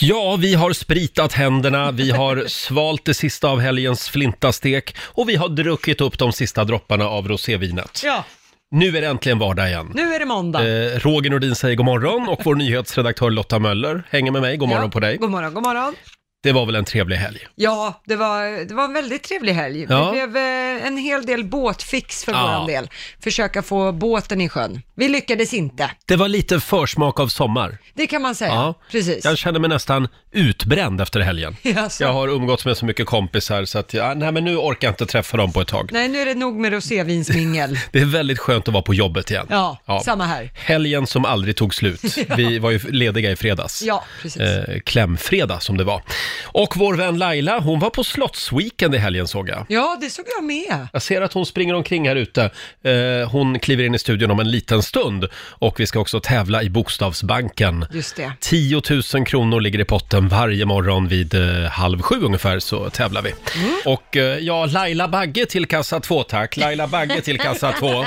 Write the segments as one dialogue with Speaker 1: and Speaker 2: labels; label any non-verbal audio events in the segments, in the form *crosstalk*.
Speaker 1: Ja, vi har spritat händerna,
Speaker 2: *laughs*
Speaker 1: vi har svalt det sista av helgens flintastek och vi har druckit upp de sista dropparna av rosévinet.
Speaker 2: Ja,
Speaker 1: Nu är det äntligen vardag igen.
Speaker 2: nu är det måndag.
Speaker 1: Eh, Roger Nordin säger god morgon och vår nyhetsredaktör Lotta Möller hänger med mig. God morgon
Speaker 2: ja.
Speaker 1: på dig.
Speaker 2: God morgon, god morgon.
Speaker 1: Det var väl en trevlig helg?
Speaker 2: Ja, det var, det var en väldigt trevlig helg.
Speaker 1: Ja.
Speaker 2: Det blev eh, en hel del båtfix för
Speaker 1: Ja.
Speaker 2: våran del. Försöka få båten i sjön. Vi lyckades inte,
Speaker 1: Det var lite försmak av sommar.
Speaker 2: det kan man säga.
Speaker 1: Ja.
Speaker 2: Precis.
Speaker 1: Jag känner mig nästan utbränd
Speaker 2: *laughs*
Speaker 1: efter helgen.
Speaker 2: Jaså.
Speaker 1: Jag har umgåtts med så mycket kompisar så att jag, nej men nu orkar jag inte träffa dem på ett tag.
Speaker 2: Nej, nu är det nog med
Speaker 1: *laughs*
Speaker 2: rosévinsmingel.
Speaker 1: Det är väldigt skönt att vara på jobbet igen.
Speaker 2: Ja, samma här.
Speaker 1: Helgen som aldrig tog slut.
Speaker 2: *laughs*
Speaker 1: Vi var ju lediga i fredags.
Speaker 2: Ja, precis.
Speaker 1: Eh, klämfredag som det var. Och vår vän Laila, hon var på Slottsweekend i helgen såg jag.
Speaker 2: Ja, det såg jag med.
Speaker 1: Jag ser att hon springer omkring här ute. Eh, hon kliver in i studion om en liten stund. Och vi ska också tävla i Bokstavsbanken.
Speaker 2: Just det.
Speaker 1: 10 000 kronor ligger i potten varje morgon vid eh, halv sju ungefär så tävlar vi.
Speaker 2: Mm.
Speaker 1: Och eh, ja, Laila Bagge till kassa två tack. Laila Bagge till kassa två.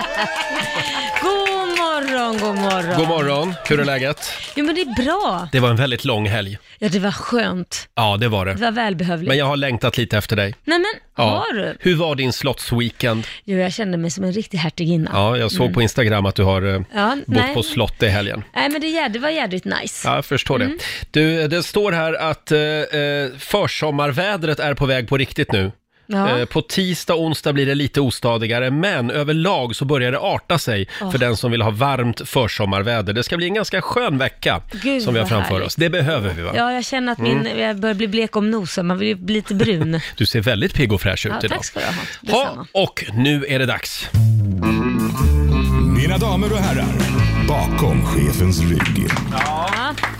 Speaker 3: God morgon, god morgon.
Speaker 1: God morgon, hur är läget?
Speaker 3: Jo men det är bra.
Speaker 1: Det var en väldigt lång helg.
Speaker 3: Ja det var skönt.
Speaker 1: Ja, det var
Speaker 3: Det
Speaker 1: det.
Speaker 3: var välbehövligt.
Speaker 1: Men jag har längtat lite efter dig.
Speaker 3: Nej men,
Speaker 1: Ja.
Speaker 3: har du?
Speaker 1: Hur var din slottsweekend?
Speaker 3: Jo jag kände mig som en riktig hertiginna. Mm.
Speaker 1: Ja, jag såg på Instagram att du har eh,
Speaker 3: Ja,
Speaker 1: bott
Speaker 3: nej.
Speaker 1: på slott i helgen.
Speaker 3: Nej men det, jä- det var jädrigt nice.
Speaker 1: Ja, jag förstår
Speaker 3: Mm.
Speaker 1: det. Du, det står här att eh, eh, försommarvädret är på väg på riktigt nu.
Speaker 3: Ja.
Speaker 1: Eh, på tisdag och onsdag blir det lite ostadigare, men överlag så börjar det arta sig för den som vill ha varmt försommarväder. Det ska bli en ganska skön vecka
Speaker 3: Gud,
Speaker 1: som vi har
Speaker 3: vad
Speaker 1: framför
Speaker 3: härligt.
Speaker 1: oss. Det Mm. behöver vi va?
Speaker 3: Ja, jag känner att min, jag börjar bli blek om nosen, man vill ju bli lite
Speaker 1: *laughs*
Speaker 3: brun.
Speaker 1: Du ser väldigt pigg och fräsch ut
Speaker 3: Ja,
Speaker 1: idag.
Speaker 3: tack ska du ha.
Speaker 1: ha.
Speaker 3: Detsamma.
Speaker 1: Och nu är det dags.
Speaker 4: Mina damer och herrar, bakom chefens rygg.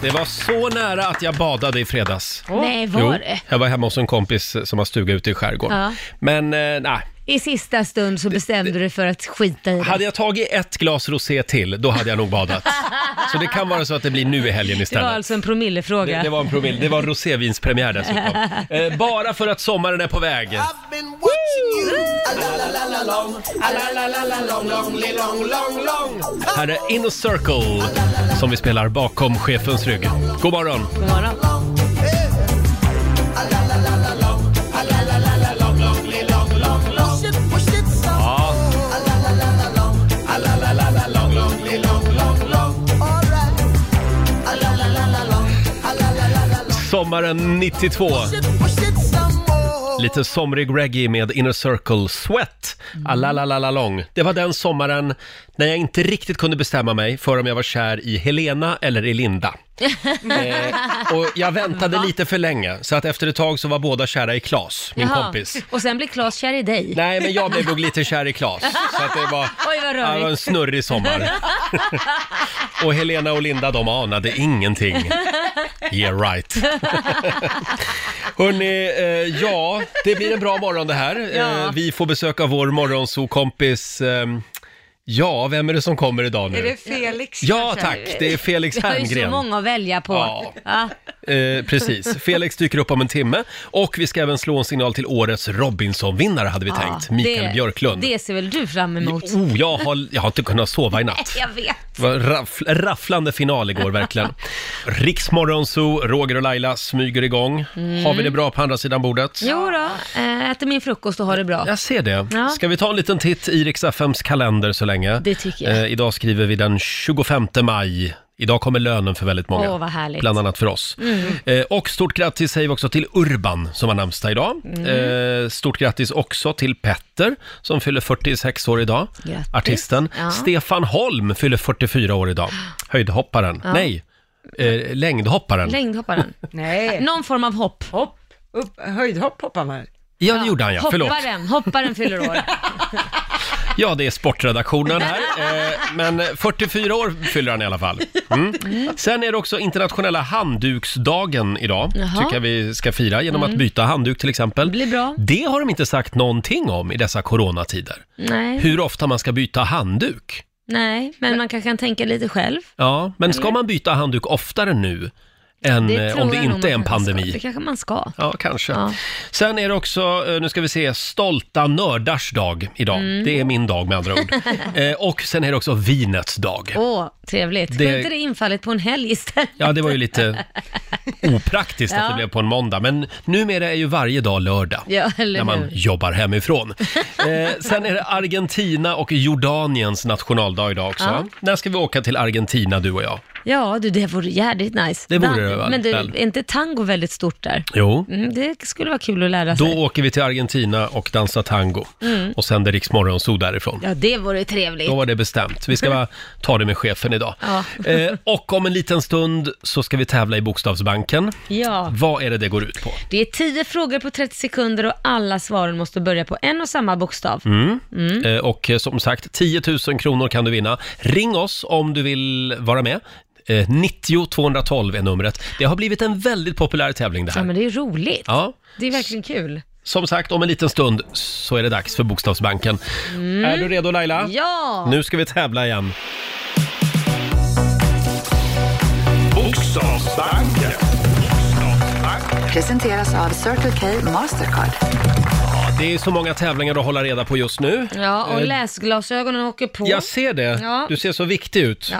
Speaker 1: Det var så nära att jag badade i fredags.
Speaker 3: Nej, var det?
Speaker 1: jag var hemma hos en kompis som har stuga ute i skärgården.
Speaker 3: Ja.
Speaker 1: Men eh, nej,
Speaker 3: I sista stund så bestämde du dig för att skita i det.
Speaker 1: hade jag tagit ett glas rosé till, då hade jag nog badat.
Speaker 3: *laughs*
Speaker 1: så det kan vara så att det blir nu i helgen
Speaker 3: Det var
Speaker 1: istället.
Speaker 3: alltså en promillefråga.
Speaker 1: Det, det var en promille, det var en
Speaker 3: *laughs*
Speaker 1: rosévinspremiär dessutom. Eh, bara för att sommaren är på väg.
Speaker 5: I've been watching you. A la la la la long, a la la la la long, long, li long, long, long.
Speaker 1: Här är Inner Circle som vi spelar bakom chefens rygg. God morgon!
Speaker 3: God morgon.
Speaker 5: Push it, push it, stop. A la la la la long, a la la la la long, long, li long, long, long. All right. A la la la la long, a la la la la long.
Speaker 1: Sommaren 92.
Speaker 5: Push it, push it some more.
Speaker 1: Lite somrig reggae med Inner Circle Sweat. Alalalalong. Det var den sommaren när jag inte riktigt kunde bestämma mig för om jag var kär i Helena eller i Linda.
Speaker 3: *laughs*
Speaker 1: eh, och jag väntade lite för länge, så att efter ett tag så var båda kära i Klas, min
Speaker 3: Jaha.
Speaker 1: kompis.
Speaker 3: Och sen blir Claes kär i dig.
Speaker 1: Nej, men jag blev nog lite kär i Klas. Så att det var,
Speaker 3: *laughs* Oj, vad rörigt.
Speaker 1: det var en snurrig sommar. och Helena och Linda, de
Speaker 3: *laughs*
Speaker 1: anade ingenting. Yeah right. Hörni, eh, ja, det blir en bra morgon det här. Eh, vi får besöka vår morgonsokompis, eh, ja, vem är det som kommer idag
Speaker 2: *laughs*
Speaker 1: nu?
Speaker 2: Är det Felix?
Speaker 1: Ja tack, det är Felix
Speaker 3: Jag har ju så
Speaker 1: Herngren.
Speaker 3: många att välja på.
Speaker 1: Ja.
Speaker 3: Ja.
Speaker 1: Eh, precis. Felix dyker upp om en timme och vi ska även slå en signal till årets Robinson-vinnare hade vi tänkt, Mikael
Speaker 3: det,
Speaker 1: Björklund.
Speaker 3: Det ser väl du fram emot?
Speaker 1: Oh, jag, har, jag har inte kunnat sova i natt.
Speaker 3: *laughs* Jag vet.
Speaker 1: Det var en raff, rafflande final igår, verkligen.
Speaker 3: *laughs*
Speaker 1: Riksmorgonzoo, Roger och Laila smyger igång.
Speaker 3: Mm.
Speaker 1: Har vi det bra på andra sidan bordet?
Speaker 3: Jo då, eh, äter min frukost och har det bra.
Speaker 1: Jag ser det.
Speaker 3: Ja.
Speaker 1: Ska vi ta en liten titt i Rix FMs kalender så länge?
Speaker 3: Det tycker jag.
Speaker 1: Eh, idag skriver vi den 25 maj. Idag kommer lönen för väldigt många.
Speaker 3: Åh, vad härligt. Mm.
Speaker 1: Bland annat för oss. Eh, och stort grattis säger vi också till Urban som har namnsdag idag.
Speaker 3: Mm.
Speaker 1: Eh, stort grattis också till Petter som fyller 46 år idag.
Speaker 3: Grattis.
Speaker 1: Artisten.
Speaker 3: Ja.
Speaker 1: Stefan Holm fyller 44
Speaker 3: *gasps*
Speaker 1: år idag. Höjdhopparen. Nej, eh, längdhopparen.
Speaker 3: Längdhopparen.
Speaker 2: Nej,
Speaker 3: Någon form av hopp. Hopp.
Speaker 2: Upp, höjdhopp hoppar man.
Speaker 1: ja, det gjorde han ja. Förlåt.
Speaker 3: Hopparen, hopparen fyller *laughs* år.
Speaker 1: Ja, det är sportredaktionen här. Eh, men 44 år fyller han i alla fall. Mm. Sen är det också internationella handduksdagen idag.
Speaker 3: Jaha. Mm.
Speaker 1: Tycker jag vi ska fira genom att byta handduk till exempel.
Speaker 3: blir bra.
Speaker 1: Det har de inte sagt någonting om i dessa coronatider.
Speaker 3: Nej,
Speaker 1: Hur ofta man ska byta handduk.
Speaker 3: nej, men man kanske kan tänka lite själv.
Speaker 1: Ja, men ska man byta handduk oftare nu än
Speaker 3: Det
Speaker 1: eh,
Speaker 3: tror
Speaker 1: om det
Speaker 3: jag nog
Speaker 1: inte
Speaker 3: man
Speaker 1: är en
Speaker 3: kanske
Speaker 1: pandemi.
Speaker 3: ska. Det kanske man ska.
Speaker 1: Ja, kanske.
Speaker 3: Ja.
Speaker 1: Sen är det också, eh, nu ska vi se, stolta nördars dag idag.
Speaker 3: Mm.
Speaker 1: Det är min dag med andra ord. Eh, och sen är det också vinets dag.
Speaker 3: *laughs* Åh, trevligt.
Speaker 1: Det-
Speaker 3: Kunde inte det infallit på en helg istället?
Speaker 1: Ja, det var ju lite opraktiskt att
Speaker 3: Ja.
Speaker 1: det blev på en måndag, men numera är ju varje dag lördag.
Speaker 3: *laughs* Ja, eller
Speaker 1: när man
Speaker 3: hur?
Speaker 1: jobbar hemifrån.
Speaker 3: *laughs*
Speaker 1: Eh, sen är det Argentina och Jordaniens nationaldag idag också.
Speaker 3: Ja.
Speaker 1: När ska vi åka till Argentina, du och jag?
Speaker 3: *laughs* Ja, du, det vore jävligt nice.
Speaker 1: Det vore
Speaker 3: Dan-
Speaker 1: det väl.
Speaker 3: Men du,
Speaker 1: Väl.
Speaker 3: är inte tango väldigt stort där?
Speaker 1: Jo.
Speaker 3: Mm, det skulle vara kul att lära
Speaker 1: Då
Speaker 3: sig.
Speaker 1: åker vi till Argentina och dansar tango och sänder Rix Morgonzoo därifrån.
Speaker 3: Mm. Ja, det vore trevligt.
Speaker 1: Då var det bestämt. Vi ska bara ta det med chefen idag.
Speaker 3: Ja.
Speaker 1: Eh, och om en liten stund så ska vi tävla i Bokstavsbanken.
Speaker 3: Ja.
Speaker 1: Vad är det det går ut på?
Speaker 3: Det är 10 frågor på 30 sekunder och alla svaren måste börja på en och samma bokstav. Mm.
Speaker 1: Eh, Och eh, som sagt, 10 000 kronor kan du vinna. Ring oss om du vill vara med. Eh, 90 212 är numret. Det har blivit en väldigt populär tävling det
Speaker 3: Ja,
Speaker 1: här.
Speaker 3: men det är roligt.
Speaker 1: Ja,
Speaker 3: Det är verkligen kul.
Speaker 1: som sagt, om en liten stund så är det dags för Bokstavsbanken. Är du redo Laila?
Speaker 3: Mm. Ja!
Speaker 1: Nu ska vi tävla igen.
Speaker 4: Bokstavsbanken.
Speaker 6: Presenteras av Circle K Mastercard.
Speaker 1: Det är så många tävlingar att hålla reda på just nu.
Speaker 3: Ja, och läsglasögonen åker på.
Speaker 1: Eh, Jag ser det.
Speaker 3: Ja.
Speaker 1: Du ser så viktig ut.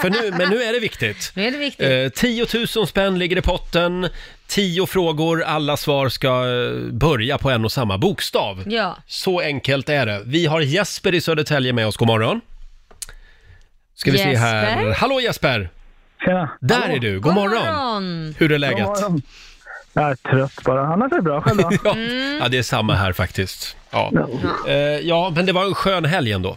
Speaker 1: För nu, men nu är det viktigt.
Speaker 3: *laughs* Nu är det viktigt.
Speaker 1: Eh, 10 000 spänn ligger i potten. 10 frågor, alla svar ska eh, börja på en och samma bokstav.
Speaker 3: Ja.
Speaker 1: Så enkelt är det. Vi har Jesper i Södertälje med oss. God morgon. Ska vi se
Speaker 3: Jesper?
Speaker 1: här. Hallå Jesper!
Speaker 7: Tjena.
Speaker 1: Där är du. God, morgon.
Speaker 3: Mm.
Speaker 1: Hur är läget?
Speaker 7: morgon. Jag är trött bara. Annars är det bra.
Speaker 1: *laughs*
Speaker 7: Själv då?
Speaker 1: Ja. ja, det är samma här faktiskt. Ja. Eh, ja, men det var en skön helg ändå.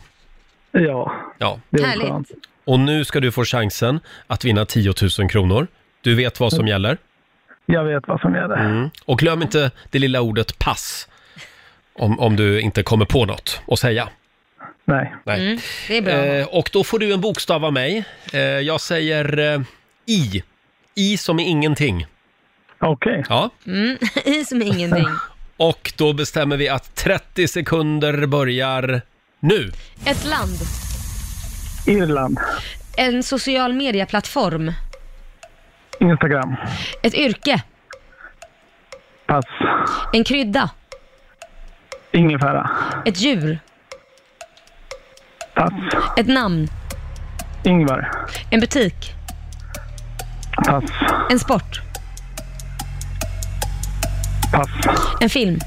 Speaker 7: Ja,
Speaker 1: Ja.
Speaker 7: det är
Speaker 3: Härligt.
Speaker 7: skönt.
Speaker 1: Och nu ska du få chansen att vinna 10 000 kronor. Du vet vad som gäller. Mm.
Speaker 7: Jag vet vad som gäller.
Speaker 1: Och glöm inte det lilla ordet pass. Om, om du inte kommer på något att säga.
Speaker 7: Nej.
Speaker 1: Nej.
Speaker 3: Mm, Det är bra.
Speaker 1: Eh, och då får du en bokstav av mig. Eh, jag säger eh, I. I som är ingenting.
Speaker 7: Okej.
Speaker 1: Ja.
Speaker 3: I Mm, som ingenting.
Speaker 1: *laughs* Och då bestämmer vi att 30 sekunder börjar nu.
Speaker 3: Ett land.
Speaker 7: Irland.
Speaker 3: En social medieplattform.
Speaker 7: Instagram.
Speaker 3: Ett yrke.
Speaker 7: Pass.
Speaker 3: En krydda.
Speaker 7: Ingefära.
Speaker 3: Ett djur.
Speaker 7: Pass.
Speaker 3: Ett namn.
Speaker 7: Ingvar.
Speaker 3: En butik.
Speaker 7: Pass.
Speaker 3: En sport.
Speaker 7: Pass.
Speaker 3: En film.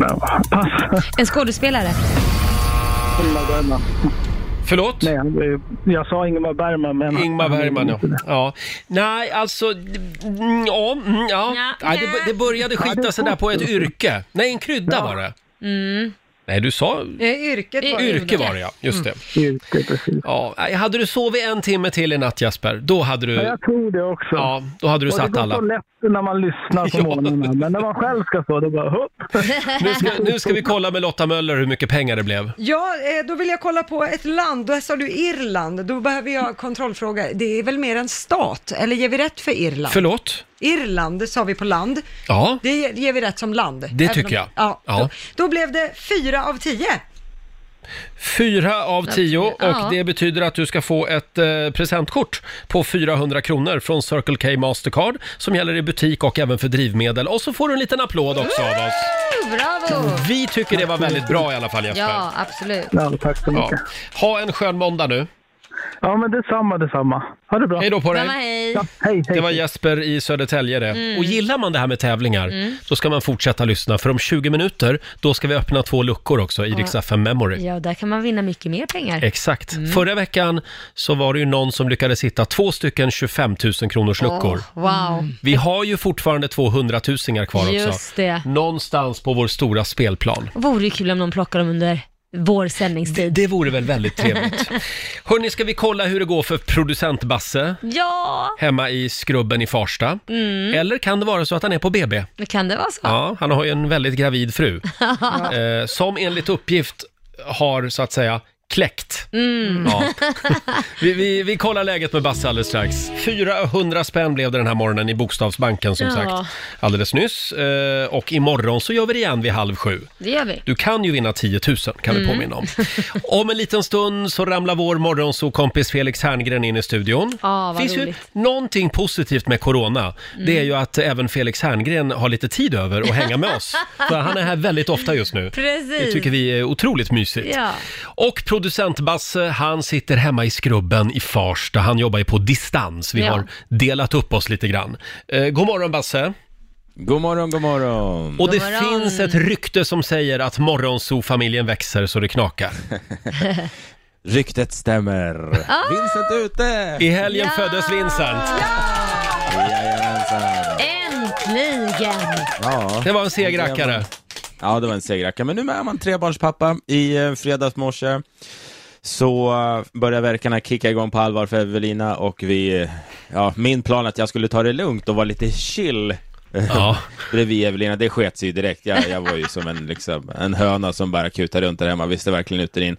Speaker 7: No. Pass.
Speaker 3: En skådespelare.
Speaker 7: Ingmar Bergman.
Speaker 1: Förlåt?
Speaker 7: Nej, han blev- jag sa Ingmar Bergman, men...
Speaker 1: Ingmar Bergman, ja. ja. Nej, alltså... mm, Ja, mm, ja.
Speaker 3: Ja.
Speaker 1: Nej, det, det började skita sig där på ett yrke. Nej, en krydda var det. Nej, du sa
Speaker 2: Eh, Yrket var
Speaker 1: yrke var Mm. det, ja. Just det.
Speaker 7: Mm. Yrke, precis.
Speaker 1: Ja, nej, hade du sovit en timme till i natt, Jesper, då hade
Speaker 7: Ja,
Speaker 1: du...
Speaker 7: jag tror det också.
Speaker 1: Ja, då hade du
Speaker 7: Och det
Speaker 1: satt
Speaker 7: går
Speaker 1: alla.
Speaker 7: så lätt när man lyssnar på
Speaker 1: *laughs* Ja.
Speaker 7: morgonen, men när man själv ska stå, då bara hopp.
Speaker 1: *laughs* Nu ska, nu ska vi kolla med Lotta Möller hur mycket pengar det blev.
Speaker 2: Ja, eh, då vill jag kolla på ett land. Då sa du Irland. Då behöver jag kontrollfråga. Det är väl mer en stat? Eller ger vi rätt för Irland?
Speaker 1: Förlåt?
Speaker 2: Irland det sa vi på land.
Speaker 1: Ja,
Speaker 2: Det ge- ger vi rätt som land.
Speaker 1: Det
Speaker 2: Även
Speaker 1: tycker
Speaker 2: om-
Speaker 1: jag.
Speaker 2: Ja.
Speaker 1: Ja.
Speaker 2: Då, då blev det fyra av tio.
Speaker 1: *laughs* fyra av tio
Speaker 3: Ja.
Speaker 1: och det betyder att du ska få ett eh, presentkort på 400 kronor från Circle K Mastercard som gäller i butik och även för drivmedel. Och så får du en liten applåd också av oss.
Speaker 3: Bravo!
Speaker 1: Vi tycker det var väldigt bra i alla fall, Jesper.
Speaker 3: Ja, absolut.
Speaker 7: Ja, tack så
Speaker 1: Ja.
Speaker 7: mycket.
Speaker 1: Ha en skön måndag nu.
Speaker 7: Ja, men detsamma, detsamma. Ha det bra.
Speaker 1: Hej då på dig.
Speaker 3: Mamma, hej.
Speaker 7: Ja, hej, hej.
Speaker 1: Det var Jesper i Södertälje det. Och gillar man det här med tävlingar, då ska man fortsätta lyssna. För om 20 minuter, då ska vi öppna två luckor också i Rix FM Memory.
Speaker 3: Ja, där kan man vinna mycket mer pengar.
Speaker 1: Exakt. Förra veckan så var det ju någon som lyckades hitta två stycken 25 000 kronors luckor.
Speaker 3: Åh, wow.
Speaker 1: Vi har ju fortfarande 200 000 kvar också.
Speaker 3: Just det.
Speaker 1: Någonstans på vår stora spelplan.
Speaker 3: Vore ju kul om någon plockar dem under vår sändningstid.
Speaker 1: Det vore väl
Speaker 3: *laughs*
Speaker 1: väldigt trevligt. Hörni, ska vi kolla hur det går för producent Basse
Speaker 3: Ja,
Speaker 1: hemma i skrubben i Farsta?
Speaker 3: Mm.
Speaker 1: Eller kan det vara så att han är på BB?
Speaker 3: nu kan det vara så.
Speaker 1: Ja,
Speaker 3: *laughs*
Speaker 1: han har ju en väldigt gravid fru. eh, som enligt uppgift har, så att säga, kläckt.
Speaker 3: Mm.
Speaker 1: Ja. Vi, vi, vi kollar läget med Basse alldeles strax. 400 spänn blev det den här morgonen i Bokstavsbanken som
Speaker 3: Ja.
Speaker 1: sagt alldeles nyss. Eh, Och imorgon så gör vi det igen vid halv sju.
Speaker 3: *laughs* Det gör vi. Mm.
Speaker 1: Du kan ju vinna 10 000 kan vi påminna om. Om en liten stund så ramlar vår morgonsokompis Felix Herngren in i studion.
Speaker 3: Ja, Ah, vad
Speaker 1: Finns ju
Speaker 3: roligt. Mm.
Speaker 1: någonting positivt med corona. Det är ju att även Felix Herngren har lite tid över att hänga
Speaker 3: *laughs*
Speaker 1: med oss. För han är här väldigt ofta just nu.
Speaker 3: Precis.
Speaker 1: Det tycker vi är otroligt mysigt.
Speaker 3: Ja.
Speaker 1: Och producent Basse, han sitter hemma i skrubben i Farsta. Han jobbar ju på distans. Vi
Speaker 3: Ja.
Speaker 1: har delat upp oss lite grann. Eh, god morgon Basse!
Speaker 8: God morgon, god morgon.
Speaker 1: Och det
Speaker 3: God morgon.
Speaker 1: finns ett rykte som säger att morgonzoo-familjen växer så det knakar.
Speaker 8: Ryktet stämmer. Vincent är ute!
Speaker 1: I helgen
Speaker 3: Ja!
Speaker 1: föddes Vincent.
Speaker 8: Jajamensan.
Speaker 3: Äntligen!
Speaker 8: Ja.
Speaker 1: Det var en seg rackare.
Speaker 8: ja, det var en segerracka. Men nu är man trebarnspappa i eh, fredags morse. Så eh, börjar verkarna kicka igång på allvar för Evelina och vi, eh, ja, min plan att jag skulle ta det lugnt och vara lite chill eh,
Speaker 1: Ja.
Speaker 8: *laughs* bredvid Evelina, det sket sig ju direkt. Jag, jag var ju som en, liksom, en höna som bara kutade runt där hemma, visste verkligen ut och in.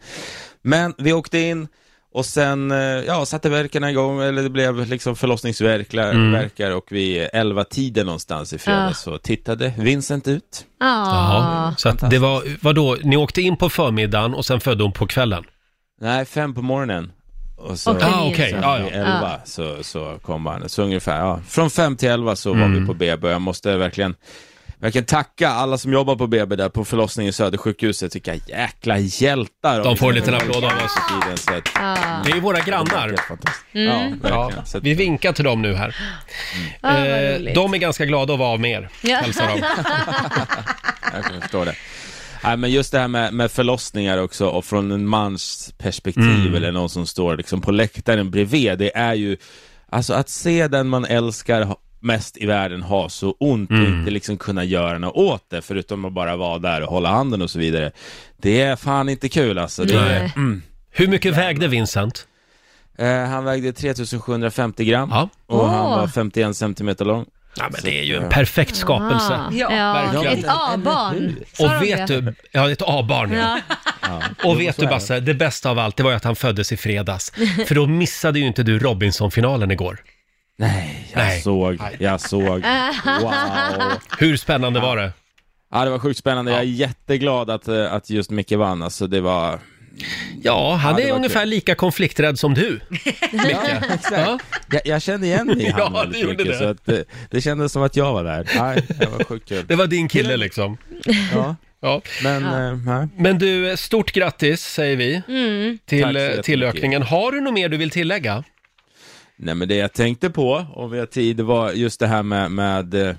Speaker 8: Men vi åkte in och sen eh, ja, satte verkarna igång, eller det blev liksom förlossningsverkar
Speaker 1: Mm.
Speaker 8: verkar, och vid elva tiden någonstans i fredags så tittade Vincent ut.
Speaker 1: Jaha.
Speaker 3: Ja.
Speaker 1: Så att det var, vadå, ni åkte in på förmiddagen och sen födde hon på kvällen?
Speaker 8: Nej, fem på morgonen. Och så,
Speaker 3: Och
Speaker 1: Ja, ah, okej.
Speaker 8: Sen
Speaker 1: Ja, Ah.
Speaker 8: vid
Speaker 1: ja.
Speaker 8: elva så, så kom han. Så ungefär, ja. Från fem till elva så var
Speaker 1: Mm.
Speaker 8: vi på BB jag måste verkligen verkligen tacka alla som jobbar på BB där på förlossningen i Södersjukhuset. Vilka jäkla hjältar!
Speaker 1: De får en liten applåd av oss.
Speaker 8: Tiden, så att,
Speaker 1: Det är ju våra grannar.
Speaker 8: Helt fantastiskt. Ja,
Speaker 1: Mm. Ja,
Speaker 8: verkligen. Så att-
Speaker 1: vi vinkar till dem nu här.
Speaker 3: Ah, vad
Speaker 1: Eh,
Speaker 3: roligt.
Speaker 1: de är ganska glada att vara av med er,
Speaker 3: Ja.
Speaker 9: *laughs*
Speaker 1: hälsar de.
Speaker 5: *laughs*
Speaker 8: Jag kan förstå det. Nej, men just det här med, med förlossningar också och från en mans perspektiv
Speaker 1: Mm.
Speaker 8: eller någon som står liksom på läktaren bredvid. Det är ju, alltså att se den man älskar ha- mest i världen ha så ont och
Speaker 1: Mm.
Speaker 8: inte liksom kunna göra något åt det förutom att bara vara där och hålla handen och så vidare. Det är fan inte kul alltså. Det är,
Speaker 3: Nej.
Speaker 1: Hur mycket vägde Vincent?
Speaker 8: eh, han vägde 3750 gram
Speaker 1: Ja.
Speaker 8: och han
Speaker 3: Åh.
Speaker 8: var 51 centimeter lång. eh,
Speaker 1: ja, men det är ju en perfekt skapelse.
Speaker 3: Ah,
Speaker 2: Ja,
Speaker 3: ja.
Speaker 1: verkligen.
Speaker 3: Ett A-barn. Sa de
Speaker 1: Och
Speaker 3: det?
Speaker 1: vet du, ja ett A-barn ja.
Speaker 3: Ja.
Speaker 1: Och vet du Basse, det bästa av allt, det var ju att han föddes i fredags. För då missade ju inte du Robinson-finalen igår.
Speaker 8: Nej, jag
Speaker 1: Nej.
Speaker 8: såg, jag såg. *laughs* Wow.
Speaker 1: Hur spännande var det?
Speaker 8: Ja, det var sjukt spännande. Jag är jätteglad att, eh, att just Micke vann. Alltså, det var...
Speaker 1: Ja, han
Speaker 8: Ja, det
Speaker 1: är
Speaker 8: var
Speaker 1: ungefär
Speaker 8: kul.
Speaker 1: lika konflikträdd som du, Micke. Ja.
Speaker 8: Jag, jag kände igen mig i
Speaker 1: *laughs* Ja,
Speaker 8: honom
Speaker 1: det
Speaker 8: väldigt
Speaker 1: gjorde
Speaker 8: mycket,
Speaker 1: det.
Speaker 8: så att, eh, det kändes som att jag var där. Nej, det var sjukt
Speaker 1: Det
Speaker 8: kul.
Speaker 1: var din kille liksom.
Speaker 8: *laughs* Ja,
Speaker 1: Ja.
Speaker 8: men, eh, nej.
Speaker 1: Men du, stort grattis säger vi
Speaker 3: Mm.
Speaker 8: Tack
Speaker 1: till
Speaker 8: så
Speaker 1: eh,
Speaker 8: jättemycket.
Speaker 1: tillökningen. Har du något mer du vill tillägga?
Speaker 8: nej, men det jag tänkte på, om vi har tid, det var just det här med, med eh,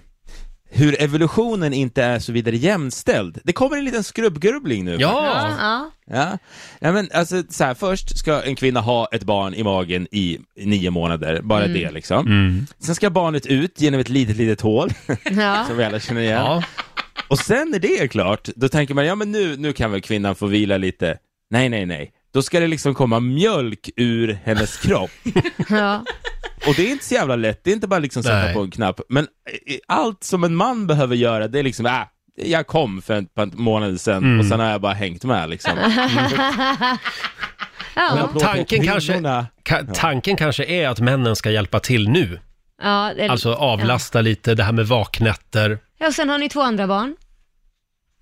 Speaker 8: hur evolutionen inte är så vidare jämställd. Det kommer en liten skrubbgrubbling nu.
Speaker 1: Ja,
Speaker 3: Ja.
Speaker 8: Ja. ja, men alltså så här, först ska en kvinna ha ett barn i magen i nio månader, bara det liksom. Sen ska barnet ut genom ett litet, litet hål, *laughs*
Speaker 3: Ja.
Speaker 8: som vi alla känner igen.
Speaker 1: ja.
Speaker 8: Och sen när det är klart, då tänker man, ja men nu, nu kan väl kvinnan få vila lite. Nej, nej, nej. Då ska det liksom komma mjölk ur
Speaker 1: *laughs*
Speaker 8: hennes kropp.
Speaker 3: ja.
Speaker 8: Och det är inte så jävla lätt, det är inte bara liksom sätta
Speaker 1: Nej.
Speaker 8: på en knapp. Men eh, allt som en man behöver göra, det är liksom, ah, jag kom för ett par månader sedan
Speaker 1: Mm.
Speaker 8: och sen har jag bara hängt
Speaker 3: *laughs*
Speaker 8: med liksom.
Speaker 3: ja.
Speaker 8: Applåd på
Speaker 1: Tanken kanske,
Speaker 8: kvinnorna.
Speaker 1: ka, tanken kanske är att männen ska hjälpa till nu.
Speaker 3: ja. det-
Speaker 1: Alltså avlasta lite, det här med vaknätter.
Speaker 3: Ja, och sen har ni två andra barn.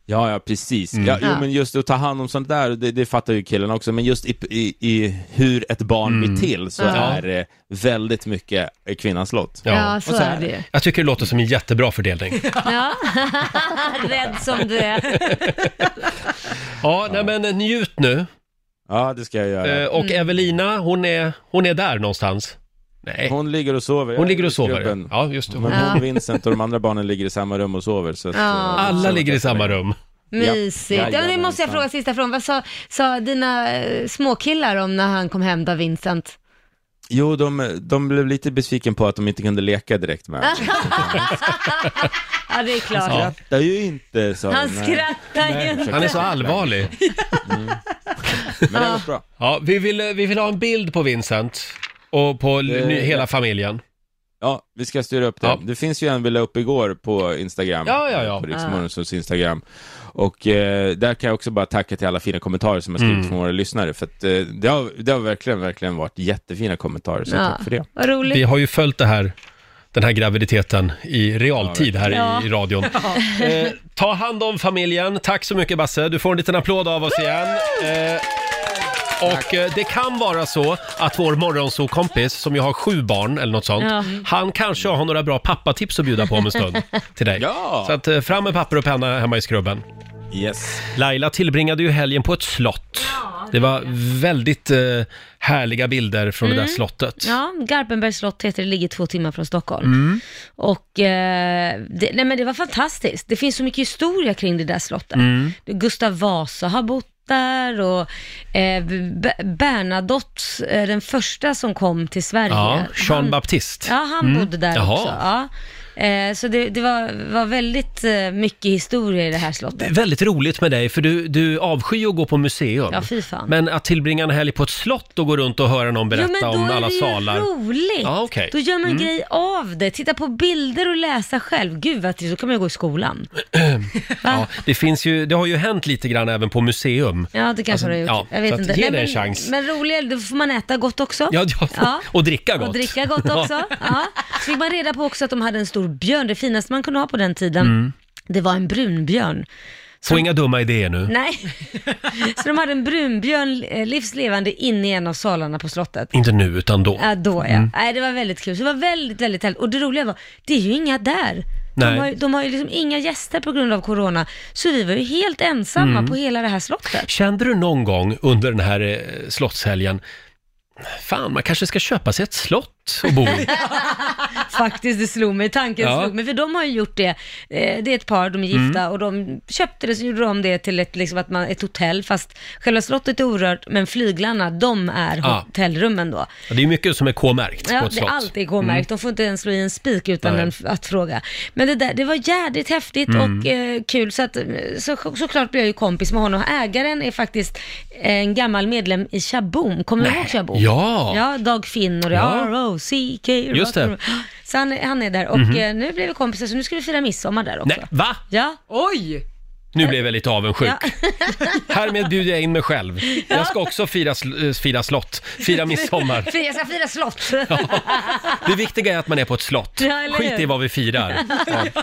Speaker 8: Ja, ja, precis.
Speaker 1: Mm.
Speaker 8: Ja, jo,
Speaker 3: Ja.
Speaker 8: men just att ta hand om sånt där, det, det fattar ju killen också, men just i, i, i hur ett barn
Speaker 1: Mm.
Speaker 8: blir till så är det väldigt mycket kvinnans lott.
Speaker 1: Ja.
Speaker 3: Ja, så,
Speaker 8: Och så
Speaker 3: är
Speaker 8: här.
Speaker 3: det
Speaker 8: *laughs*
Speaker 3: ju.
Speaker 1: Jag tycker det låter som en jättebra fördelning.
Speaker 3: Ja. *laughs* Rädd som du är.
Speaker 1: Ja, nej men eh, njut nu.
Speaker 8: Ja, det ska jag göra.
Speaker 1: Eh, Och Evelina, hon är, hon är där någonstans. Nej, hon,
Speaker 8: Hon ligger och sover. Jag
Speaker 1: ligger och sover.
Speaker 8: i gruppen.
Speaker 1: ja. Ja, just det.
Speaker 8: Men
Speaker 3: Ja.
Speaker 8: hon, Vincent och de andra barnen ligger i samma rum och sover. Så att,
Speaker 3: Ja.
Speaker 8: eh,
Speaker 1: Alla
Speaker 8: så-
Speaker 1: ligger i samma rum.
Speaker 3: Mysigt. Ja, nu måste jag fråga sista frågan. Vad sa, sa dina eh, småkillar om när han kom hem då, Vincent?
Speaker 8: Jo, de, de blev lite besviken på att de inte kunde leka direkt med honom.
Speaker 3: Ja, det är klart.
Speaker 8: Han skrattar ju inte, sa de.
Speaker 3: Han
Speaker 8: Nej.
Speaker 3: skrattar ju inte.
Speaker 1: Han är så allvarlig.
Speaker 8: Men det var bra.
Speaker 1: Ja, vi vill, vi vill ha en bild på Vincent och på l-
Speaker 8: Det-
Speaker 1: ny, hela familjen.
Speaker 8: Ja, vi ska styra upp det.
Speaker 1: Ja.
Speaker 8: Det finns ju en vi la upp igår på Instagram.
Speaker 1: Ja, ja, ja.
Speaker 8: På
Speaker 3: Ah.
Speaker 8: Riksmorgons Instagram. Och eh, där kan jag också bara tacka till alla fina kommentarer som har skrivit
Speaker 1: Mm.
Speaker 8: från våra lyssnare. För att, eh, det, har, det har verkligen, verkligen varit jättefina kommentarer. Så tack för det.
Speaker 3: Vad roligt.
Speaker 1: Vi har ju följt det här, den här graviditeten i realtid här i,
Speaker 3: *laughs*
Speaker 1: i radion. Eh, ta hand om familjen. Tack så mycket Basse. Du får en liten applåd av oss igen. Eh, och eh, det kan vara så att vår morgonsokompis som ju har sju barn eller något sånt,
Speaker 3: Ja.
Speaker 1: han kanske har några bra pappatips att bjuda på om en
Speaker 3: *laughs*
Speaker 1: stund till dig.
Speaker 8: Ja.
Speaker 1: Så att eh, fram med papper och penna hemma i skrubben.
Speaker 8: Yes.
Speaker 1: Laila tillbringade ju helgen på ett slott. Det var väldigt eh, härliga bilder från det
Speaker 3: Mm.
Speaker 1: där slottet. Mm.
Speaker 3: Ja, Garpenbergs slott heter det, ligger två timmar från Stockholm. Och eh, det, nej men det var fantastiskt. Det finns så mycket historia kring det där slottet.
Speaker 1: Mm.
Speaker 3: Gustav Vasa har bott där och eh, B- Bernadotte, eh, den första som kom till Sverige.
Speaker 1: Ja, Jean
Speaker 3: han-
Speaker 1: Baptiste. Mm.
Speaker 3: Ja, han bodde där
Speaker 1: Jaha.
Speaker 3: också. Ja. Eh, så det, det var, var väldigt eh, mycket historia i det här
Speaker 1: Det
Speaker 3: slottet.
Speaker 1: är Väldigt roligt med dig, för du, du avskyr att gå på museum.
Speaker 3: Ja, fy fan.
Speaker 1: Men att tillbringa en helg på ett slott och gå runt och höra någon berätta om alla salar.
Speaker 3: Jo, men då är det ju roligt.
Speaker 1: Ja, okej. Mm.
Speaker 3: Då gör man
Speaker 1: *clears throat*
Speaker 3: grej av det. Titta på bilder och läsa själv. Gud, vad trist. Då kan man ju gå i skolan.
Speaker 1: Ja, det, finns ju, det har ju hänt lite grann även på museum.
Speaker 3: Ja, det kanske
Speaker 1: Alltså,
Speaker 3: har du gjort.
Speaker 1: ja,
Speaker 3: jag vet
Speaker 1: så att
Speaker 3: inte.
Speaker 1: ge det en
Speaker 3: men,
Speaker 1: chans.
Speaker 3: Men roligare, då får man äta gott också.
Speaker 1: Ja, ja, Och *laughs* dricka gott. Mm.
Speaker 3: Och dricka
Speaker 1: *laughs*
Speaker 3: gott också. ja. Så fick man reda på också att de hade en stor björn. Det finaste man kunde ha på den tiden,
Speaker 1: Mm.
Speaker 3: det var en brunbjörn.
Speaker 1: Få inga dumma idéer nu.
Speaker 3: Nej.
Speaker 1: *laughs*
Speaker 3: Så de hade en brunbjörn eh, livslevande inne i en av salarna på slottet.
Speaker 1: Inte nu, utan då. Mm.
Speaker 3: Ja, då ja. Nej, det var väldigt kul. Så det var väldigt, väldigt härligt. Och det roliga var, det är ju inga där.
Speaker 1: Nej.
Speaker 3: De har, ju- de har ju liksom inga gäster på grund av corona, så vi var ju helt ensamma
Speaker 1: Mm.
Speaker 3: på hela det här slottet.
Speaker 1: Kände du någon gång under den här eh, slottshelgen, fan man kanske ska köpa sig ett slott
Speaker 3: *laughs*
Speaker 1: och bo i?
Speaker 3: Faktiskt, det slog mig, tanken
Speaker 1: Ja.
Speaker 3: slog mig, för de har ju gjort det, eh, det är ett par, de är gifta och de köpte det, så gjorde de det till ett, liksom, att man, ett hotell, fast själva slottet är orört, men flyglarna, de är
Speaker 1: Ah.
Speaker 3: hotellrummen då.
Speaker 1: Ja, det är mycket som är K-märkt
Speaker 3: Ja,
Speaker 1: på ett
Speaker 3: det är
Speaker 1: slott. Mm.
Speaker 3: alltid K-märkt. De får inte ens slå i en spik utan
Speaker 1: Nej. Mm.
Speaker 3: en, att fråga. Men det, där, det var jädrigt häftigt och eh, kul. Så att, eh, så, såklart blev jag ju kompis med honom. Ägaren är faktiskt en gammal medlem i Shaboom. Kommer du ihåg Shaboom?
Speaker 1: Ja.
Speaker 3: Ja, Dag Finn och det.
Speaker 1: Ja.
Speaker 3: R.O.C.K.
Speaker 1: Just det. Mhm.
Speaker 3: Så han, han är där och eh, nu blev vi kompisar så nu ska vi fira midsommar där också.
Speaker 1: Nej, va?
Speaker 3: Ja,
Speaker 2: Oj!
Speaker 1: Nu blev jag lite avundsjuk.
Speaker 3: Ja.
Speaker 2: *laughs*
Speaker 1: Härmed bjuder jag in mig själv. Jag ska också fira, sl- eh, fira slott,
Speaker 2: *laughs*
Speaker 1: fira midsommar.
Speaker 3: *laughs* Fira- jag ska fira slott. *laughs*
Speaker 1: Det viktiga är att man är på ett slott.
Speaker 3: Ja, eller hur?
Speaker 1: Skit i vad
Speaker 2: *laughs*
Speaker 1: vi firar. Ja.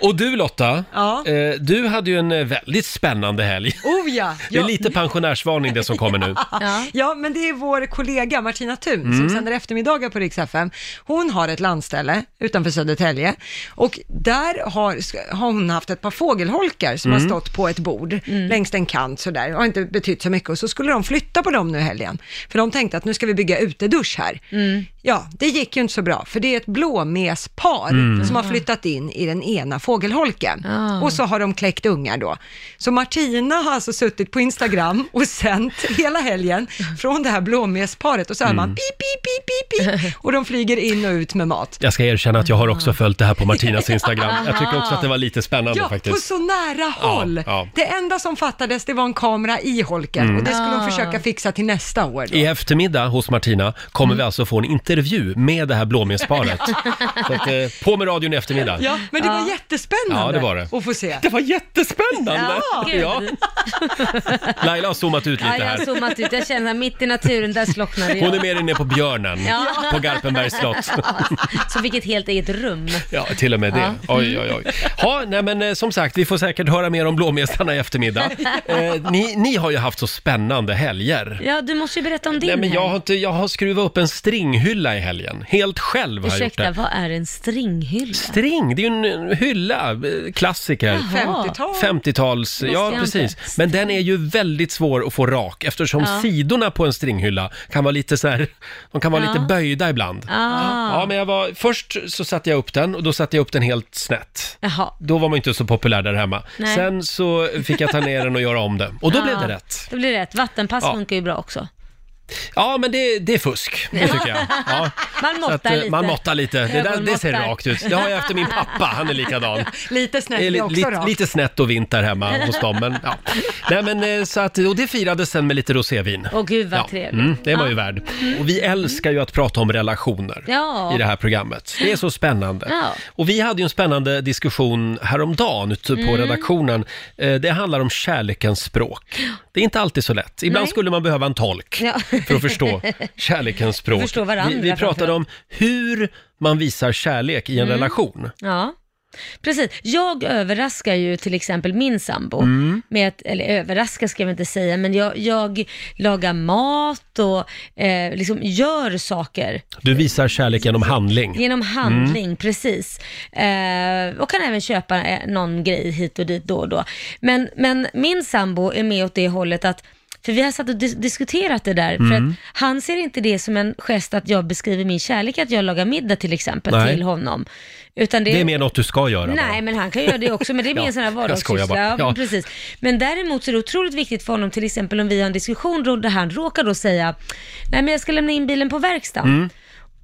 Speaker 1: Och du Lotta,
Speaker 2: Ja.
Speaker 1: eh, du hade ju en eh, väldigt spännande helg.
Speaker 2: Oh ja!
Speaker 1: Det är
Speaker 2: ja.
Speaker 1: lite pensionärsvarning det som kommer nu.
Speaker 3: Ja.
Speaker 2: Ja, men det är vår kollega Martina Thun
Speaker 1: Mm.
Speaker 2: som sänder eftermiddagar på Rix FM. Hon har ett landställe utanför Södertälje och där har, sk- har hon haft ett par fågelholkar som
Speaker 1: Mm.
Speaker 2: har stått på ett bord längs en kant sådär, har inte betytt så mycket och så skulle de flytta på dem nu i helgen. För de tänkte att nu ska vi bygga utedusch här.
Speaker 3: Mm.
Speaker 2: Ja, det gick ju inte så bra för det är ett blåmespar
Speaker 1: Mm.
Speaker 2: som har flyttat in i den ena fågelholken
Speaker 3: Ah.
Speaker 2: och så har de kläckt ungar då. Så Martina har alltså suttit på Instagram och sänt hela helgen från det här blåmesparet och så hör
Speaker 1: Mm.
Speaker 2: man pip, pip, pip, pip, pip och de flyger in och ut med mat.
Speaker 1: Jag ska erkänna att jag har också följt det här på Martinas Instagram. Jag tycker också att det var lite spännande
Speaker 2: Ja, på
Speaker 1: faktiskt.
Speaker 2: så nära håll.
Speaker 1: ja.
Speaker 2: Det enda som fattades, det var en kamera i holken och det skulle de försöka fixa till nästa år. Då.
Speaker 1: Mm. Ah. I eftermiddag hos Martina kommer
Speaker 2: Mm.
Speaker 1: vi alltså få en intervju med det
Speaker 2: *laughs*
Speaker 1: här blåmesparet. Så att, eh, på med radion i eftermiddag.
Speaker 2: Ja, men det var jättespännande
Speaker 1: Ja, det var det.
Speaker 2: att få se.
Speaker 1: Det var jättespännande!
Speaker 3: Gud.
Speaker 1: Laila har zoomat ut lite
Speaker 3: Ja, jag
Speaker 1: här.
Speaker 3: har zoomat ut. Jag känner att mitt i naturen, där slocknade jag.
Speaker 1: Hon är mer inne på björnen
Speaker 3: Ja.
Speaker 1: på Garpenbergs
Speaker 3: *laughs*
Speaker 1: slott.
Speaker 3: Så fick ett helt eget rum.
Speaker 1: Ja, till och med det. Oj, oj, oj. Ja, nej men eh, som sagt, vi får säkert höra mer om blåmestarna
Speaker 3: *laughs*
Speaker 1: i eftermiddag. Eh, ni, ni har ju haft så spännande helger.
Speaker 3: Ja, du måste ju berätta om din
Speaker 1: Nej, men jag
Speaker 3: helg.
Speaker 1: har, inte, jag har skruvat upp en stringhylla i helgen. Helt själv har jag gjort
Speaker 3: Ursäkta,
Speaker 1: det.
Speaker 3: vad är en stringhylla?
Speaker 1: String, det är ju en hylla, eh, klassiker.
Speaker 3: Jaha.
Speaker 2: 50-tal.
Speaker 1: 50-tals, ja
Speaker 3: jag inte.
Speaker 1: precis. Men den är ju väldigt svår att få rak eftersom
Speaker 3: Ja.
Speaker 1: sidorna på en stringhylla kan vara lite så här, *laughs* de kan vara
Speaker 3: Ja.
Speaker 1: lite böjda ibland.
Speaker 3: Ah.
Speaker 1: Ja, men jag var, först så satte jag upp den och då satte jag upp den helt snett.
Speaker 3: Jaha.
Speaker 1: Då var man ju inte så populär där hemma.
Speaker 3: Nej. *laughs*
Speaker 1: Sen så fick jag ta ner den och göra om det. Och då blev det rätt.
Speaker 3: Det blir rätt. Vattenpass
Speaker 1: Ja.
Speaker 3: funkar ju bra också.
Speaker 1: Ja, men det, det är fusk, det tycker jag. Ja.
Speaker 3: Man *laughs*
Speaker 1: Så
Speaker 3: måttar
Speaker 1: att, eh,
Speaker 3: lite.
Speaker 1: man måttar lite. Det, där, det ser
Speaker 3: Ögonmåttar.
Speaker 1: rakt ut.
Speaker 3: *laughs*
Speaker 1: Det har jag efter min pappa, han är likadan.
Speaker 2: Lite snett
Speaker 1: Det är
Speaker 2: är
Speaker 1: li,
Speaker 2: också
Speaker 1: lite-
Speaker 2: rakt.
Speaker 1: lite snett och vint
Speaker 3: *laughs*
Speaker 1: där hemma hos dem. Men, ja. Nej, men, eh, så att, och det firades sen med lite rosévin.
Speaker 3: Åh gud vad
Speaker 1: Ja,
Speaker 3: trevligt.
Speaker 1: mm, det var ju värd. Och vi älskar ju att prata om relationer
Speaker 3: Ja.
Speaker 1: i det här programmet. Det är så spännande.
Speaker 3: Ja.
Speaker 1: Och vi hade ju en spännande diskussion häromdagen ute på
Speaker 3: Mm.
Speaker 1: redaktionen. Eh, Det handlar om kärlekens språk. Det är inte alltid så lätt. Ibland skulle man behöva en tolk
Speaker 3: Ja.
Speaker 1: för
Speaker 3: *laughs*
Speaker 1: att förstå kärlekens språk.
Speaker 3: Förstå varandra
Speaker 1: vi, vi pratade
Speaker 3: framförallt.
Speaker 1: om hur man visar kärlek
Speaker 3: Mm.
Speaker 1: i en relation.
Speaker 3: Ja, precis. Jag överraskar ju till exempel min sambo
Speaker 1: Mm.
Speaker 3: med att, eller överraska ska jag väl inte säga, men jag, jag lagar mat och eh, liksom gör saker
Speaker 1: Du visar kärlek genom handling.
Speaker 3: genom handling, precis. Eh, och kan även köpa eh, någon grej hit och dit då och då. Men, men min sambo är med åt det hållet att för vi har satt och dis- diskuterat det där, för
Speaker 1: Mm.
Speaker 3: att han ser inte det som en gest att jag beskriver min kärlek, att jag lagar middag till exempel
Speaker 1: Nej.
Speaker 3: till honom. Utan det,
Speaker 1: Det är mer något du ska göra. bara.
Speaker 3: Nej, men han kan göra det också, men det är mer
Speaker 1: *laughs* Ja,
Speaker 3: en sån här
Speaker 1: jag skojar
Speaker 3: vardagssyssla.
Speaker 1: bara.
Speaker 3: Ja,
Speaker 1: Ja.
Speaker 3: Precis. Men däremot så är det otroligt viktigt för honom, till exempel om vi har en diskussion då, där han råkar då säga, nej men jag ska lämna in bilen på verkstaden.
Speaker 1: Mm.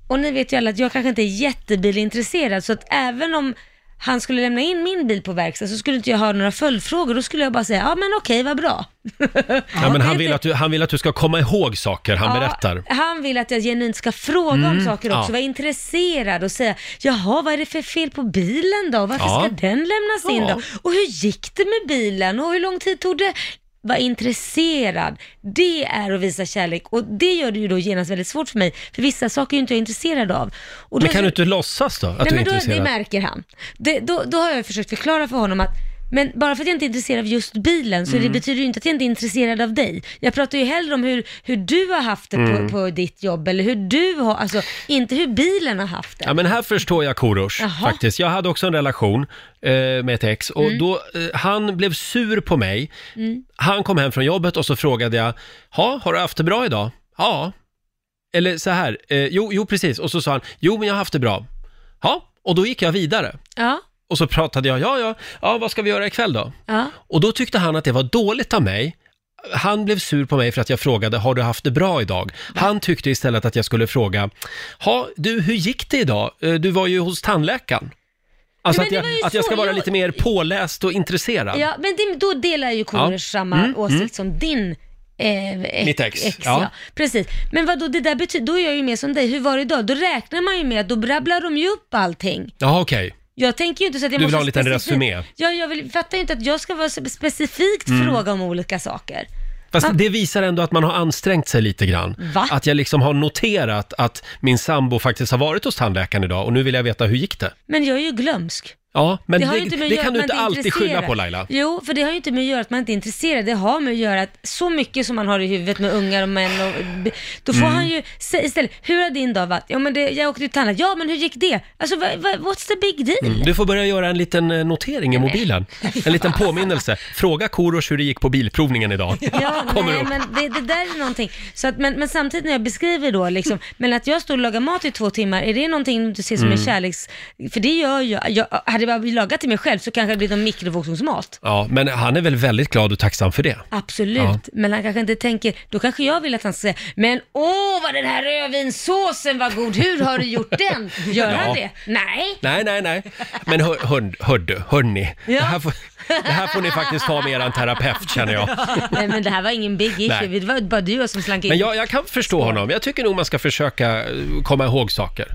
Speaker 3: Och ni vet ju alla att jag kanske inte är jättebilintresserad, så att även om han skulle lämna in min bil på verkstad så skulle inte jag ha några följdfrågor. Då skulle jag bara säga, ja men okej, vad bra.
Speaker 1: Ja, men
Speaker 3: det
Speaker 1: han,
Speaker 3: är
Speaker 1: vill
Speaker 3: inte-
Speaker 1: att du, han vill att du ska komma ihåg saker han
Speaker 3: Ja,
Speaker 1: berättar. Mm,
Speaker 3: Han vill att jag genuint ska fråga om saker också,
Speaker 1: ja.
Speaker 3: vara intresserad och säga, jaha vad är det för fel på bilen då? Varför
Speaker 1: Ja.
Speaker 3: ska den lämnas in
Speaker 1: Ja.
Speaker 3: då? Och hur gick det med bilen och hur lång tid tog det? Var intresserad. Det är att visa kärlek och det gör det ju då genast väldigt svårt för mig, för vissa saker är ju inte jag intresserad av. Och då
Speaker 1: Men kan du inte låtsas då att du är
Speaker 3: Nej, men då, det
Speaker 1: intresserad?
Speaker 3: märker han. Det, då, då har jag försökt förklara för honom att men bara för att jag inte är intresserad av just bilen
Speaker 1: Mm.
Speaker 3: så det betyder ju inte att jag inte är intresserad av dig. Jag pratar ju hellre om hur, hur du har haft det
Speaker 1: Mm.
Speaker 3: på, på ditt jobb eller hur du har, alltså inte hur bilen har haft det.
Speaker 1: Ja, men här förstår jag Korosh
Speaker 3: Jaha. Mm.
Speaker 1: faktiskt. Jag hade också en relation eh, med ett ex och då, eh, han blev sur på mig. Han kom hem från jobbet och så frågade jag, ha, har du haft det bra idag? Ja. Eller så här, eh, jo, jo precis. Och så sa han, jo men jag har haft det bra. Ja, och då gick jag vidare.
Speaker 3: Ja,
Speaker 1: Och så pratade jag, ja, ja, ja, vad ska vi göra ikväll då?
Speaker 3: ja,
Speaker 1: Och då tyckte han att det var dåligt av mig. Han blev sur på mig för att jag frågade, har du haft det bra idag? Han tyckte istället att jag skulle fråga, ha, du, hur gick det idag? Eh, Du var ju hos tandläkaren. Alltså
Speaker 3: Nej,
Speaker 1: att
Speaker 3: men
Speaker 1: jag,
Speaker 3: det var ju
Speaker 1: att jag
Speaker 3: så,
Speaker 1: ska vara
Speaker 3: jag-
Speaker 1: lite mer påläst och intresserad.
Speaker 3: ja men det, då delar jag ju Korosh samma åsikt som din Eh, ex,
Speaker 1: Mm, Mitt ex,
Speaker 3: ja.
Speaker 1: ja.
Speaker 3: Precis. Men vadå, det där betyder, då är jag ju mer som dig, hur var det idag? Då räknar man ju med att då brabblar de ju upp allting.
Speaker 1: Ja, okej.
Speaker 3: Jag tänker ju inte så att jag
Speaker 1: Du vill
Speaker 3: måste
Speaker 1: ha en liten
Speaker 3: specifikt-
Speaker 1: resumé. Mm.
Speaker 3: Ja, jag vill, fattar ju inte att jag ska vara spe- specifikt fråga om olika saker.
Speaker 1: Fast det visar ändå att man har ansträngt sig lite grann.
Speaker 3: Va?
Speaker 1: Att jag liksom har noterat att min sambo faktiskt har varit hos tandläkaren idag och nu vill jag veta, hur gick det?
Speaker 3: Men jag är ju glömsk.
Speaker 1: Ja, men
Speaker 3: Det,
Speaker 1: det,
Speaker 3: har ju
Speaker 1: det,
Speaker 3: inte med att göra
Speaker 1: kan
Speaker 3: att
Speaker 1: du
Speaker 3: man
Speaker 1: inte
Speaker 3: är
Speaker 1: alltid skylla
Speaker 3: intresserad.
Speaker 1: på Laila.
Speaker 3: Jo, för det har ju inte med att göra att man inte är intresserad. Det har med att göra att så mycket som man har i huvudet med ungar och män och, Då
Speaker 1: Mm.
Speaker 3: får han ju sä- istället, hur har din dag varit? Ja men det, jag åkte till tandläkaren. Ja men hur gick det? Alltså vad- vad- what's the big deal?
Speaker 1: Mm, Du får börja göra en liten eh, notering i mobilen. En liten påminnelse. Fråga Korosh hur det gick på
Speaker 3: *laughs*
Speaker 1: bilprovningen idag.
Speaker 3: Ja,
Speaker 1: Kommer
Speaker 3: nej,
Speaker 1: upp.
Speaker 3: men det, det där är någonting. Så att, men, men samtidigt när jag beskriver då,
Speaker 1: *laughs*
Speaker 3: liksom, men att jag står och lagar mat i två timmar, är det någonting du ser som
Speaker 1: Mm.
Speaker 3: en kärleks... För det gör jag. jag hade jag lagat till mig själv så kanske det blir någon mikrovågsugnsmat.
Speaker 1: Ja, men han är väl väldigt glad och tacksam för det.
Speaker 3: Absolut,
Speaker 1: Ja.
Speaker 3: men han kanske inte tänker, då kanske jag vill att han ska säga, men åh vad den här rödvinssåsen var god, hur har du gjort den? Gör
Speaker 1: Ja.
Speaker 3: han det? Nej.
Speaker 1: Nej, nej, nej. Men hör, hör, hördu, hörni.
Speaker 3: Ja.
Speaker 1: Det, här får, det här får ni faktiskt ta med er terapeut känner jag.
Speaker 3: *laughs* Nej men det här var ingen big issue,
Speaker 1: Nej.
Speaker 3: det var bara du och jag som slank in.
Speaker 1: Men jag, jag kan förstå honom. Jag tycker nog man ska försöka eh, komma ihåg saker.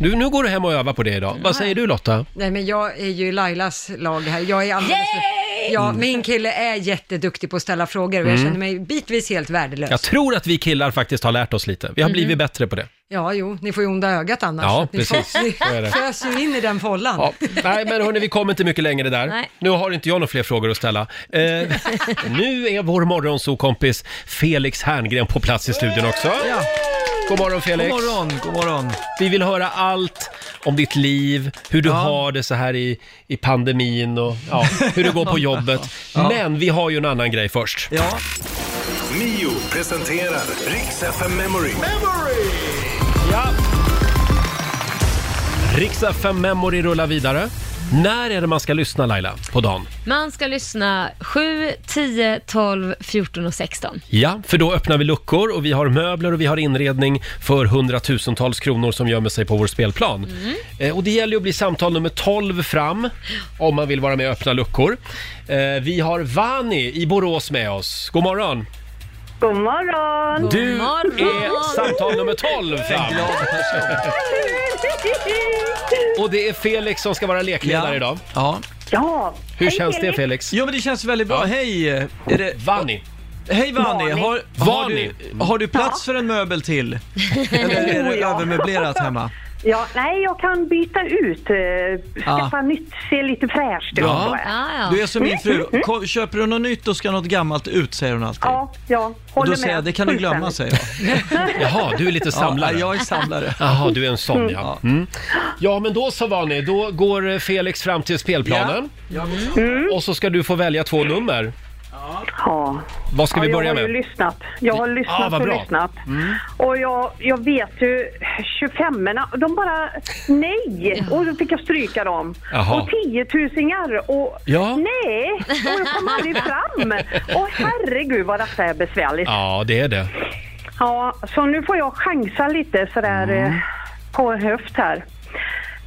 Speaker 1: Nu, nu går du hem och övar på det idag. Vad säger du Lotta?
Speaker 2: Nej, men jag är ju Lailas lag här. Jag är alldeles...
Speaker 3: Yay!
Speaker 2: Ja, min kille är jätteduktig på att ställa frågor och jag känner mig bitvis helt värdelös.
Speaker 1: Mm. Jag tror att vi killar faktiskt har lärt oss lite. Vi har blivit bättre på det.
Speaker 2: Ja, jo, ni får ju onda ögat annars.
Speaker 1: Ja,
Speaker 2: Ni får- *laughs*
Speaker 1: precis.
Speaker 2: Ni
Speaker 1: Så är det.
Speaker 2: fös ju in i den fållan.
Speaker 1: Ja. Nej, men hörni, vi kommer inte mycket längre där.
Speaker 3: Nej.
Speaker 1: Nu har inte jag några fler frågor att ställa. Eh, nu är vår morgonsokompis Felix Herngren på plats i studion också. God morgon Felix!
Speaker 10: God morgon, god morgon.
Speaker 1: Vi vill höra allt om ditt liv, hur du har det så här i, i pandemin och ja, hur det går på jobbet. Men vi har ju en annan grej först.
Speaker 10: Ja,
Speaker 4: Mio presenterar Rix FM Memory.
Speaker 1: Ja. Riksdag 5 Memory rullar vidare. När är det man ska lyssna Laila, på dagen?
Speaker 3: Man ska lyssna 7, 10, 12, 14 och 16.
Speaker 1: Ja, för då öppnar vi luckor och vi har möbler och vi har inredning för hundratusentals kronor som gömmer sig på vår spelplan. Eh, och det gäller ju att bli samtal nummer 12 fram om man vill vara med och öppna luckor. Eh, vi har Vani i Borås med oss. God morgon!
Speaker 10: God morgon!
Speaker 1: Du
Speaker 3: morgon.
Speaker 1: är samtal nummer 12 fram! *laughs* Och det är Felix som ska vara lekledare
Speaker 11: Ja.
Speaker 1: idag.
Speaker 11: Ja.
Speaker 10: Ja,
Speaker 1: Hur
Speaker 10: Hej,
Speaker 1: känns det
Speaker 10: Felix.
Speaker 1: Felix?
Speaker 11: Jo men det känns väldigt bra.
Speaker 1: Ja.
Speaker 11: Hej! Är det...
Speaker 1: Vani,
Speaker 11: Hej Vanni!
Speaker 10: Vanni.
Speaker 11: Har, har,
Speaker 1: Vanni.
Speaker 11: du, har du plats för en
Speaker 10: *laughs*
Speaker 11: möbel till? Eller är det
Speaker 10: Jo, Oh, ja.
Speaker 11: övermöblerat hemma?
Speaker 10: ja, nej jag kan byta ut, eh,
Speaker 11: Ja.
Speaker 10: skaffa nytt, se lite fräscht ut.
Speaker 11: Ja.
Speaker 10: då är.
Speaker 3: Ja, ja.
Speaker 11: Du är som min fru. Ko- Köper du något nytt och ska något gammalt ut säger hon alltid.
Speaker 10: Mm, Ja, ja,
Speaker 11: Och
Speaker 10: håller
Speaker 11: då
Speaker 10: med.
Speaker 11: säger jag, det kan du glömma
Speaker 10: Fullständigt.
Speaker 11: säger jag.
Speaker 1: jaha du är lite samlare.
Speaker 11: Ja, jag är samlare.
Speaker 1: Jaha, du är en sån ja. Mm. Ja, men då så Vani, då går eh, Felix fram till spelplanen.
Speaker 10: Mm.
Speaker 1: Och så ska du få välja två nummer.
Speaker 10: *laughs* Ja.
Speaker 1: Vad ska
Speaker 10: Ja,
Speaker 1: vi börja
Speaker 10: jag har ju
Speaker 1: med?
Speaker 10: lyssnat. Jag har
Speaker 1: Ah,
Speaker 10: lyssnat
Speaker 1: vad
Speaker 10: och
Speaker 1: bra. Mm.
Speaker 10: lyssnat. Och jag, jag vet ju, 25 de bara nej! Och då fick jag stryka dem.
Speaker 1: Jaha.
Speaker 10: Och tiotusingar och
Speaker 1: Ja.
Speaker 10: nej! Och jag kom aldrig fram. Och herregud vad detta är besvärligt. Ja.
Speaker 1: Ja, det är det.
Speaker 10: så nu får jag chansa lite sådär
Speaker 1: Mm.
Speaker 10: eh, på höft här.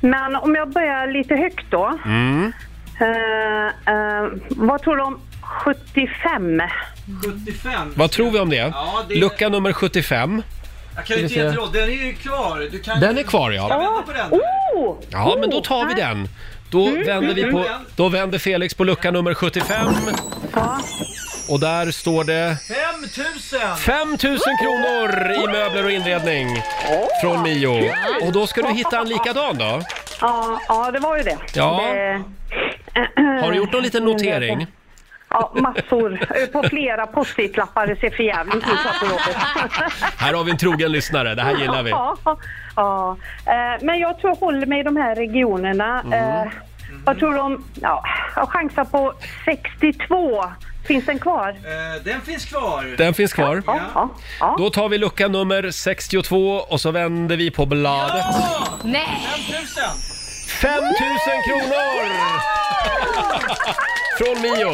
Speaker 10: Men om jag börjar lite högt då.
Speaker 1: Mm.
Speaker 10: Eh, eh, vad tror du om 75?
Speaker 11: 75.
Speaker 1: Vad tror vi om det?
Speaker 11: Ja, det-
Speaker 1: Lucka nummer 75.
Speaker 11: Jag kan ju
Speaker 1: inte ge ett
Speaker 11: råd, den är ju kvar. Du kan
Speaker 1: Den är kvar ja.
Speaker 11: vända
Speaker 10: på Oh!
Speaker 1: Ja, men då tar vi den. Då
Speaker 10: Mm.
Speaker 1: vänder vi på...
Speaker 11: Mm.
Speaker 1: Då vänder Felix på lucka nummer 75.
Speaker 10: Ja.
Speaker 1: Och där står det
Speaker 11: 5000!
Speaker 1: 5000 kronor i möbler och inredning från Mio. Och då ska du hitta en likadan då.
Speaker 10: Ja, ja, det var ju det.
Speaker 1: Ja.
Speaker 10: det *clears throat*
Speaker 1: Har du gjort någon liten notering?
Speaker 10: ja, massor. Eh, På flera post-it-lappar. Det ser för jävligt ut här på jobbet.
Speaker 1: *laughs* Här har vi en trogen lyssnare, det här gillar vi.
Speaker 10: *laughs* Ja, ja. Eh, Men jag tror jag håller mig i de här regionerna.
Speaker 1: Mm.
Speaker 10: Eh, Jag tror de... Ja, jag chansar på 62. Finns den kvar?
Speaker 11: Eh, Den finns kvar.
Speaker 1: Den finns kvar.
Speaker 10: Ja. ja. ja.
Speaker 1: Då tar vi lucka nummer 62 och så vänder vi på bladet.
Speaker 3: Nej!
Speaker 11: 5000!
Speaker 1: 5000 kronor! Från Mio.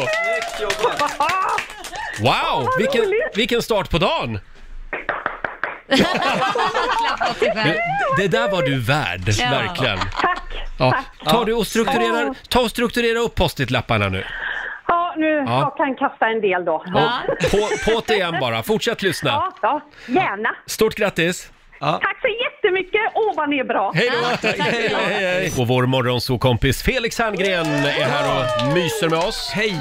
Speaker 1: Wow, vilken, vilken start på dagen! Det, det där var du värd,
Speaker 3: Ja.
Speaker 1: verkligen.
Speaker 10: Tack.
Speaker 1: Ja. Tar du och strukturerar, ta och strukturera upp post-it-lapparna nu.
Speaker 10: Ja, nu
Speaker 1: Ja.
Speaker 10: jag kan kasta en del då.
Speaker 1: Och på, på det igen bara, fortsätt lyssna.
Speaker 10: Ja, ja. Gärna.
Speaker 1: Stort grattis!
Speaker 10: Tack så jättemycket. Åh, vad ni är bra.
Speaker 1: Hej då! Hej, hej, hej. Och vår morgonsokompis Felix Herngren är här och myser med oss.
Speaker 11: Hej!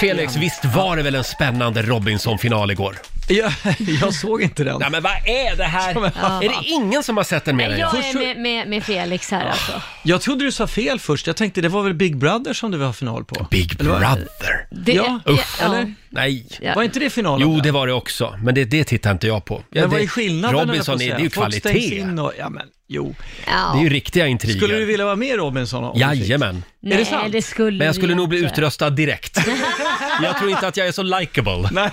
Speaker 1: Felix, visst var det väl en spännande Robinson-final igår?
Speaker 11: Jag, *laughs* jag såg inte den.
Speaker 1: Nej men vad är det här? Är det ingen som har sett den mer än jag?
Speaker 3: Jag är med, med, med Felix här alltså.
Speaker 11: Jag trodde du sa fel först. Jag tänkte det var väl Big Brother som du var final på?
Speaker 1: Big
Speaker 11: Eller vad-
Speaker 1: Brother.
Speaker 3: Det,
Speaker 11: Ja,
Speaker 1: usch,
Speaker 11: eller?
Speaker 1: Nej.
Speaker 3: Ja.
Speaker 11: Var inte det finalen?
Speaker 1: Jo, det var det också, men det, det tittar inte jag på. Ja,
Speaker 11: Men vad
Speaker 1: det-
Speaker 11: är skillnaden? höll jag på
Speaker 1: Robinson,
Speaker 11: att
Speaker 1: är, det
Speaker 11: säga?
Speaker 1: är ju
Speaker 11: Folk stängs
Speaker 1: kvalitet.
Speaker 11: in Och, ja, men, jo.
Speaker 3: Ja.
Speaker 1: Det är ju riktiga intriger.
Speaker 11: Skulle du vilja vara
Speaker 1: *laughs*
Speaker 11: med i Robinson? om du fick?
Speaker 1: Jajamän.
Speaker 3: Nej,
Speaker 11: Är det sant?
Speaker 3: skulle
Speaker 1: Men jag skulle
Speaker 3: vi
Speaker 1: nog bli
Speaker 3: inte.
Speaker 1: utröstad direkt. Jag tror inte att jag är så likable.
Speaker 11: Nej,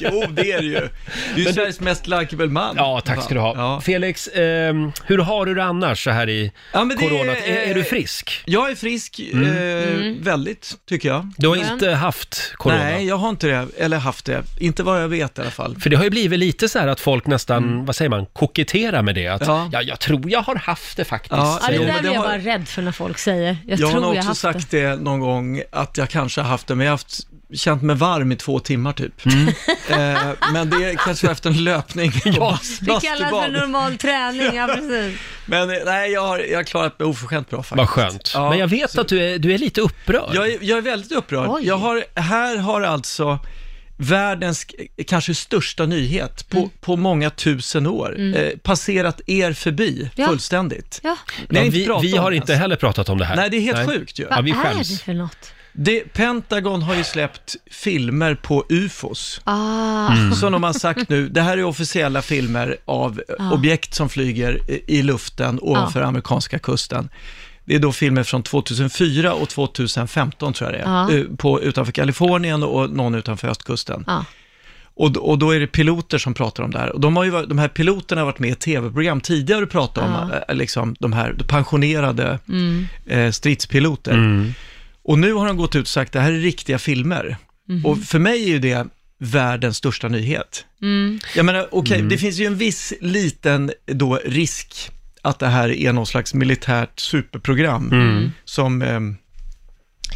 Speaker 11: jo det är det ju. Du är Sveriges mest likeable man.
Speaker 1: Ja, tack ska du ha.
Speaker 11: Ja.
Speaker 1: Felix, ehm, hur har du det annars så här i
Speaker 11: Ja, men det-
Speaker 1: corona? Är, är du
Speaker 11: eh,
Speaker 1: frisk? Mm.
Speaker 11: Jag är frisk, eh, väldigt, tycker jag.
Speaker 1: Du har inte haft corona?
Speaker 11: Nej, jag har inte det, eller haft det. Inte vad jag vet i alla fall.
Speaker 1: För det har ju blivit lite så här att folk nästan, vad säger man, koketterar med det. Att, ja.
Speaker 11: Mm. Ja.
Speaker 1: jag tror jag har haft det faktiskt.
Speaker 11: Ja,
Speaker 3: Ja, det
Speaker 1: säger
Speaker 11: Jo,
Speaker 1: de.
Speaker 3: där
Speaker 11: men
Speaker 3: blir
Speaker 11: det
Speaker 3: jag
Speaker 11: har-
Speaker 3: bara rädd för när folk säger. Jag
Speaker 11: Jag har
Speaker 3: tror
Speaker 11: nog
Speaker 3: jag
Speaker 11: också
Speaker 3: haft
Speaker 11: sagt
Speaker 3: det.
Speaker 11: det. någon gång att jag kanske har haft det, men jag har haft, känt mig varm i två timmar typ.
Speaker 1: Mm.
Speaker 11: *laughs* Eh, men det kanske var efter
Speaker 3: *laughs*
Speaker 11: en löpning på ja,
Speaker 3: *laughs* Det kallas för normal träning, ja precis.
Speaker 11: Men eh, nej, jag har, jag har klarat mig oförskämt bra faktiskt.
Speaker 1: Vad skönt.
Speaker 11: Ja.
Speaker 1: Men jag vet att du är, du är lite upprörd.
Speaker 11: Jag är, jag är väldigt upprörd.
Speaker 3: Oj.
Speaker 11: Jag har, här har alltså världens k- kanske största nyhet på,
Speaker 3: Mm.
Speaker 11: på många tusen år eh, passerat er förbi
Speaker 3: Ja.
Speaker 11: fullständigt.
Speaker 3: Ja.
Speaker 11: Ni har
Speaker 1: Ja,
Speaker 11: inte
Speaker 1: vi,
Speaker 11: pratat
Speaker 1: vi
Speaker 11: om
Speaker 1: har
Speaker 11: det
Speaker 1: inte
Speaker 11: ens.
Speaker 1: heller pratat om det här.
Speaker 11: Nej, det är helt sjukt ju.
Speaker 1: Ja, vi
Speaker 3: Vad är
Speaker 1: skäms.
Speaker 3: det för något?
Speaker 11: Det, Pentagon har ju släppt filmer på ufos, Mm.
Speaker 3: Ah,
Speaker 11: som de har sagt nu, det här är officiella filmer av eh, objekt som flyger i- i luften ovanför amerikanska kusten. Det är då filmer från 2004 och 2015 tror jag det är,
Speaker 3: Ja.
Speaker 9: Ah.
Speaker 11: eh, på, utanför Kalifornien och någon utanför östkusten.
Speaker 3: Ja.
Speaker 11: Och, d- och då är det piloter som pratar om det här. Och de, har ju, varit- de här piloterna har varit med i tv-program tidigare och pratat om
Speaker 5: Ja.
Speaker 11: eh, liksom, de här pensionerade
Speaker 5: Mm.
Speaker 11: eh, stridspiloter. Och nu har de gått ut och sagt det här är riktiga filmer.
Speaker 5: Mhm.
Speaker 11: Och för mig är ju det världens största nyhet.
Speaker 5: Mm.
Speaker 11: Jag menar, okej,
Speaker 5: Mm.
Speaker 11: det finns ju en viss liten då risk att det här är någon slags militärt superprogram
Speaker 5: Mm.
Speaker 11: som eh,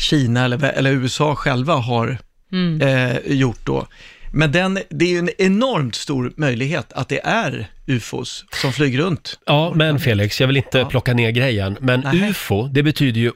Speaker 11: Kina eller, eller USA själva har
Speaker 5: Mm.
Speaker 11: eh, gjort då. Men den, det är ju en enormt stor möjlighet att det är ufos som flyger runt.
Speaker 1: Ja, men Felix, jag vill inte plocka ner grejen, men
Speaker 11: Nähä.
Speaker 1: UFO, det betyder ju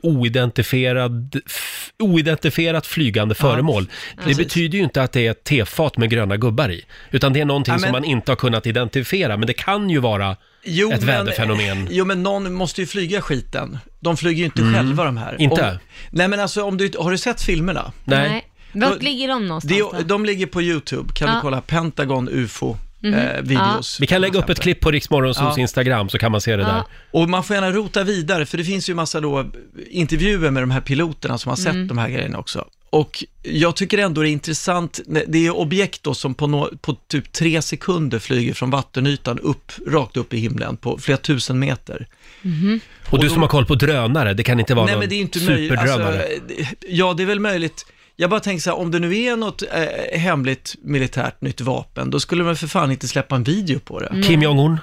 Speaker 1: oidentifierad, f- oidentifierat flygande föremål. Det
Speaker 11: precis.
Speaker 1: betyder ju inte att det är ett tefat med gröna gubbar i, utan det är någonting
Speaker 11: Ja,
Speaker 1: som
Speaker 11: men-
Speaker 1: man inte har kunnat identifiera, men det kan ju vara
Speaker 11: Jo,
Speaker 1: ett
Speaker 11: men-
Speaker 1: väderfenomen.
Speaker 11: Jo, men någon måste ju flyga skiten. De flyger ju inte
Speaker 1: Mm.
Speaker 11: själva de här.
Speaker 1: Inte?
Speaker 11: Om, nej, men alltså, om du, har du sett filmerna?
Speaker 3: Vart
Speaker 11: Då-
Speaker 3: ligger de någonstans
Speaker 11: De,
Speaker 3: då?
Speaker 11: de ligger på YouTube, kan
Speaker 3: Ja.
Speaker 11: du kolla Pentagon UFO.
Speaker 3: Mhm.
Speaker 11: Eh, videos.
Speaker 1: Vi kan lägga upp ett klipp på Riksmorgonsols
Speaker 11: Ja.
Speaker 1: Instagram så kan man se det där.
Speaker 11: Och man får gärna rota vidare, för det finns ju massa då intervjuer med de här piloterna som har sett
Speaker 1: Mm.
Speaker 11: de här grejerna också. Och jag tycker ändå det är intressant, det är ju objekt då som på, nå- på typ tre sekunder flyger från vattenytan upp, rakt upp i himlen på flera tusen meter.
Speaker 1: Och du
Speaker 11: Mm-hmm. då-
Speaker 1: som har koll på drönare, det kan inte vara någon
Speaker 11: möjligt.
Speaker 1: superdrönare?
Speaker 11: Alltså, det- ja, det är väl möjligt. Jag bara tänker så här, om det nu är något eh, hemligt militärt nytt vapen, då skulle man för fan inte släppa en video på
Speaker 3: Mm.
Speaker 11: det.
Speaker 1: Kim Jong-Un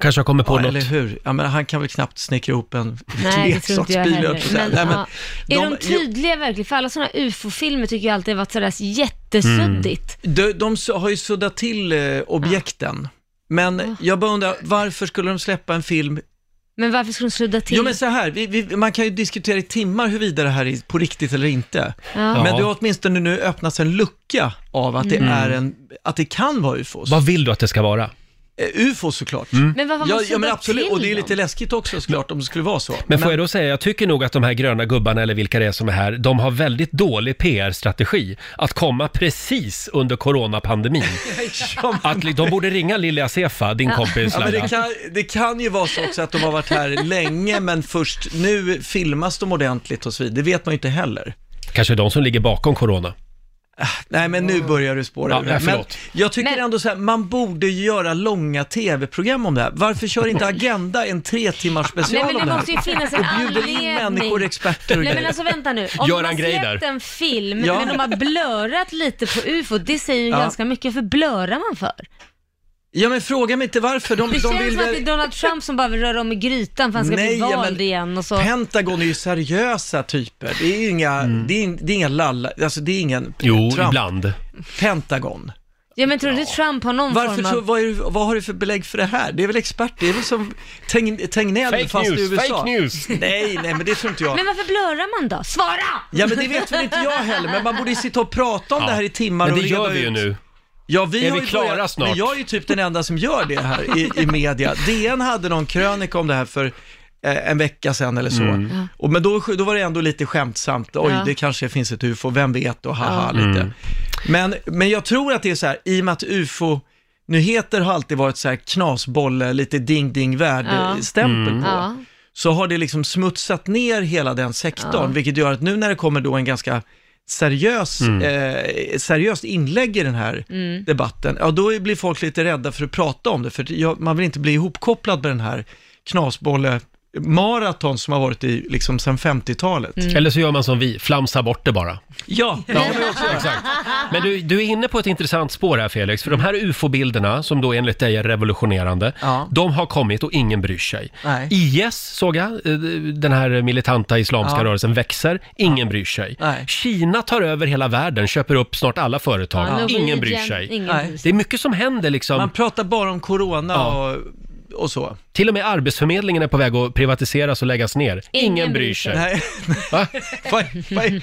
Speaker 1: kanske har kommit på
Speaker 11: ja,
Speaker 1: något.
Speaker 11: eller hur? Ja, men han kan väl knappt snickra ihop en
Speaker 3: Nej, det tror inte jag
Speaker 11: leksaksbil, höll jag på
Speaker 3: heller. Men,
Speaker 11: att säga. Nej, men
Speaker 3: ja. Är de,
Speaker 11: de- jo-
Speaker 3: tydliga verkligen? För alla sådana ufo-filmer tycker jag alltid har varit sådär jättesuddigt.
Speaker 11: De, de s- har ju suddat till eh, objekten. Men jag bara undrar, varför skulle de släppa en film?
Speaker 3: Men varför skulle de sudda till?
Speaker 11: Jo men så här, vi, vi, man kan ju diskutera i timmar huruvida det här är på riktigt eller inte.
Speaker 3: Ja.
Speaker 11: Men
Speaker 1: Ja.
Speaker 11: det har åtminstone nu öppnats en lucka av att det,
Speaker 1: Mm.
Speaker 11: är en, att det kan vara ufos.
Speaker 1: Vad vill Mm. du att det ska vara?
Speaker 11: Eh, UFO såklart.
Speaker 3: Men vad har man
Speaker 11: ja, ja,
Speaker 3: suddat
Speaker 11: men absolut.
Speaker 3: till
Speaker 11: Och det är
Speaker 3: dem?
Speaker 11: lite läskigt också såklart om det skulle vara så.
Speaker 1: Men får jag då säga, jag tycker nog att de här gröna gubbarna eller vilka det är som är här, de har väldigt dålig PR-strategi att komma precis
Speaker 11: *laughs*
Speaker 1: under coronapandemin. att li- de borde ringa Lilja Sefa, din kompis
Speaker 11: ja, men det,
Speaker 1: Laila.
Speaker 11: kan, det kan ju vara så också att de har varit här länge, men först nu filmas de ordentligt och så vidare. Det vet man ju inte heller.
Speaker 1: Kanske de som ligger bakom corona.
Speaker 11: Nej, men nu börjar du spåra
Speaker 1: Ja,
Speaker 11: ur.
Speaker 1: nej,
Speaker 11: Men
Speaker 1: förlåt.
Speaker 11: jag tycker ändå så här, man borde ju göra långa tv-program om det här. Varför kör
Speaker 1: *laughs*
Speaker 11: inte Agenda en tre timmars
Speaker 3: Nej,
Speaker 11: special
Speaker 3: men det
Speaker 11: om här?
Speaker 3: måste ju
Speaker 11: *laughs*
Speaker 3: finnas en
Speaker 11: och bjuder in
Speaker 3: anledning.
Speaker 11: människor, experter och
Speaker 3: Nej men
Speaker 11: grejer.
Speaker 3: alltså vänta nu, om
Speaker 11: Göran
Speaker 3: de har
Speaker 11: Greider.
Speaker 3: släppt en film
Speaker 11: Ja.
Speaker 3: men de har blörat lite på ufo, det säger ju
Speaker 11: Ja.
Speaker 3: ganska mycket, för blörar man för?
Speaker 11: Ja, men fråga mig inte varför. De,
Speaker 3: det
Speaker 11: de
Speaker 3: känns
Speaker 11: vill
Speaker 3: som att
Speaker 11: väl-
Speaker 3: det är Donald Trump som bara vill röra om i grytan för han ska bli
Speaker 11: Nej, ja,
Speaker 3: vald
Speaker 11: men
Speaker 3: igen och så.
Speaker 11: Pentagon är ju seriösa typer. Det är ju inga, det är, det är inga lalla, alltså det är ingen
Speaker 1: Mm. Jo, ibland.
Speaker 11: Pentagon.
Speaker 3: Ja men tror du Trump har någon
Speaker 11: Varför
Speaker 3: form av...
Speaker 11: tror, vad, är, du- vad har du för belägg för det här? Det är väl experter, det är väl som Tegn- Tegnell
Speaker 5: Fake
Speaker 11: fast
Speaker 5: news,
Speaker 11: i USA.
Speaker 5: fake news.
Speaker 11: *laughs* Nej, nej men det tror inte jag.
Speaker 3: Men varför blörar man då? Svara!
Speaker 11: Ja men det vet väl inte jag heller, men man borde ju sitta och prata om
Speaker 1: Ja.
Speaker 11: det här i timmar
Speaker 1: Men det
Speaker 11: och reda
Speaker 1: gör vi ju
Speaker 11: ut.
Speaker 1: nu.
Speaker 11: Ja, vi
Speaker 1: Är
Speaker 11: har
Speaker 1: vi
Speaker 11: ju
Speaker 1: klara
Speaker 11: börjat-
Speaker 1: snart?
Speaker 11: Men jag är ju typ den enda som gör det här i, i
Speaker 1: *laughs*
Speaker 11: media. DN hade någon krönika om det här för eh, en vecka sedan eller så.
Speaker 5: Mm. Ja.
Speaker 11: Och, men då, då var det ändå lite skämtsamt. Oj,
Speaker 5: Ja.
Speaker 11: det kanske finns ett ufo, vem vet och haha
Speaker 5: Ja.
Speaker 11: lite. Eh,
Speaker 5: Mm.
Speaker 11: Men, men jag tror att det är så här, i och med att ufo Nyheter har alltid varit så här knasbolle, lite
Speaker 5: Ja.
Speaker 11: ding-ding-värld-stämpel
Speaker 5: Mm.
Speaker 11: på.
Speaker 5: Ja.
Speaker 11: Så har det liksom smutsat ner hela den sektorn,
Speaker 5: Ja.
Speaker 11: vilket gör att nu när det kommer då en ganska seriös,
Speaker 5: Mm.
Speaker 11: eh, seriöst inlägg i den här
Speaker 5: Mm.
Speaker 11: debatten, ja då blir folk lite rädda för att prata om det, för jag, man vill inte bli ihopkopplad med den här knasbolle maraton som har varit i liksom sedan 50-talet.
Speaker 5: Mm.
Speaker 1: Eller så gör man som vi, flamsar bort det bara.
Speaker 11: Ja, det kan vi också göra.
Speaker 1: Exakt. Men du, du är inne på ett intressant spår här Felix, för de här ufo-bilderna som då enligt dig är revolutionerande, de har kommit och ingen bryr sig.
Speaker 11: Nej.
Speaker 1: IS såg jag, eh, den här militanta islamska
Speaker 11: Ja.
Speaker 1: rörelsen växer, ingen bryr sig. Kina tar över hela världen, köper upp snart alla företag,
Speaker 11: Ja,
Speaker 1: ingen
Speaker 11: Norwegian,
Speaker 1: bryr sig.
Speaker 11: ingen bryr sig.
Speaker 1: Det är mycket som händer liksom.
Speaker 11: Man pratar bara om corona
Speaker 1: Ja.
Speaker 11: och, och så.
Speaker 1: Till och med Arbetsförmedlingen är på väg att privatiseras och läggas ner. Ingen, bryr sig.
Speaker 11: Nej.
Speaker 1: *laughs* Va?
Speaker 11: Vad- vad är-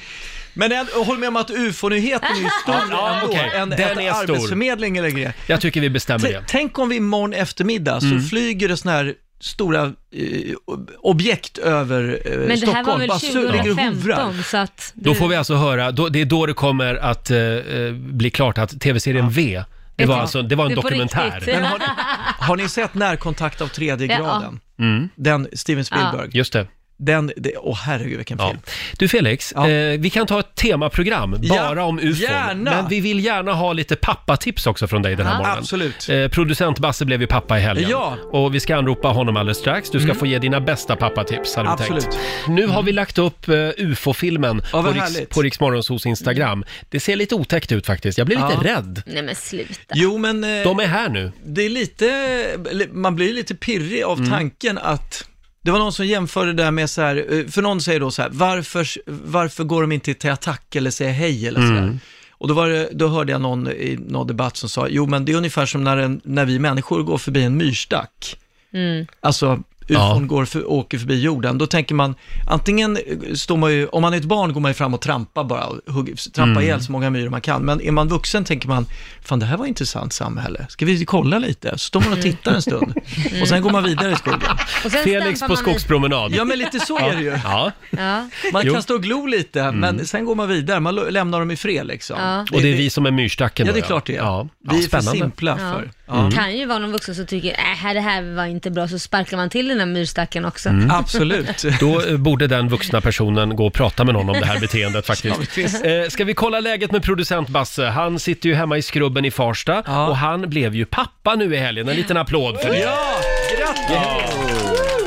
Speaker 11: Men jag håller med om att ufo-nyheten är ju större
Speaker 1: Ja,
Speaker 11: ändå
Speaker 1: okej.
Speaker 11: än
Speaker 1: Den
Speaker 11: att
Speaker 1: är stor.
Speaker 11: arbetsförmedling eller grejer.
Speaker 1: Jag tycker vi bestämmer
Speaker 11: T-
Speaker 1: det.
Speaker 11: Tänk om vi imorgon eftermiddag så
Speaker 1: Mm.
Speaker 11: flyger det sådana här stora eh, ob- objekt över eh,
Speaker 3: Men det här var
Speaker 11: Stockholm,
Speaker 3: väl
Speaker 11: bara så ligger och hovrar.
Speaker 3: 2015 så att...
Speaker 1: Då får vi alltså höra, då, det är då det kommer att eh, eh, bli klart att tv-serien V, det var, alltså, det var en
Speaker 3: Det är på
Speaker 1: dokumentär.
Speaker 3: riktigt.
Speaker 11: Men har, ni- har ni sett Närkontakt av tredje
Speaker 3: Ja.
Speaker 11: graden?
Speaker 1: Mm.
Speaker 11: Den, Steven Spielberg.
Speaker 1: Just det.
Speaker 11: den, det, åh herregud vilken film.
Speaker 1: Du Felix, eh, vi kan ta ett temaprogram
Speaker 11: Ja,
Speaker 1: bara om ufon.
Speaker 11: gärna.
Speaker 1: Men vi vill gärna ha lite pappatips också från dig den här
Speaker 11: Ja.
Speaker 1: morgonen.
Speaker 11: Absolut.
Speaker 1: Eh, producent Basse blev ju pappa i helgen.
Speaker 11: Ja. Mm.
Speaker 1: Och vi ska anropa honom alldeles strax. Du ska få ge dina bästa pappatips, hade vi
Speaker 11: Absolut. Mm.
Speaker 1: tänkt. Nu har vi lagt upp eh, ufo-filmen
Speaker 11: Ja,
Speaker 1: på,
Speaker 11: vad
Speaker 1: Riks,
Speaker 11: härligt. Mm.
Speaker 1: på Riksmorgonsos Instagram. Det ser lite otäckt ut faktiskt. Jag blir lite
Speaker 11: Ja.
Speaker 1: rädd.
Speaker 3: Nej men sluta.
Speaker 11: Jo men... eh,
Speaker 1: De är här nu.
Speaker 11: det är lite, man blir lite pirrig av tanken att det var någon som jämförde det där med så här, eh, för någon säger då så här, varför, varför går de inte till attack eller säger hej eller så här?
Speaker 1: Mm.
Speaker 11: Och då, var det, då hörde jag någon i någon debatt som sa, jo men det är ungefär som när, en, när vi människor går förbi en myrstack.
Speaker 3: Mm.
Speaker 11: Alltså,
Speaker 1: Ja.
Speaker 11: ufon går för, åker förbi jorden. Då tänker man, antingen står man ju, om man är ett barn går man ju fram och trampar bara, och hugger, trampar
Speaker 1: Mm.
Speaker 11: ihjäl så många myror man kan. Men är man vuxen tänker man, fan det här var ett intressant samhälle, ska vi kolla lite? Så står man och tittar en
Speaker 1: *laughs*
Speaker 11: stund och sen går man vidare i skogen.
Speaker 3: Och sen
Speaker 1: Felix
Speaker 3: stampar
Speaker 1: på
Speaker 3: man i-
Speaker 1: skogspromenad.
Speaker 11: Ja men lite så är det ju.
Speaker 1: Ja.
Speaker 3: Ja.
Speaker 11: Man
Speaker 1: Jo. Mm.
Speaker 11: kan stå och glo lite, men sen går man vidare, man lo- lämnar dem i fred liksom.
Speaker 3: Ja.
Speaker 1: Och det är vi som är myrstacken
Speaker 11: Ja,
Speaker 1: då,
Speaker 11: det är klart det är.
Speaker 1: Ja. Ja,
Speaker 11: Vi är för
Speaker 1: spännande.
Speaker 11: simpla
Speaker 3: Ja. Mm.
Speaker 11: för... Mm. Ja.
Speaker 3: Kan ju vara någon vuxen som tycker, äh, det här var inte bra, så sparkar man till den där myrstacken också.
Speaker 1: Mm.
Speaker 11: Absolut.
Speaker 1: *laughs* Då eh, borde den vuxna personen gå och prata med någon om det
Speaker 11: *laughs*
Speaker 1: här beteendet faktiskt. Eh, Ska vi kolla läget med producent Basse? Han sitter ju hemma i skrubben i Farsta
Speaker 11: Ja.
Speaker 1: och han blev ju pappa nu i helgen. En liten applåd för det.
Speaker 11: Ja, grattis!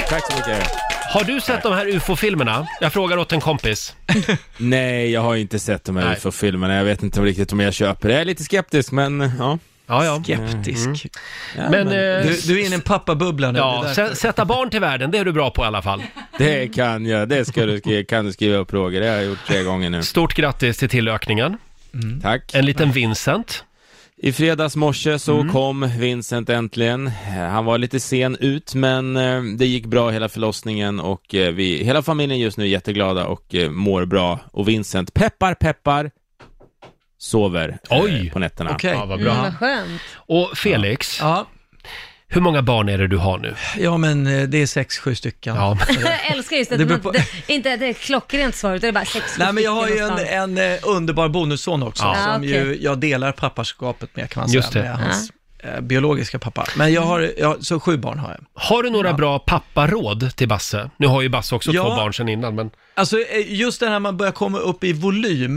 Speaker 8: Tack så mycket.
Speaker 1: Har du sett de här ufo-filmerna? Jag frågar åt en kompis.
Speaker 8: Nej, jag har inte sett de här
Speaker 1: Nej.
Speaker 8: UFO-filmerna. Jag vet inte riktigt om jag köper det. Jag är lite skeptisk, men ja.
Speaker 1: Ja, ja.
Speaker 11: Skeptisk.
Speaker 3: Mm.
Speaker 8: ja
Speaker 1: Men, eh,
Speaker 11: Du, du är inne i en pappabubbla nu.
Speaker 1: ja
Speaker 11: det är
Speaker 1: sä-
Speaker 11: därför.
Speaker 1: sätta barn till världen, det är du bra på i alla fall.
Speaker 8: det kan jag. Det ska du, skri- kan du skriva upp, Roger. Det har jag gjort tre gånger nu.
Speaker 1: Stort grattis till tillökningen.
Speaker 11: Mm.
Speaker 8: Tack.
Speaker 1: En liten Vincent. Mm.
Speaker 8: I fredags morse så kom Vincent äntligen. Han var lite sen ut, men eh, det gick bra hela förlossningen och eh, vi, hela familjen just nu är jätteglada och eh, mår bra. Och Vincent, peppar, peppar, sover eh,
Speaker 1: Oj.
Speaker 8: på nätterna.
Speaker 11: Okej.
Speaker 1: Ja, vad
Speaker 3: Mm,
Speaker 1: bra.
Speaker 3: vad skönt.
Speaker 1: Och Felix,
Speaker 11: Ja,
Speaker 1: hur många barn är det du har nu?
Speaker 11: ja, men eh, det är sex, sju stycken.
Speaker 1: Ja.
Speaker 3: *laughs* Jag älskar just att
Speaker 11: Det
Speaker 3: det
Speaker 11: beror på-
Speaker 3: det, inte att det är ett klockrent svar, utan det är bara sex
Speaker 11: Nej, men jag har ju
Speaker 3: stycken
Speaker 11: en,
Speaker 3: någonstans.
Speaker 11: en eh, underbar bonusson också,
Speaker 1: Ja.
Speaker 11: som
Speaker 3: Ja,
Speaker 11: ju,
Speaker 3: okej.
Speaker 11: jag delar pappaskapet med, kan man säga,
Speaker 1: Just det.
Speaker 11: med hans eh, biologiska pappa. Men jag har, ja, så sju barn har jag.
Speaker 1: Har du några bra papparåd till Basse? Nu har ju Basse också
Speaker 11: Ja.
Speaker 1: två barn sedan innan, men...
Speaker 11: Alltså, eh, just det här man börjar komma upp i volym,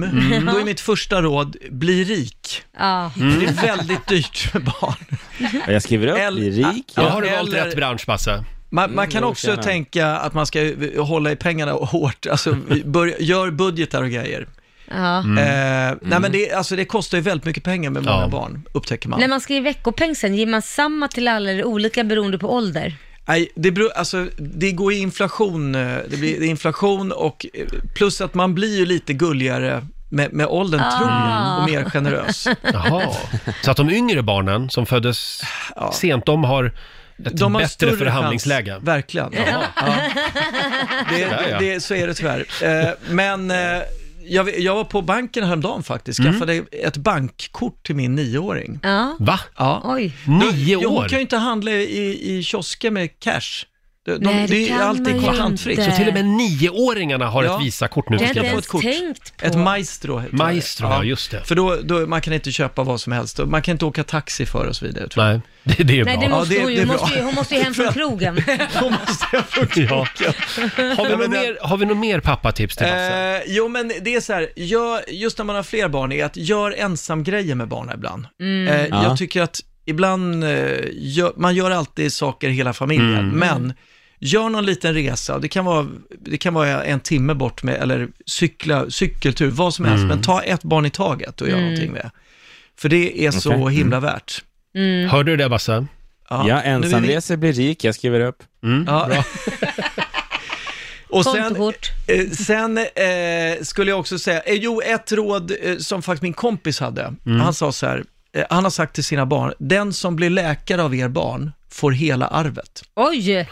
Speaker 11: då är mitt första råd, bli rik.
Speaker 3: Ja.
Speaker 11: Mm. Det är väldigt dyrt med barn.
Speaker 8: Ja, Jag skriver upp,
Speaker 11: Eller-
Speaker 8: blir rik.
Speaker 11: Ja.
Speaker 1: Då
Speaker 11: Mm,
Speaker 1: har du valt
Speaker 11: eller-
Speaker 1: rätt bransch, Basse.
Speaker 11: Man, man kan
Speaker 1: Mm,
Speaker 8: jo,
Speaker 11: också
Speaker 8: tjena.
Speaker 11: tänka att man ska eh, hålla i pengarna hårt, alltså börja, gör budgetar och grejer.
Speaker 3: Ja.
Speaker 1: Mm.
Speaker 11: Eh, Nej men det, alltså, det kostar ju väldigt mycket pengar med många
Speaker 1: Ja.
Speaker 11: barn, upptäcker man.
Speaker 3: När man skriver veckopeng sen, ger man samma till alla eller olika beroende på ålder?
Speaker 11: Nej, det, beror, alltså, det går ju inflation, eh, det blir det är inflation och eh, plus att man blir ju lite gulligare med, med åldern,
Speaker 3: Ah.
Speaker 11: tror jag, och mer generös.
Speaker 1: Jaha. Så att de yngre barnen som föddes
Speaker 11: Ja.
Speaker 1: sent, de har ett
Speaker 11: De har
Speaker 1: bättre
Speaker 11: större
Speaker 1: förhandlingsläge.
Speaker 11: Chans, verkligen.
Speaker 1: Jaha.
Speaker 5: *laughs*
Speaker 1: Sådär, ja.
Speaker 11: Det, det, så är det tyvärr. Eh, Men eh, jag, vet- jag var på banken häromdagen faktiskt,
Speaker 1: Mm.
Speaker 11: skaffade ett bankkort till min nioåring.
Speaker 3: Ja.
Speaker 1: Va?
Speaker 11: Ja.
Speaker 3: Oj.
Speaker 1: Nio
Speaker 11: Ja, hon
Speaker 1: år?
Speaker 11: kan ju inte handla i, i kiosken med cash. De,
Speaker 3: Nej, det
Speaker 11: det är
Speaker 3: kan man
Speaker 11: alltid
Speaker 3: ju
Speaker 11: kontantfritt.
Speaker 3: inte.
Speaker 11: Så
Speaker 1: Så till och med nioåringarna har
Speaker 11: Ja.
Speaker 1: ett Visakort nu
Speaker 3: Det har
Speaker 1: för
Speaker 3: jag inte
Speaker 1: tiden.
Speaker 11: få ett
Speaker 3: ens
Speaker 11: kort.
Speaker 3: tänkt på.
Speaker 11: Ett maestro heter
Speaker 1: Maestro,
Speaker 11: det.
Speaker 1: ja just det.
Speaker 11: För då, då, man kan inte köpa vad som helst. Man kan inte åka taxi för och så vidare. Tror jag.
Speaker 1: Nej, *laughs* det, det är
Speaker 3: Nej,
Speaker 1: bra.
Speaker 3: det måste
Speaker 11: Ja, det-
Speaker 3: hon,
Speaker 11: det
Speaker 3: ju,
Speaker 11: är
Speaker 3: hon
Speaker 11: bra.
Speaker 3: måste ju. Hon måste ju hem från krogen.
Speaker 11: Då måste jag fråga.
Speaker 1: Ja. Har vi
Speaker 11: *laughs* Ja, men
Speaker 1: något
Speaker 11: det-
Speaker 1: mer, har vi något mer pappatips till Basse?
Speaker 11: Eh, jo men det är så här, gör, just när man har fler barn, är att gör ensam grejer med barnen ibland. Eh,
Speaker 8: Ja.
Speaker 11: Jag tycker att ibland, eh, gör, man gör alltid saker hela familjen,
Speaker 1: Mm.
Speaker 11: men gör någon liten resa, det kan vara, det kan vara en timme bort med, eller cykla, cykeltur, vad som helst,
Speaker 1: Mm.
Speaker 11: men ta ett barn i taget och gör någonting med. För det är så
Speaker 8: Okej.
Speaker 11: himla värt.
Speaker 1: Mm. Hörde du det Basse?
Speaker 11: Ja,
Speaker 8: Ja,
Speaker 11: nu är vi-
Speaker 8: ensamresor blir rik. Jag skriver upp.
Speaker 1: Mm.
Speaker 11: Ja. Och sen,
Speaker 3: Kontokort.
Speaker 11: eh, sen eh, skulle jag också säga, eh, jo ett råd eh, som faktiskt min kompis hade,
Speaker 1: Mm.
Speaker 11: han sa så här, eh, han har sagt till sina barn, den som blir läkare av er barn får hela arvet.
Speaker 3: Oj!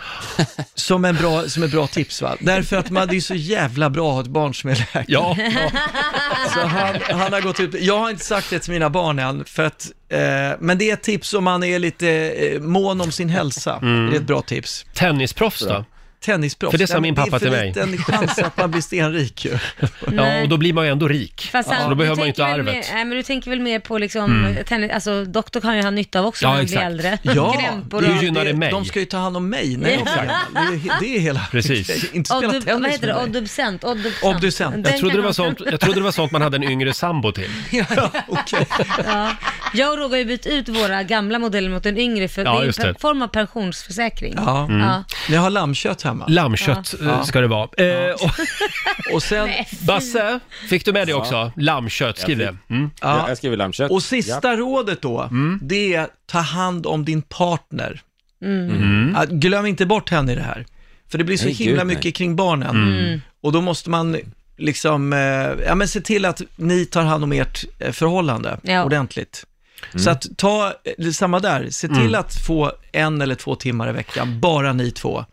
Speaker 11: Som, en bra, som ett bra tips va? Därför att man, det är så jävla bra att ha ett barn som är läkare.
Speaker 1: Ja.
Speaker 11: Så han, han har gått ut, jag har inte sagt det till mina barn än, för att, eh, men det är ett tips om man är lite eh, mån om sin hälsa. Det är ett bra tips.
Speaker 1: Mm. Tennisproffs då?
Speaker 11: tennisproffs.
Speaker 1: För det sa
Speaker 11: Nej, men
Speaker 1: min pappa till mig.
Speaker 11: Det är för liten chans att man blir stenrik ju.
Speaker 1: Ja, och då blir man ju ändå rik.
Speaker 3: Fast
Speaker 1: så
Speaker 3: han-
Speaker 1: då
Speaker 3: du
Speaker 1: behöver man ju
Speaker 3: tänker
Speaker 1: inte
Speaker 3: väl
Speaker 1: arvet. Mm.
Speaker 3: Mer, nej, men du tänker väl mer på liksom, tennis, alltså doktor kan ju ha nytta av också när han blir äldre. *laughs* Krämpor och
Speaker 1: Hur gynnar det mig?
Speaker 11: De ska ju ta hand om mig när jag
Speaker 3: Ja.
Speaker 11: blir gammal. Det är- Det är hela
Speaker 1: Precis.
Speaker 11: grejen. Inte spela
Speaker 3: Obdu-
Speaker 11: tennis
Speaker 3: Vad heter det?
Speaker 11: med mig.
Speaker 3: Obducent? Obducent. Den
Speaker 1: Jag trodde,
Speaker 3: kan
Speaker 1: det var
Speaker 3: han-
Speaker 1: sånt, jag trodde det var sånt man hade en yngre sambo till.
Speaker 3: *laughs* Ja. Jag och Roger har ju bytt ut våra gamla modeller mot en yngre för
Speaker 1: Ja,
Speaker 3: det är en
Speaker 1: just
Speaker 3: pe-
Speaker 1: det.
Speaker 3: form av pensionsförsäkring.
Speaker 11: Ja.
Speaker 1: Mm.
Speaker 3: Ja.
Speaker 11: Ni har lammkött hemma?
Speaker 1: Lammkött
Speaker 11: Ja.
Speaker 1: eh, ska det vara. Eh, och,
Speaker 11: *laughs* Och sen,
Speaker 1: Basse, fick du med det också? Lammkött, skriv
Speaker 8: Jag
Speaker 1: det.
Speaker 8: fick-
Speaker 1: Mm.
Speaker 8: Jag, jag skriver lammkött.
Speaker 11: och sista rådet då, det är ta hand om din partner.
Speaker 1: Mm.
Speaker 11: Att glöm inte bort henne i det här. För det blir så
Speaker 8: Nej,
Speaker 11: himla
Speaker 8: gud, nej.
Speaker 11: mycket kring barnen. Och då måste man liksom, eh, ja men se till att ni tar hand om ert eh, förhållande
Speaker 3: Ja.
Speaker 11: ordentligt.
Speaker 1: Mm.
Speaker 11: Så att ta, eh, samma där, se till att få en eller två timmar i veckan, bara ni två.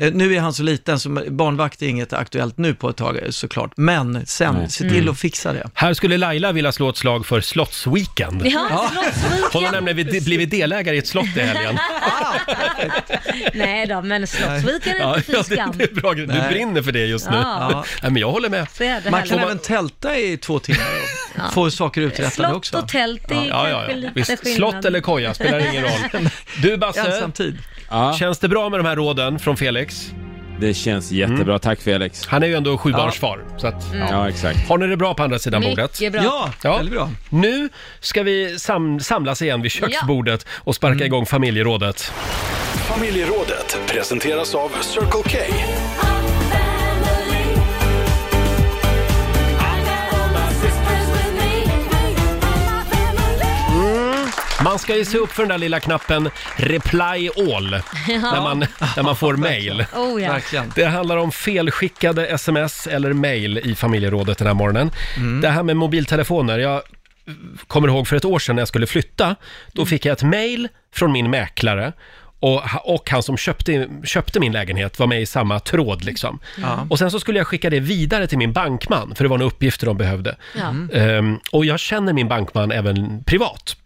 Speaker 11: Eh, Nu är han så liten, så barnvakt är inget aktuellt nu på ett tag eh, såklart. Men sen, se till att fixa det.
Speaker 1: Mm. Här skulle Laila vilja slå ett slag för Slottsweekend.
Speaker 3: Ja,
Speaker 1: Hon har
Speaker 3: slottsweekend.
Speaker 1: nämligen vid- blivit delägare i ett slott i helgen.
Speaker 3: Nej då, men *laughs* slottsweekend är
Speaker 1: *laughs* Ja,
Speaker 3: inte fy
Speaker 1: det,
Speaker 3: skam.
Speaker 1: det är bra. Du
Speaker 11: Nej.
Speaker 1: brinner för det just nu.
Speaker 3: Ja.
Speaker 1: Ja. Nej, men jag håller med.
Speaker 3: Så är det
Speaker 11: Man kan
Speaker 3: härligt.
Speaker 11: även tälta i två timmar och få saker uträttade
Speaker 3: Slott
Speaker 11: också.
Speaker 3: och tält, det är
Speaker 1: Ja, ja,
Speaker 3: kanske
Speaker 1: ja.
Speaker 3: lite
Speaker 1: Visst,
Speaker 3: skillnad.
Speaker 1: slott eller koja spelar ingen
Speaker 3: *laughs*
Speaker 1: roll. Du Basse,
Speaker 11: Ensam tid.
Speaker 8: Ja,
Speaker 1: känns det bra med de här råden från Felix? Mm.
Speaker 8: det känns jättebra. Tack Felix.
Speaker 1: Han är ju ändå sjubarnsfar. Så att,
Speaker 8: Ja, exakt.
Speaker 1: Har ni det bra på andra sidan bordet?
Speaker 3: Mycket bra.
Speaker 11: Ja,
Speaker 1: Ja.
Speaker 11: väldigt bra.
Speaker 1: Nu ska vi sam samlas igen vid köksbordet och sparka igång familjerådet.
Speaker 4: Familjerådet presenteras av Circle K.
Speaker 1: Man ska ju se upp för den där lilla knappen “Reply
Speaker 3: *laughs*
Speaker 1: all” när, man, när man får mail.
Speaker 3: Oh, ja.
Speaker 11: Verkligen.
Speaker 1: Det handlar om felskickade sms eller mail i familjerådet den här morgonen.
Speaker 11: Mm.
Speaker 1: Det här med mobiltelefoner, jag kommer ihåg för ett år sedan när jag skulle flytta.
Speaker 11: Mm.
Speaker 1: Då fick jag ett mail från min mäklare och, och han som köpte, köpte min lägenhet var med i samma tråd liksom.
Speaker 11: Ja.
Speaker 1: Och sen så skulle jag skicka det vidare till min bankman, för det var några uppgifter de behövde.
Speaker 3: Ja.
Speaker 1: Ehm, och jag känner min bankman även privat.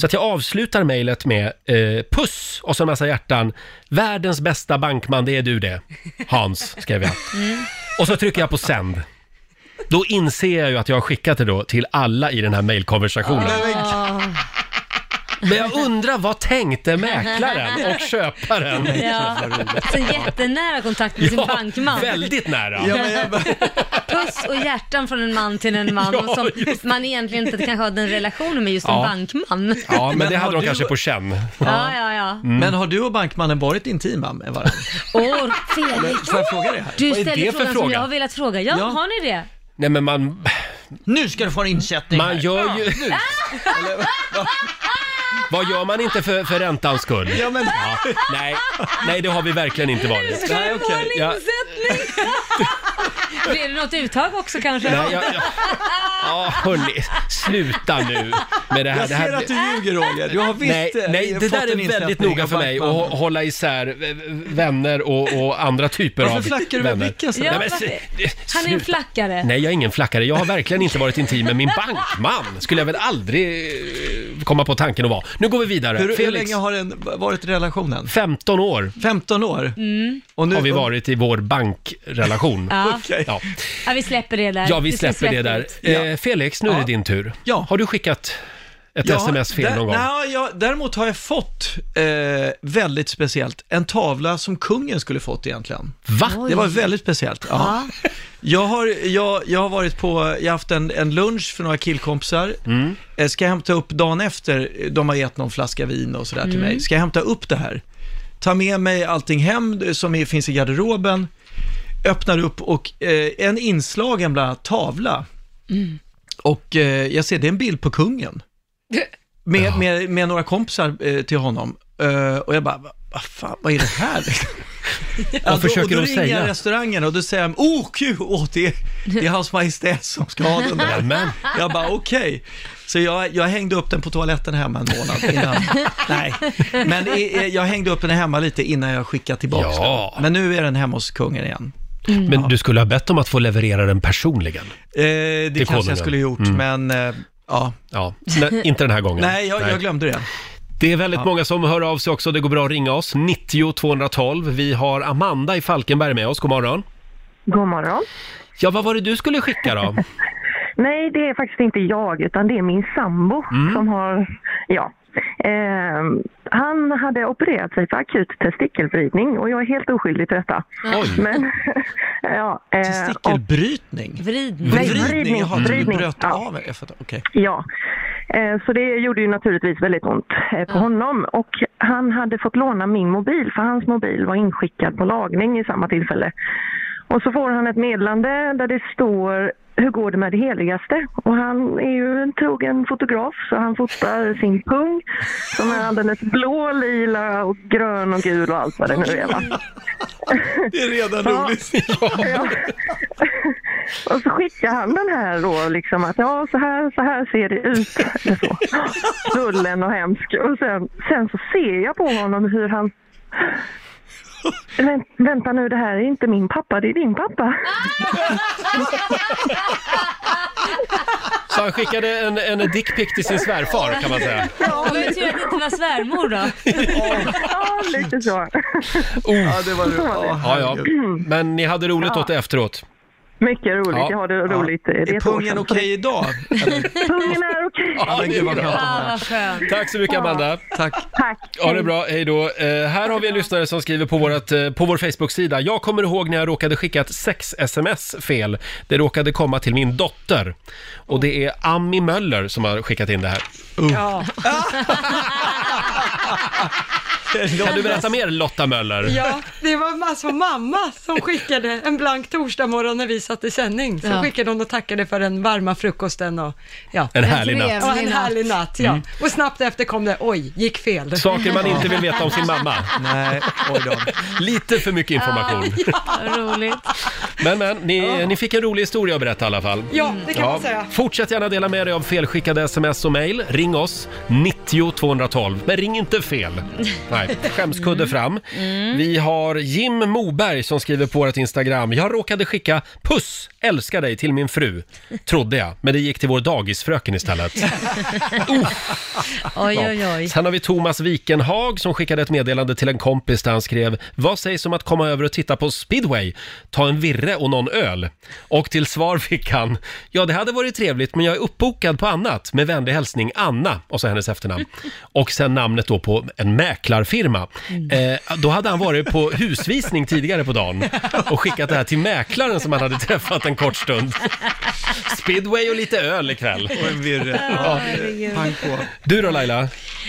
Speaker 1: Så att jag avslutar mejlet med eh, puss och så en massa hjärtan. Världens bästa bankman, det är du det. Hans, skrev jag.
Speaker 3: Mm.
Speaker 1: Och så trycker jag på sänd. Då inser jag ju att jag har skickat det då till alla i den här mejlkonversationen. Men jag undrar, vad tänkte mäklaren och köparen?
Speaker 3: *laughs* Ja. Så jättenära kontakt med sin bankman.
Speaker 1: väldigt nära.
Speaker 11: Ja, men jag,
Speaker 3: Puss och hjärtan från en man till en man
Speaker 1: Ja,
Speaker 3: och som
Speaker 1: just
Speaker 3: man egentligen inte kanske hade en relation med just
Speaker 1: Ja.
Speaker 3: en bankman. Ja,
Speaker 1: Ja, *laughs* men,
Speaker 11: Men
Speaker 1: det hade Mm.
Speaker 11: har
Speaker 1: de
Speaker 11: du-
Speaker 1: kanske på känn.
Speaker 3: ja, ja.
Speaker 11: men har du och bankmannen varit intima med varandra?
Speaker 3: Åh, Felix.
Speaker 11: Får jag fråga det här?
Speaker 3: Du
Speaker 1: Vad är det
Speaker 3: ställer
Speaker 1: för
Speaker 3: frågan som
Speaker 1: fråga?
Speaker 3: jag har velat fråga. Ja,
Speaker 11: Ja.
Speaker 3: har ni det?
Speaker 1: Nej, men man,
Speaker 11: Nu ska du få en insättning
Speaker 1: man gör ju...
Speaker 3: *laughs*
Speaker 1: Vad gör man inte för, för räntans skull?
Speaker 11: Ja, men...
Speaker 1: Nej, nej, det har vi verkligen inte varit.
Speaker 11: Nej, okej.
Speaker 1: Jag, *laughs*
Speaker 3: Blir det något uttag också kanske?
Speaker 1: nej, jag, jag, ja, hörni, sluta nu med det här.
Speaker 11: Jag
Speaker 1: det här
Speaker 11: ser att du ljuger Roger. Du har visst
Speaker 1: nej,
Speaker 11: eh,
Speaker 1: nej, det
Speaker 11: fått
Speaker 1: där
Speaker 11: en
Speaker 1: är väldigt
Speaker 11: insättning
Speaker 1: noga
Speaker 11: av
Speaker 1: för mig att
Speaker 11: bankmannen.
Speaker 1: hå- hålla isär eh, vänner och, och andra typer
Speaker 11: Varför
Speaker 1: av
Speaker 11: flackar du med
Speaker 1: vänner.
Speaker 11: blicken så?
Speaker 3: Ja,
Speaker 1: Nej, men
Speaker 3: varför-
Speaker 1: se-
Speaker 3: Han är en
Speaker 1: sluta.
Speaker 3: flackare.
Speaker 1: Nej, jag är ingen flackare. Jag har verkligen inte varit intim med min bankman. Skulle jag väl aldrig eh, komma på tanken att vara. Nu går vi vidare.
Speaker 11: Hur, hur
Speaker 1: Felix,
Speaker 11: länge har den varit i relationen?
Speaker 1: 15 år
Speaker 11: 15 år?
Speaker 3: Mm.
Speaker 11: Och nu,
Speaker 1: har vi varit i vår bankrelation.
Speaker 3: Ja.
Speaker 11: Okej.
Speaker 1: Ja.
Speaker 3: ja, vi släpper det där.
Speaker 1: ja, vi
Speaker 3: Det ska
Speaker 1: släpper det
Speaker 3: släppa
Speaker 1: där.
Speaker 3: ut.
Speaker 1: Eh, Felix, nu är det
Speaker 11: Ja.
Speaker 1: din tur.
Speaker 11: Ja.
Speaker 1: Har du skickat ett
Speaker 11: Ja,
Speaker 1: sms fel
Speaker 11: där-
Speaker 1: någon gång?
Speaker 11: Nej, jag, däremot har jag fått, eh, väldigt speciellt, en tavla som kungen skulle fått egentligen.
Speaker 1: Va?
Speaker 11: Det var väldigt speciellt. Ja. Jag, har, jag, jag har varit på, jag har haft en, en lunch för några killkompisar.
Speaker 1: Mm.
Speaker 11: Eh, Ska jag hämta upp dagen efter, eh, de har gett någon flaska vin och sådär till mig. Ska jag hämta upp det här? Ta med mig allting hem eh, som är, finns i garderoben. Öppnar upp och eh, en inslagen bland annat tavla.
Speaker 3: Mm.
Speaker 11: Och eh, jag ser, det är en bild på *laughs* kungen. Med, med, med några kompisar eh, till honom. Eh, och jag bara, vad va fan, vad är det *laughs* här? Ja, då-
Speaker 1: försöker
Speaker 11: och då
Speaker 1: de
Speaker 11: ringer
Speaker 1: säga?
Speaker 11: jag restaurangen och då säger de, oh kul, åh, det, är- det är hans majestät som ska ha den där.
Speaker 1: Jajamän.
Speaker 11: Jag bara okej. Så jag, jag hängde upp den på toaletten hemma en månad innan. *laughs* Nej, men i, eh, jag hängde upp den hemma lite innan jag skickade tillbaka
Speaker 1: Ja.
Speaker 11: den. Men nu är den hemma hos kungen igen.
Speaker 1: Men du skulle ha bett om att få leverera den personligen.
Speaker 11: Eh, det kanske
Speaker 1: konungen. Mm.
Speaker 11: jag skulle ha gjort, men eh, ja.
Speaker 1: Ja, nej, inte den här gången.
Speaker 11: Nej, jag, jag glömde det.
Speaker 1: Det är väldigt
Speaker 11: Ja.
Speaker 1: många som hör av sig också. Det går bra att ringa oss. 90 212. Vi har Amanda i Falkenberg med oss. God morgon.
Speaker 9: God morgon.
Speaker 1: Ja, vad var det du skulle skicka då? *laughs*
Speaker 9: Nej, det är faktiskt inte jag, utan det är min sambo
Speaker 1: Mm.
Speaker 9: som har... Ja. Ehm, han hade opererat sig för akut testikelvridning och jag är helt oskyldig till detta.
Speaker 11: Oj.
Speaker 9: Men, *laughs* ja, eh, och-
Speaker 11: Testikelbrytning?
Speaker 3: Vridning.
Speaker 9: Nej,
Speaker 11: Vridning,
Speaker 9: vridning,
Speaker 11: jaha, du
Speaker 9: vridning,
Speaker 11: bröt
Speaker 9: ja.
Speaker 11: av? Jag fattar, okej.
Speaker 9: Ja, Eh, så det gjorde ju naturligtvis väldigt ont eh, på honom. Och han hade fått låna min mobil, för hans mobil var inskickad på lagning i samma tillfälle. Och så får han ett meddelande där det står hur går det med det heligaste? Och han är ju en trogen fotograf så han fotar sin pung som är alldeles blå, lila och grön och gul och allt vad det nu är. Va?
Speaker 11: Det är redan roligt.
Speaker 9: Ja. Och så skickar han den här då, liksom att ja, så här, så här ser det ut. Eller så. Svullen och hemsk. Och sen, sen så ser jag på honom hur han... Vänt, vänta nu, det här är inte min pappa, det är din pappa.
Speaker 1: Så han skickade en, en dickpic till sin svärfar kan man säga.
Speaker 3: Det var ju tur att det inte var svärmor då.
Speaker 9: Ja, lite så.
Speaker 1: Oh.
Speaker 11: Ja, det var
Speaker 9: *laughs* Så var det.
Speaker 1: Ja, ja. Men ni hade roligt
Speaker 9: Ja.
Speaker 1: åt det efteråt.
Speaker 9: Mycket roligt,
Speaker 1: Ja.
Speaker 9: jag har det roligt. Det
Speaker 11: Är
Speaker 9: ett år
Speaker 11: pungen
Speaker 9: sedan.
Speaker 11: okej idag?
Speaker 9: Pungen är okej.
Speaker 1: Ja,
Speaker 11: men gud vad
Speaker 1: det är
Speaker 11: skönt
Speaker 1: bra.
Speaker 11: att
Speaker 3: Ja,
Speaker 11: höra.
Speaker 3: vad skönt.
Speaker 1: Tack så mycket Amanda.
Speaker 11: Tack.
Speaker 9: Tack.
Speaker 1: Ha det bra, hej då. Eh, här har vi en lyssnare som skriver på, vårat, eh, på vår Facebook-sida. Jag kommer ihåg när jag råkade skicka ett sex-sms fel. Det råkade komma till min dotter. Och det är Ami Möller som har skickat in
Speaker 11: *laughs*
Speaker 1: det här.
Speaker 2: Ja.
Speaker 1: Kan du berätta mer Lotta Möller?
Speaker 2: Ja, det var alltså mamma
Speaker 1: *laughs*
Speaker 2: som skickade en blank torsdag morgon när vi satt i sändning. Så
Speaker 3: Ja.
Speaker 2: skickade hon och tackade för den varma frukosten och, ja.
Speaker 1: En härlig natt. Mm.
Speaker 2: och en härlig natt. Ja. Och snabbt efter kom det, oj, gick fel.
Speaker 1: Saker man inte vill veta om
Speaker 2: *laughs*
Speaker 1: sin mamma.
Speaker 11: Nej, oj då.
Speaker 1: Lite för mycket information.
Speaker 3: Vad Roligt.
Speaker 1: Men, men, ni, ni fick en rolig historia att berätta i alla fall.
Speaker 2: Ja, det kan man säga.
Speaker 1: Fortsätt gärna dela med dig av felskickade sms och mejl. Ring oss, 90 212. Men ring inte fel. Nej, skämskudde
Speaker 2: Mm.
Speaker 1: fram. Vi har Jim Moberg som skriver på vårt Instagram. Jag råkade skicka puss, älskar dig till min fru. Trodde jag, men det gick till vår dagisfröken istället.
Speaker 2: *laughs*
Speaker 3: Oj, oj,
Speaker 1: Ja.
Speaker 3: oj.
Speaker 1: Sen har vi Thomas Wikenhag som skickade ett meddelande till en kompis där han skrev “Vad sägs om att komma över och titta på speedway? Ta en virre och någon öl?” Och till svar fick han “Ja, det hade varit trevligt men jag är uppbokad på annat. Med vänlig hälsning Anna” och så
Speaker 11: *laughs*
Speaker 1: hennes efternamn. Och sen namnet då på en mäklarfirma.
Speaker 11: Mm.
Speaker 1: Eh, då hade han varit
Speaker 11: *laughs*
Speaker 1: på husvisning tidigare på dagen och skickat det här till mäklaren som han hade träffat en
Speaker 11: *laughs*
Speaker 1: kort stund. Speedway och lite öl ikväll.
Speaker 11: Och en virre. Ja, pang på.
Speaker 1: Du då Laila?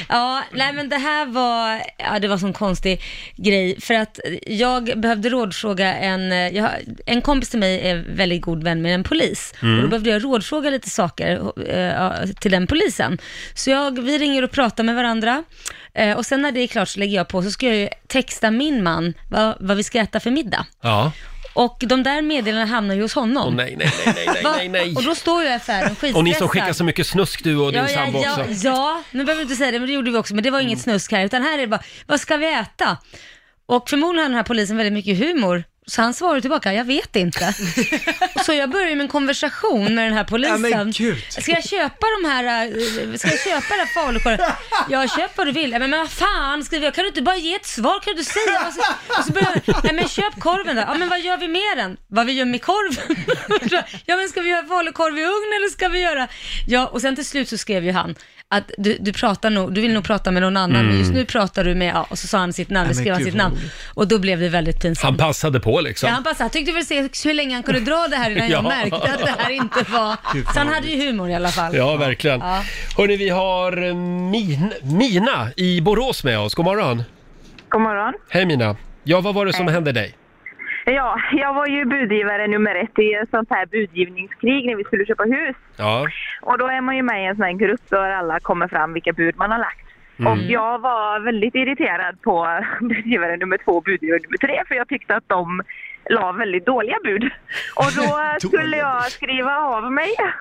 Speaker 3: Ja, nej men det här var, ja det var en sån konstig grej, för att jag behövde rådfråga en, eh, jag, har- en kompis till mig är väldigt god vän med en polis,
Speaker 1: Mm.
Speaker 3: och då behövde jag rådfråga lite saker eh, till den polisen. Så jag, vi ringer och pratar med varandra, eh, och sen när det är klart så lägger jag på, så ska jag ju texta min man vad, vad vi ska äta för middag.
Speaker 1: Ja.
Speaker 3: Och de där meddelandena hamnar ju hos honom.
Speaker 1: Åh nej, nej, nej,
Speaker 3: *laughs*
Speaker 1: nej,
Speaker 3: Va?
Speaker 1: nej, nej.
Speaker 3: Och då står jag i affären skitstressad.
Speaker 1: Och ni som skickar så mycket snusk du och din
Speaker 3: Ja,
Speaker 1: sambo
Speaker 3: ja,
Speaker 1: också. Mm.
Speaker 3: ja, ja, nu behöver du inte säga det, men det gjorde vi också. Men det var inget snusk här, utan här är det bara, vad ska vi äta? Och förmodligen har den här polisen väldigt mycket humor, så han svarar tillbaka, jag vet
Speaker 1: *laughs*
Speaker 3: inte. så jag börjar med en konversation med den här polisen.
Speaker 11: Ja, men gud.
Speaker 3: Ska jag köpa de här, eh, ska jag köpa det här falukorven? Ja, köp vad du vill. Ja, Men, men vad fan, skriver jag, kan du inte bara ge ett svar? Kan du inte säga? Vad ska- Och så börjar jag, nej men köp korven då. Ja, men vad gör vi med den? Vad vi gör med korven? ja, men ska vi göra falukorv i ugn eller ska vi göra? Ja, och sen till slut så skrev ju han att du, du pratar nog, du vill nog prata med någon annan, men
Speaker 1: Mm.
Speaker 3: just nu pratar du med, ja, och så sa han sitt namn,
Speaker 11: Nej,
Speaker 3: då
Speaker 11: men
Speaker 3: skrev han
Speaker 11: gud,
Speaker 3: sitt
Speaker 11: vad
Speaker 3: namn. Och då blev det väldigt pinsamt.
Speaker 1: Han passade på
Speaker 3: Ja,
Speaker 1: liksom.
Speaker 3: han passade. Han tyckte väl se hur länge han kunde dra det här innan jag
Speaker 1: *laughs* Ja.
Speaker 3: märkte att det här inte var...
Speaker 1: *laughs*
Speaker 3: Så han hade ju humor i alla fall.
Speaker 1: Ja, verkligen.
Speaker 3: Ja.
Speaker 1: Hörni, vi har eh, Min, Mina i Borås med oss. God morgon.
Speaker 9: God morgon.
Speaker 1: Hej Mina. Ja, vad var det som hände dig?
Speaker 9: Ja, jag var ju budgivare nummer ett i ett sånt här budgivningskrig när vi skulle köpa hus.
Speaker 1: Ja,
Speaker 9: Och då är man ju med i en sån här grupp där alla kommer fram vilka bud man har lagt. Och jag var väldigt irriterad på *laughs* budgivare nummer två och budgivare nummer tre för jag tyckte att de la väldigt dåliga bud. Och då skulle jag skriva av mig. Ja,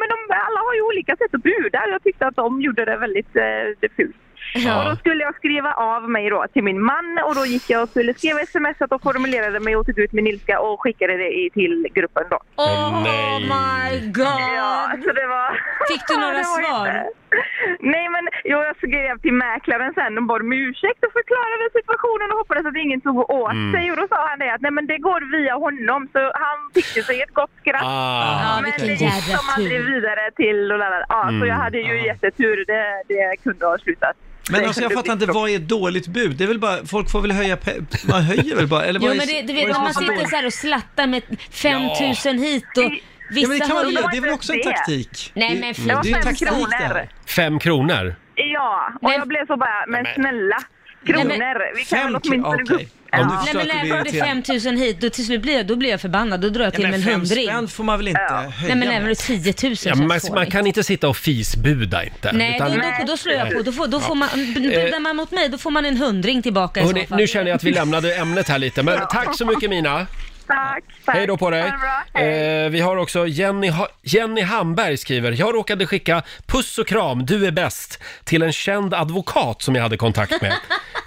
Speaker 9: men de, alla har ju olika sätt att buda jag tyckte att de gjorde det väldigt eh, diffust.
Speaker 1: Ja.
Speaker 9: Och då skulle jag skriva av mig då till min man och då gick jag och skulle skriva sms och formulerade mig och tog ut min ilska och skickade det i, till gruppen då.
Speaker 3: Oh
Speaker 1: nej.
Speaker 3: my god!
Speaker 9: Ja, så det var...
Speaker 3: Fick du några
Speaker 5: *laughs* Ja, det alltså var ju
Speaker 3: svar?
Speaker 5: inte. Nej, men jo, jag skrev till mäklaren sen. De bad om ursäkt och förklarade situationen och hoppades att ingen tog åt
Speaker 3: Mm.
Speaker 5: sig. Och då sa han det att nej, men det går via honom. Så han fickte sig ett gott skratt.
Speaker 1: Ah. Ja,
Speaker 5: men
Speaker 1: vilken
Speaker 5: det
Speaker 1: jävla
Speaker 5: gick som
Speaker 1: tur.
Speaker 5: aldrig vidare till och lalala. Ja,
Speaker 11: Mm.
Speaker 5: Så jag hade ju
Speaker 11: Ja.
Speaker 5: jättetur. Det, det kunde ha slutat.
Speaker 11: Men
Speaker 5: Det
Speaker 11: alltså jag
Speaker 5: kunde
Speaker 11: fattar
Speaker 5: bli-
Speaker 11: inte, vad är ett dåligt bud? Det är väl bara, folk får väl höja, pe- man höjer väl bara? Eller
Speaker 3: Jo
Speaker 11: vad är,
Speaker 3: men det, du vet
Speaker 11: vad är
Speaker 3: när man
Speaker 11: som är
Speaker 3: sitter
Speaker 11: dåligt?
Speaker 3: så här och slattar med 5000 hit och vissa
Speaker 11: Ja, men det, kan man väl
Speaker 3: ju-
Speaker 11: göra, det är väl också en taktik?
Speaker 3: Nej
Speaker 11: Det-
Speaker 3: men
Speaker 5: Det var
Speaker 11: Det är ju
Speaker 5: fem
Speaker 11: taktik
Speaker 5: kronor.
Speaker 11: det här.
Speaker 1: Fem kronor?
Speaker 5: Ja, och jag blev så bara, men snälla. Kronor, vi kan väl åtminstone gå upp.
Speaker 3: Nej men när jag det 5000 hit, då till slut blir jag, då blir jag förbannad. Då drar jag till med en hundring.
Speaker 11: får man väl inte
Speaker 3: Nej men även 10 000
Speaker 1: Ja,
Speaker 3: känns
Speaker 1: man,
Speaker 3: fånigt.
Speaker 1: man kan inte sitta och fisbuda inte.
Speaker 3: Nej,
Speaker 1: utan- Eh.
Speaker 3: då, då, då slår jag på. Då får, då får man, budar man mot mig, då får man en hundring tillbaka i
Speaker 1: Hörrni,
Speaker 3: så fall.
Speaker 1: Eh, nu känner jag att vi lämnade ämnet här lite, men tack så mycket Mina.
Speaker 5: Tack, tack.
Speaker 1: Hej då på dig.
Speaker 5: Ha det bra.
Speaker 1: Eh, vi har också Jenny, ha- Jenny Hamberg skriver, jag råkade skicka puss och kram, du är bäst, till en känd advokat som jag hade
Speaker 5: *laughs*
Speaker 1: kontakt med.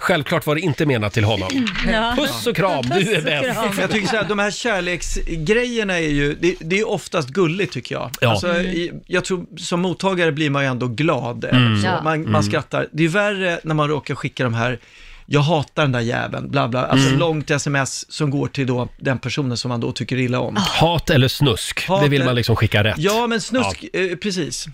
Speaker 1: Självklart var det inte menat till honom.
Speaker 11: Ja.
Speaker 1: *laughs* Puss och kram, du är bäst.
Speaker 11: Jag tycker så här, de här kärleksgrejerna är ju, det, det är oftast gulligt tycker jag.
Speaker 1: Ja.
Speaker 11: Alltså,
Speaker 1: Mm.
Speaker 11: i- jag tror, som mottagare blir man ju ändå glad.
Speaker 1: Mm.
Speaker 11: även Så.
Speaker 1: Ja.
Speaker 11: Man,
Speaker 1: Mm.
Speaker 11: man skrattar. Det är värre när man råkar skicka de här, jag hatar den där jäveln, bla bla, alltså
Speaker 1: Mm.
Speaker 11: långt sms som går till då den personen som man då tycker illa om.
Speaker 1: Ah. Hat eller snusk,
Speaker 11: Hat
Speaker 1: det vill
Speaker 11: eller-
Speaker 1: man liksom skicka rätt.
Speaker 11: Ja, men snusk, eh, precis.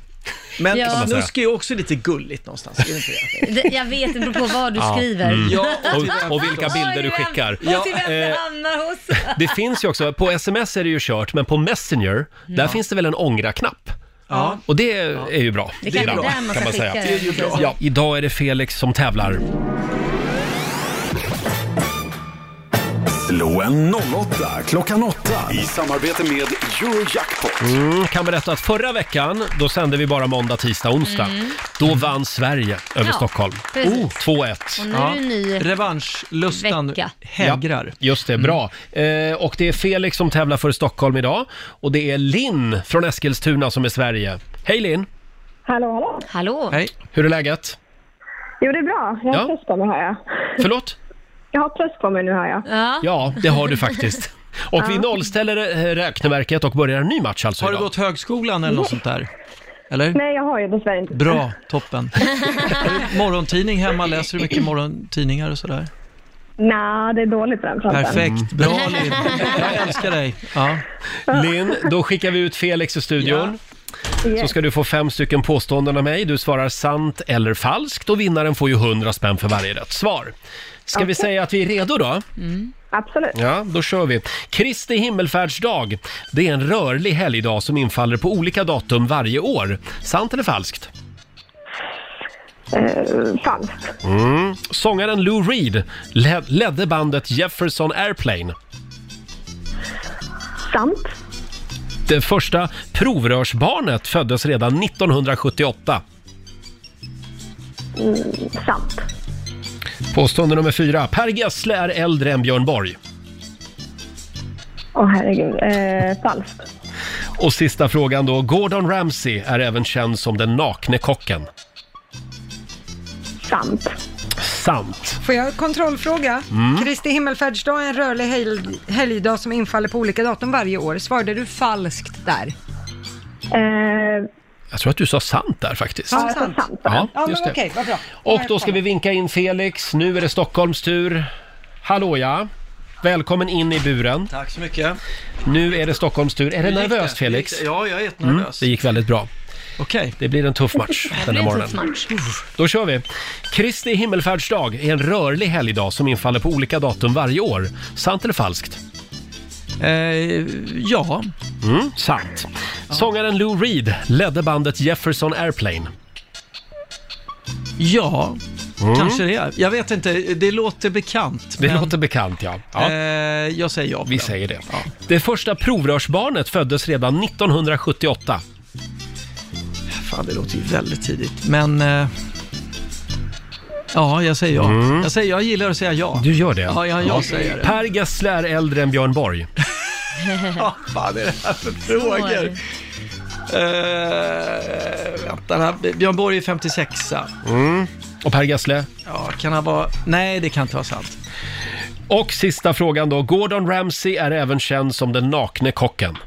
Speaker 11: Men
Speaker 3: Ja.
Speaker 11: snusk är ju också lite gulligt någonstans, är det inte det?
Speaker 3: Det- Jag vet, det beror på vad du
Speaker 1: Ja,
Speaker 3: skriver.
Speaker 1: mm.
Speaker 11: Ja,
Speaker 1: och till vem Och- och vilka bilder du
Speaker 3: till vem-
Speaker 1: skickar.
Speaker 3: Och till
Speaker 1: Ja.
Speaker 3: vem
Speaker 1: Eh,
Speaker 3: det hamnar hos.
Speaker 1: Det finns ju också, på sms är det ju kört, men på Messenger, där finns det väl en ångra-knapp?
Speaker 11: Ja.
Speaker 1: Och det är ju bra.
Speaker 3: Det kan-
Speaker 1: Ibland,
Speaker 3: det är där man ska skicka det. Det är ju bra.
Speaker 1: Ja, idag är det Felix som tävlar.
Speaker 4: Slå en 08 klockan 8 i samarbete med Eurojackpot.
Speaker 1: Mm, kan berätta att förra veckan, då sände vi bara måndag, tisdag, onsdag.
Speaker 3: Mm.
Speaker 1: Då vann Sverige över
Speaker 3: Ja,
Speaker 1: Stockholm. Oh,
Speaker 3: precis.
Speaker 1: 2-1.
Speaker 3: Och nu är det en ny
Speaker 11: Revanschlustan
Speaker 3: vecka.
Speaker 1: Ja, just det, bra. Eh, och det är Felix som tävlar för Stockholm idag. Och det är Linn från Eskilstuna som är Sverige. Hej Linn!
Speaker 12: Hallå, hallå.
Speaker 3: Hallå!
Speaker 1: Hej! Hur är läget?
Speaker 12: Jo, det är bra. Jag har
Speaker 1: Ja.
Speaker 12: press på mig, har jag.
Speaker 1: Förlåt?
Speaker 12: Jag har press på mig nu, har jag.
Speaker 3: Ja.
Speaker 1: Ja, det har du
Speaker 3: *laughs*
Speaker 1: faktiskt. Och vi
Speaker 12: Ja.
Speaker 1: nollställer eh, räkneverket och börjar en ny match alltså
Speaker 11: Har du
Speaker 1: idag.
Speaker 11: gått högskolan eller något sånt där? Eller?
Speaker 12: Nej, jag har ju dessvärre inte.
Speaker 11: Bra, toppen. *laughs* Har du morgontidning hemma? Läser du mycket morgontidningar och sådär?
Speaker 12: Nej, det är dåligt på den fronten.
Speaker 1: Mm.
Speaker 11: Perfekt, bra Linn. Jag älskar dig. Ja.
Speaker 1: Linn, då skickar vi ut Felix i studion.
Speaker 12: Yes.
Speaker 1: Så ska du få fem stycken påståenden av mig. Du svarar sant eller falskt och vinnaren får ju 100 spänn för varje rätt svar. Ska vi
Speaker 12: Okej.
Speaker 1: säga att vi är redo då?
Speaker 3: Mm.
Speaker 12: Absolut.
Speaker 1: Ja, då kör vi. Kristi himmelfärdsdag, det är en rörlig helgdag som infaller på olika datum varje år. Sant eller falskt?
Speaker 12: Eh, falskt.
Speaker 1: Mm. Sångaren Lou Reed led- ledde bandet Jefferson Airplane.
Speaker 12: Sant.
Speaker 1: Det första provrörsbarnet föddes redan 1978.
Speaker 12: Mm, sant.
Speaker 1: Påstående nummer fyra. Per Gessle är äldre än Björn Borg.
Speaker 12: Åh, herregud. Eh, falskt.
Speaker 1: Och sista frågan då. Gordon Ramsay är även känd som den nakne kocken.
Speaker 12: Sant.
Speaker 1: Sant.
Speaker 2: Får jag kontrollfråga?
Speaker 1: Mm.
Speaker 2: Kristi himmelfärdsdag är en rörlig helg- helgdag som infaller på olika datum varje år. Svarade du falskt där?
Speaker 1: Jag tror att du sa sant där faktiskt.
Speaker 2: Ja, jag sa sant.
Speaker 1: Ja,
Speaker 2: Ja,
Speaker 1: just
Speaker 2: men okej,
Speaker 1: det.
Speaker 2: vad bra.
Speaker 1: Och då ska vi vinka in Felix. Nu är det Stockholms tur. Hallå ja. Välkommen in i buren.
Speaker 11: Tack så mycket.
Speaker 1: Nu är det Stockholms tur. Är
Speaker 11: Hur
Speaker 1: det
Speaker 11: gick
Speaker 1: nervöst
Speaker 11: det?
Speaker 1: Felix?
Speaker 11: Hur gick det? Ja, jag är
Speaker 1: Mm,
Speaker 11: jättenervös.
Speaker 1: det gick väldigt bra.
Speaker 11: Okej.
Speaker 1: *laughs* Det blir en tuff match den här morgonen. Då kör vi. Kristi himmelfärdsdag är en rörlig helgdag som infaller på olika datum varje år. Sant eller falskt?
Speaker 11: Eh, ja.
Speaker 1: Mm, sant. Sångaren Lou Reed ledde bandet Jefferson Airplane.
Speaker 11: Ja,
Speaker 1: Mm.
Speaker 11: kanske det är. Jag vet inte, det låter bekant.
Speaker 1: Det
Speaker 11: men-
Speaker 1: låter bekant, ja. ja.
Speaker 11: Eh, jag säger ja.
Speaker 1: Vi säger det. Det första provrörsbarnet föddes redan 1978.
Speaker 11: Fan, det låter ju väldigt tidigt. Men... eh, ja, jag säger ja. Jag, säger, jag gillar att säga ja.
Speaker 1: Mm. Du gör det?
Speaker 11: Ja, ja, jag säger det.
Speaker 1: Per Gessle är äldre än Björn Borg.
Speaker 11: Vad fan är det här för frågor? Eh, vänta, den här- Björn Borg är 56a.
Speaker 1: Mm. Och Per Gessle?
Speaker 11: Ja, kan han vara... Nej, det kan inte vara sant.
Speaker 1: Och sista frågan då. Gordon Ramsay är även känd som den nakne kocken.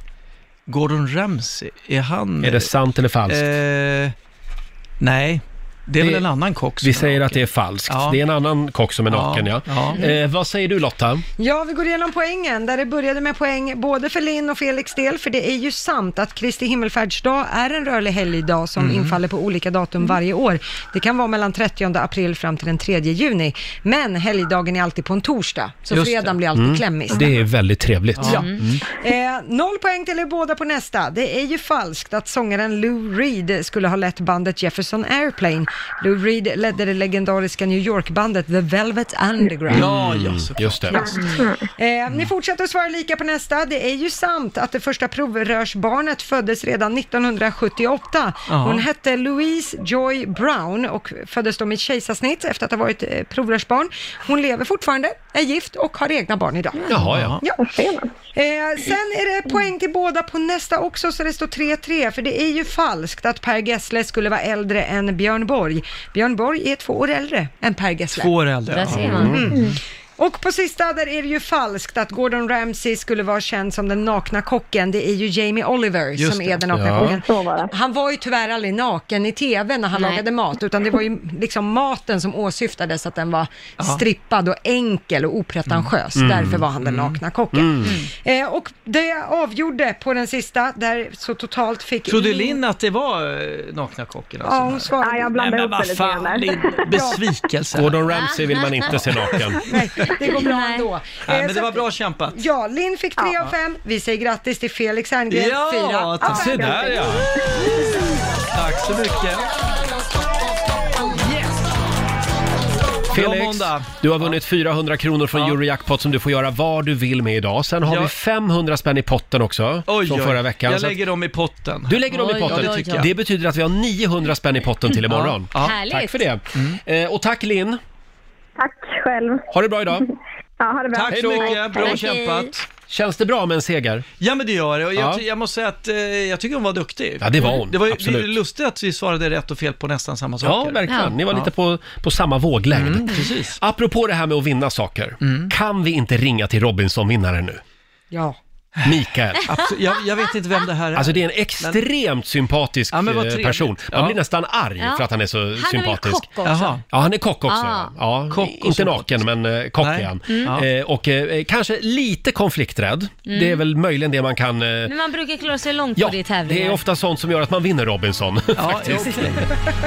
Speaker 11: Gordon Ramsay, är han...
Speaker 1: Är det sant eller falskt?
Speaker 11: Eh, nej, det är
Speaker 1: Det-
Speaker 11: väl en annan kock som
Speaker 1: Vi
Speaker 11: är
Speaker 1: säger att
Speaker 11: naken.
Speaker 1: det är falskt.
Speaker 11: Ja.
Speaker 1: Det är en annan kock som är naken, ja.
Speaker 11: ja.
Speaker 1: Eh, vad säger du Lotta?
Speaker 2: Ja, vi går igenom poängen, där det började med poäng både för Linn och Felix del, för det är ju sant att Kristi himmelfärdsdag är en rörlig helgdag som
Speaker 13: Mm.
Speaker 2: infaller på olika datum varje år. Det kan vara mellan 30 april fram till den 3 juni, men helgdagen är alltid på en torsdag, så
Speaker 1: Just det.
Speaker 2: fredagen blir alltid
Speaker 1: Mm.
Speaker 2: klämmis.
Speaker 1: Det är väldigt trevligt.
Speaker 2: Ja.
Speaker 1: Mm.
Speaker 2: Eh, noll poäng till er båda på nästa. Det är ju falskt att sångaren Lou Reed skulle ha lett bandet Jefferson Airplane. Lou Reed ledde det legendariska New York-bandet The Velvet Underground.
Speaker 11: Ja, ja, såklart.
Speaker 1: Just det.
Speaker 2: Eh, ni fortsätter att svara lika på nästa. Det är ju sant att det första provrörsbarnet föddes redan 1978.
Speaker 13: Ja.
Speaker 2: Hon hette Louise Joy Brown och föddes då med kejsarsnitt efter att ha varit eh, provrörsbarn. Hon lever fortfarande, är gift och har egna barn idag.
Speaker 1: Jaha, ja.
Speaker 2: ja. Eh, sen är det poäng till båda på nästa också, så det står 3-3, för det är ju falskt att Per Gessle skulle vara äldre än Björn Borg. Björn Borg är två år äldre än Per Gessle.
Speaker 11: Två år äldre.
Speaker 2: Där
Speaker 11: ja.
Speaker 2: ser man. Mm. Och på sista där är det ju falskt att Gordon Ramsay skulle vara känd som den nakna kocken. Det är ju Jamie Oliver
Speaker 13: Just
Speaker 2: som
Speaker 13: det.
Speaker 2: är den nakna
Speaker 13: Ja.
Speaker 2: kocken.
Speaker 13: Så var det.
Speaker 2: Han var ju tyvärr aldrig naken i tv när han
Speaker 13: Nej.
Speaker 2: lagade mat, utan det var ju liksom maten som åsyftades, att den var
Speaker 13: Ja.
Speaker 2: strippad och enkel och opretentiös.
Speaker 13: Mm.
Speaker 2: Därför var han den
Speaker 13: Mm.
Speaker 2: nakna kocken.
Speaker 13: Mm.
Speaker 2: Eh, och det avgjorde på den sista, där så totalt fick...
Speaker 11: Trodde Linn att det var eh, nakna kocken?
Speaker 2: Ja,
Speaker 11: Alltså?
Speaker 2: hon svarade. Ja, jag
Speaker 11: Nej, men vad fan, Linn. *laughs* Besvikelse.
Speaker 1: Gordon Ramsay vill man inte se naken.
Speaker 2: Nej, det går bra ändå.
Speaker 11: Nej,
Speaker 2: Eh,
Speaker 11: men
Speaker 2: så
Speaker 11: det var
Speaker 2: att-
Speaker 11: bra kämpat.
Speaker 2: Ja, Linn fick 3 av 5. Vi säger grattis till Felix Herngren, 4
Speaker 11: Ja,
Speaker 2: av
Speaker 11: tack.
Speaker 2: 5.
Speaker 11: Se där, ja. Tack så mycket. Bra
Speaker 1: Felix,
Speaker 11: måndag.
Speaker 1: du har vunnit 400 kronor från Eurojackpot som du får göra vad du vill med idag. Sen har
Speaker 11: Ja.
Speaker 1: vi 500 spänn i potten också,
Speaker 11: Oj,
Speaker 1: från
Speaker 11: oj.
Speaker 1: förra veckan.
Speaker 11: Jag
Speaker 1: Så att-
Speaker 11: lägger dem i potten.
Speaker 1: Du lägger dem i potten.
Speaker 11: Ja, det tycker jag.
Speaker 1: Det betyder att vi har 900 spänn i potten till imorgon.
Speaker 11: Ja. Mm.
Speaker 9: Härligt.
Speaker 1: Tack för det. Eh, och tack Linn.
Speaker 9: Tack själv.
Speaker 1: Ha det bra idag.
Speaker 9: Ja, ha det bra.
Speaker 11: Tack så mycket, bra kämpat.
Speaker 1: Känns det bra med en seger?
Speaker 11: Ja men det gör det och jag,
Speaker 1: Ja.
Speaker 11: ty- jag måste säga att eh, jag tycker hon var duktig.
Speaker 1: Ja, det var hon,
Speaker 11: Det var ju det är
Speaker 1: absolut.
Speaker 11: ju lustigt att vi svarade rätt och fel på nästan samma saker.
Speaker 1: Ja, verkligen. Ni var lite på, på samma våglängd.
Speaker 11: Mm,
Speaker 1: precis. Apropå det här med att vinna saker. Kan vi inte ringa till Robinson-vinnaren nu?
Speaker 2: Ja.
Speaker 1: Mikael.
Speaker 11: *sighs* Absolut. Jag, jag vet inte vem det här är.
Speaker 1: Alltså det är en extremt sympatisk
Speaker 11: Ja, men vad
Speaker 1: eh,
Speaker 11: trevligt.
Speaker 1: person. Man
Speaker 11: Ja.
Speaker 1: blir nästan arg
Speaker 11: Ja.
Speaker 1: för att han är så
Speaker 11: Han är väl
Speaker 1: sympatisk.
Speaker 11: kock också? Jaha.
Speaker 1: Ja, han är kock också.
Speaker 11: Ah.
Speaker 1: Ja. Ja,
Speaker 11: Kock och
Speaker 1: inte
Speaker 11: sympatisk.
Speaker 1: naken, men eh, kock
Speaker 11: Nej.
Speaker 1: är han.
Speaker 11: Mm. Ja.
Speaker 1: Eh, och eh, kanske lite konflikträdd.
Speaker 3: Mm.
Speaker 1: Det är väl möjligen det man kan... Eh,
Speaker 3: Men man brukar klara sig långt
Speaker 1: Ja,
Speaker 3: på det i
Speaker 1: det
Speaker 3: tävlingar.
Speaker 1: är ofta sånt som gör att man vinner Robinson. *laughs*
Speaker 3: *laughs*
Speaker 1: faktiskt.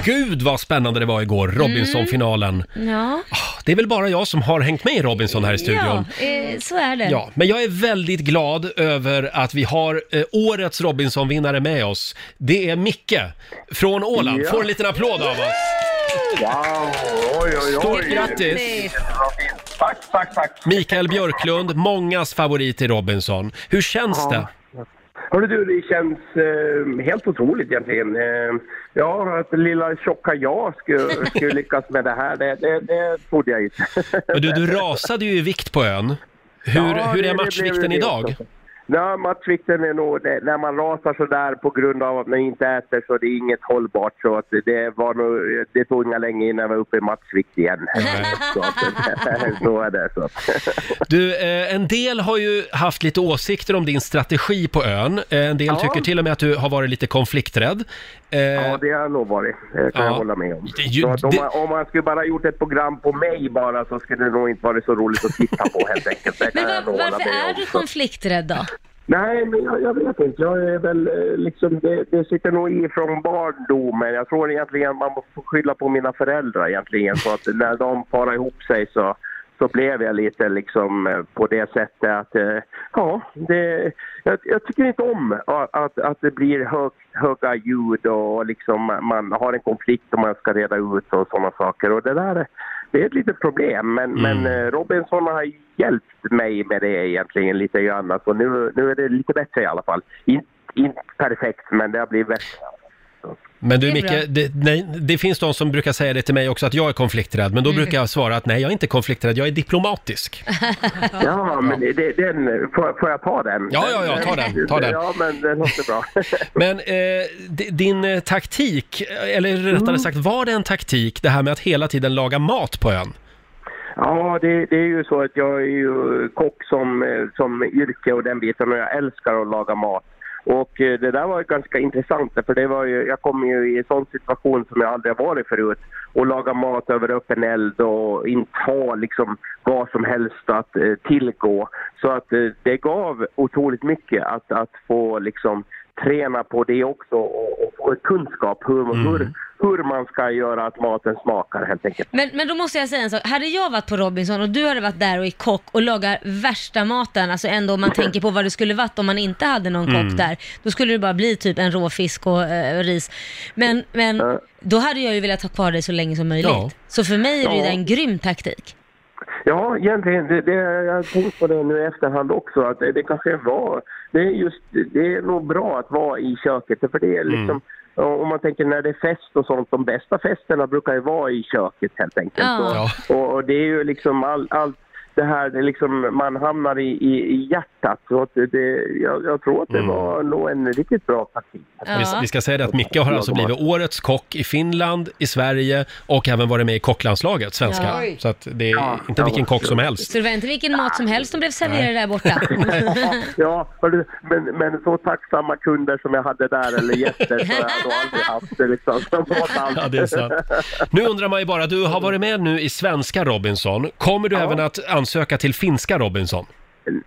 Speaker 1: Gud vad spännande det var igår, Robinson-finalen.
Speaker 3: Ja,
Speaker 1: Det är väl bara jag som har hängt med i Robinson här i studion.
Speaker 3: Mm. ja eh, så är det.
Speaker 1: Ja, men jag är väldigt glad över att vi har eh, årets Robinson-vinnare med oss. Det är Micke från Åland.
Speaker 14: Ja.
Speaker 1: Får en liten applåd av oss.
Speaker 14: Wow, oj, oj, oj.
Speaker 1: Stort grattis.
Speaker 14: Vad fint. Tack, tack, tack.
Speaker 1: Mikael Björklund, mångas favorit i Robinson. Hur känns
Speaker 14: Ja.
Speaker 1: det?
Speaker 14: Hörru du, det känns eh, helt otroligt egentligen. Eh, ja, att lilla tjocka jag skulle, skulle lyckas med det här, det, det, det trodde jag inte. *laughs*
Speaker 1: Men Du, du rasade ju i vikt på ön.
Speaker 14: Ja,
Speaker 1: Hur, hur
Speaker 14: det-
Speaker 1: är
Speaker 14: det blev
Speaker 1: matchvikten
Speaker 14: ju det
Speaker 1: idag?
Speaker 14: också. Nej, matchvikten är nog, det, när man rasar så där på grund av att man inte äter så det är inget hållbart. Så att det, var nog, det tog inga länge innan jag var uppe i matchvikt igen. *laughs* så, att- så är det. Så.
Speaker 1: Du, eh, en del har ju haft lite åsikter om din strategi på ön. Eh, En del
Speaker 14: Ja.
Speaker 1: tycker till och med att du har varit lite konflikträdd. Eh,
Speaker 14: Ja, det har jag nog varit. Det kan
Speaker 1: Ja.
Speaker 14: jag hålla med om.
Speaker 1: Det är ju-
Speaker 14: så att om,
Speaker 1: det-
Speaker 14: man, om man skulle bara gjort ett program på mig bara så skulle det nog inte varit så roligt att titta på helt enkelt. Det kan
Speaker 3: Men
Speaker 14: jag
Speaker 3: var,
Speaker 14: nog hålla
Speaker 3: varför
Speaker 14: med
Speaker 3: är
Speaker 14: om.
Speaker 3: du
Speaker 14: Så-
Speaker 3: konflikträdd då?
Speaker 14: Nej, men jag, jag vet inte. Jag är väl eh, liksom, det, det sitter nog i från barndomen. Jag tror egentligen man får skylla på mina föräldrar egentligen. För att när de parade ihop sig så, så blev jag lite liksom eh, på det sättet att eh, ja, det, jag, jag tycker inte om a- att, att det blir hög, höga ljud och liksom man har en konflikt och man ska reda ut och sådana saker. Och det där det är ett litet problem, men, men eh, Robinson har hjälpt mig med det egentligen lite grann. Så nu, nu är det lite bättre i alla fall. Inte inte perfekt, men det har blivit
Speaker 1: *laughs*
Speaker 14: bättre.
Speaker 1: Men du
Speaker 14: Det är
Speaker 1: Micke,
Speaker 14: bra.
Speaker 1: det, nej, det finns de som brukar säga det till mig också att jag är konflikträdd, men då
Speaker 14: Mm.
Speaker 1: brukar jag svara att nej, jag är inte konflikträdd, jag är
Speaker 14: *laughs*
Speaker 1: diplomatisk.
Speaker 14: Ja, men det, det, den, får, får jag ta den?
Speaker 1: Ja, ja, ja, ta den, ta den.
Speaker 14: Ja, men den låter bra.
Speaker 1: Men eh, di- din eh, taktik, eller
Speaker 14: Mm.
Speaker 1: rättare sagt, var det en taktik det här med att hela tiden laga mat på ön?
Speaker 14: Ja, det, det är ju så att jag är ju kock som, eh, som yrke och den biten och jag älskar att laga mat. Och eh, det där var ju ganska intressant för det var ju, jag kom ju i en sån situation som jag aldrig har varit förut. Och laga mat över öppen eld och inte ha liksom vad som helst att eh, tillgå. Så att eh, det gav otroligt mycket att, att få liksom träna på det också och, och få kunskap hur, hur, hur man ska göra att maten smakar helt enkelt.
Speaker 3: Men, men då måste jag säga en sak. Hade jag varit på Robinson och du hade varit där och är kock och lagar värsta maten, alltså ändå om man tänker på vad det skulle varit om man inte hade någon kock
Speaker 5: Mm.
Speaker 3: där, då skulle det bara bli typ en råfisk och eh, ris. Men, men då hade jag ju velat ha kvar dig så länge som möjligt.
Speaker 14: Ja.
Speaker 3: Så för mig är det ju
Speaker 14: Ja.
Speaker 3: en grym taktik.
Speaker 14: Ja, egentligen. Det, det, jag har tänkt på det nu i efterhand också. Att det, det kanske var... Det är, just, det är nog bra att vara i köket. För det är liksom, Om man tänker när det är fest och sånt. De bästa festerna brukar ju vara i köket helt enkelt.
Speaker 5: Ja.
Speaker 14: Och, och, och det är ju liksom all, allt det här, det är liksom, man hamnar i, i, i hjärtat. Så att det, det, jag, jag tror att det var nog en riktigt bra taktik.
Speaker 1: Vi, vi ska säga det att Micke har alltså blivit årets kock i Finland, i Sverige och även varit med i kocklandslaget, svenska.
Speaker 3: Ja.
Speaker 1: Så att det är inte vilken kock som helst.
Speaker 3: Så det var inte vilken mat som helst som blev serverad där borta.
Speaker 14: *laughs* Ja, hörru, men, men så tacksamma kunder som jag hade där, eller gäster, så har jag nog aldrig haft det liksom. *laughs* Som var allt.
Speaker 1: Ja, det är sant. Nu undrar man ju bara, du har varit med nu i svenska Robinson. Kommer du även att ansöka till finska Robinson?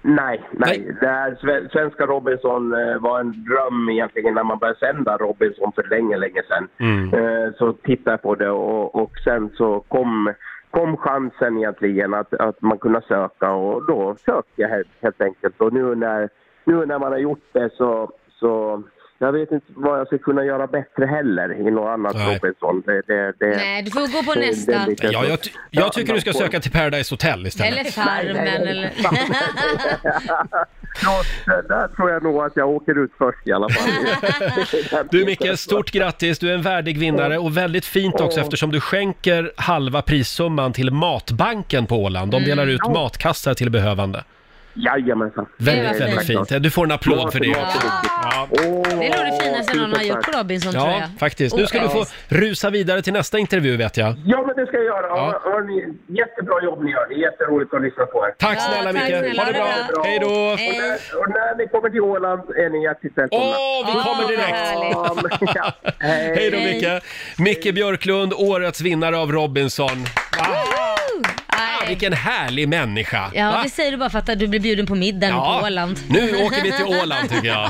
Speaker 14: Nej, nej. Det här sve- svenska Robinson eh, var en dröm egentligen när man började sända Robinson för länge, länge sedan.
Speaker 1: Mm.
Speaker 14: Eh, Så tittade jag på det och, och sen så kom, kom chansen egentligen att, att man kunde söka och då sökte jag helt, helt enkelt. Och nu när, nu när man har gjort det så, så jag vet inte vad jag ska kunna göra bättre heller i något annat Robinson. Det, det, det,
Speaker 3: Nej, du får gå på
Speaker 14: det- det är
Speaker 3: nästa.
Speaker 14: lite
Speaker 1: Ja,
Speaker 14: så-
Speaker 1: jag, ty- jag tycker du ska
Speaker 14: man får-
Speaker 1: söka till Paradise Hotel istället.
Speaker 3: Eller Farmen eller... *laughs*
Speaker 14: *laughs* Ja, Där tror jag nog att jag åker ut först i
Speaker 3: *laughs*
Speaker 14: alla fall.
Speaker 1: Du Micke, stort grattis! Du är en värdig vinnare och väldigt fint också eftersom du skänker halva prissumman till Matbanken på Åland. De delar ut
Speaker 14: Mm.
Speaker 1: matkassar till behövande.
Speaker 14: Jajamensan.
Speaker 1: Väldigt, väldigt fint. Du får en applåd för det. Ja.
Speaker 3: Det är nog det finaste någon har
Speaker 14: Tusen
Speaker 3: gjort
Speaker 14: tack.
Speaker 3: på Robinson tror
Speaker 1: Ja,
Speaker 3: jag.
Speaker 1: faktiskt. Nu ska du få rusa vidare till nästa intervju vet jag.
Speaker 14: Ja, men det ska jag göra. Hör, hör ni, jättebra jobb ni gör. Det är jätteroligt att lyssna på er.
Speaker 1: Tack
Speaker 14: tack
Speaker 1: snälla, Micke.
Speaker 14: snälla.
Speaker 1: Ha det bra. Hej då.
Speaker 14: Och när, och när ni kommer till Åland är ni hjärtligt välkomna.
Speaker 1: Åh, vi kommer direkt.
Speaker 14: Ja,
Speaker 1: Hej, då Micke! Micke Björklund, årets vinnare av Robinson. Ah, vilken härlig människa!
Speaker 3: Ja,
Speaker 1: Va?
Speaker 3: det säger du bara för att du blir bjuden på middagen
Speaker 1: Ja,
Speaker 3: på Åland.
Speaker 1: Nu åker vi till Åland tycker jag.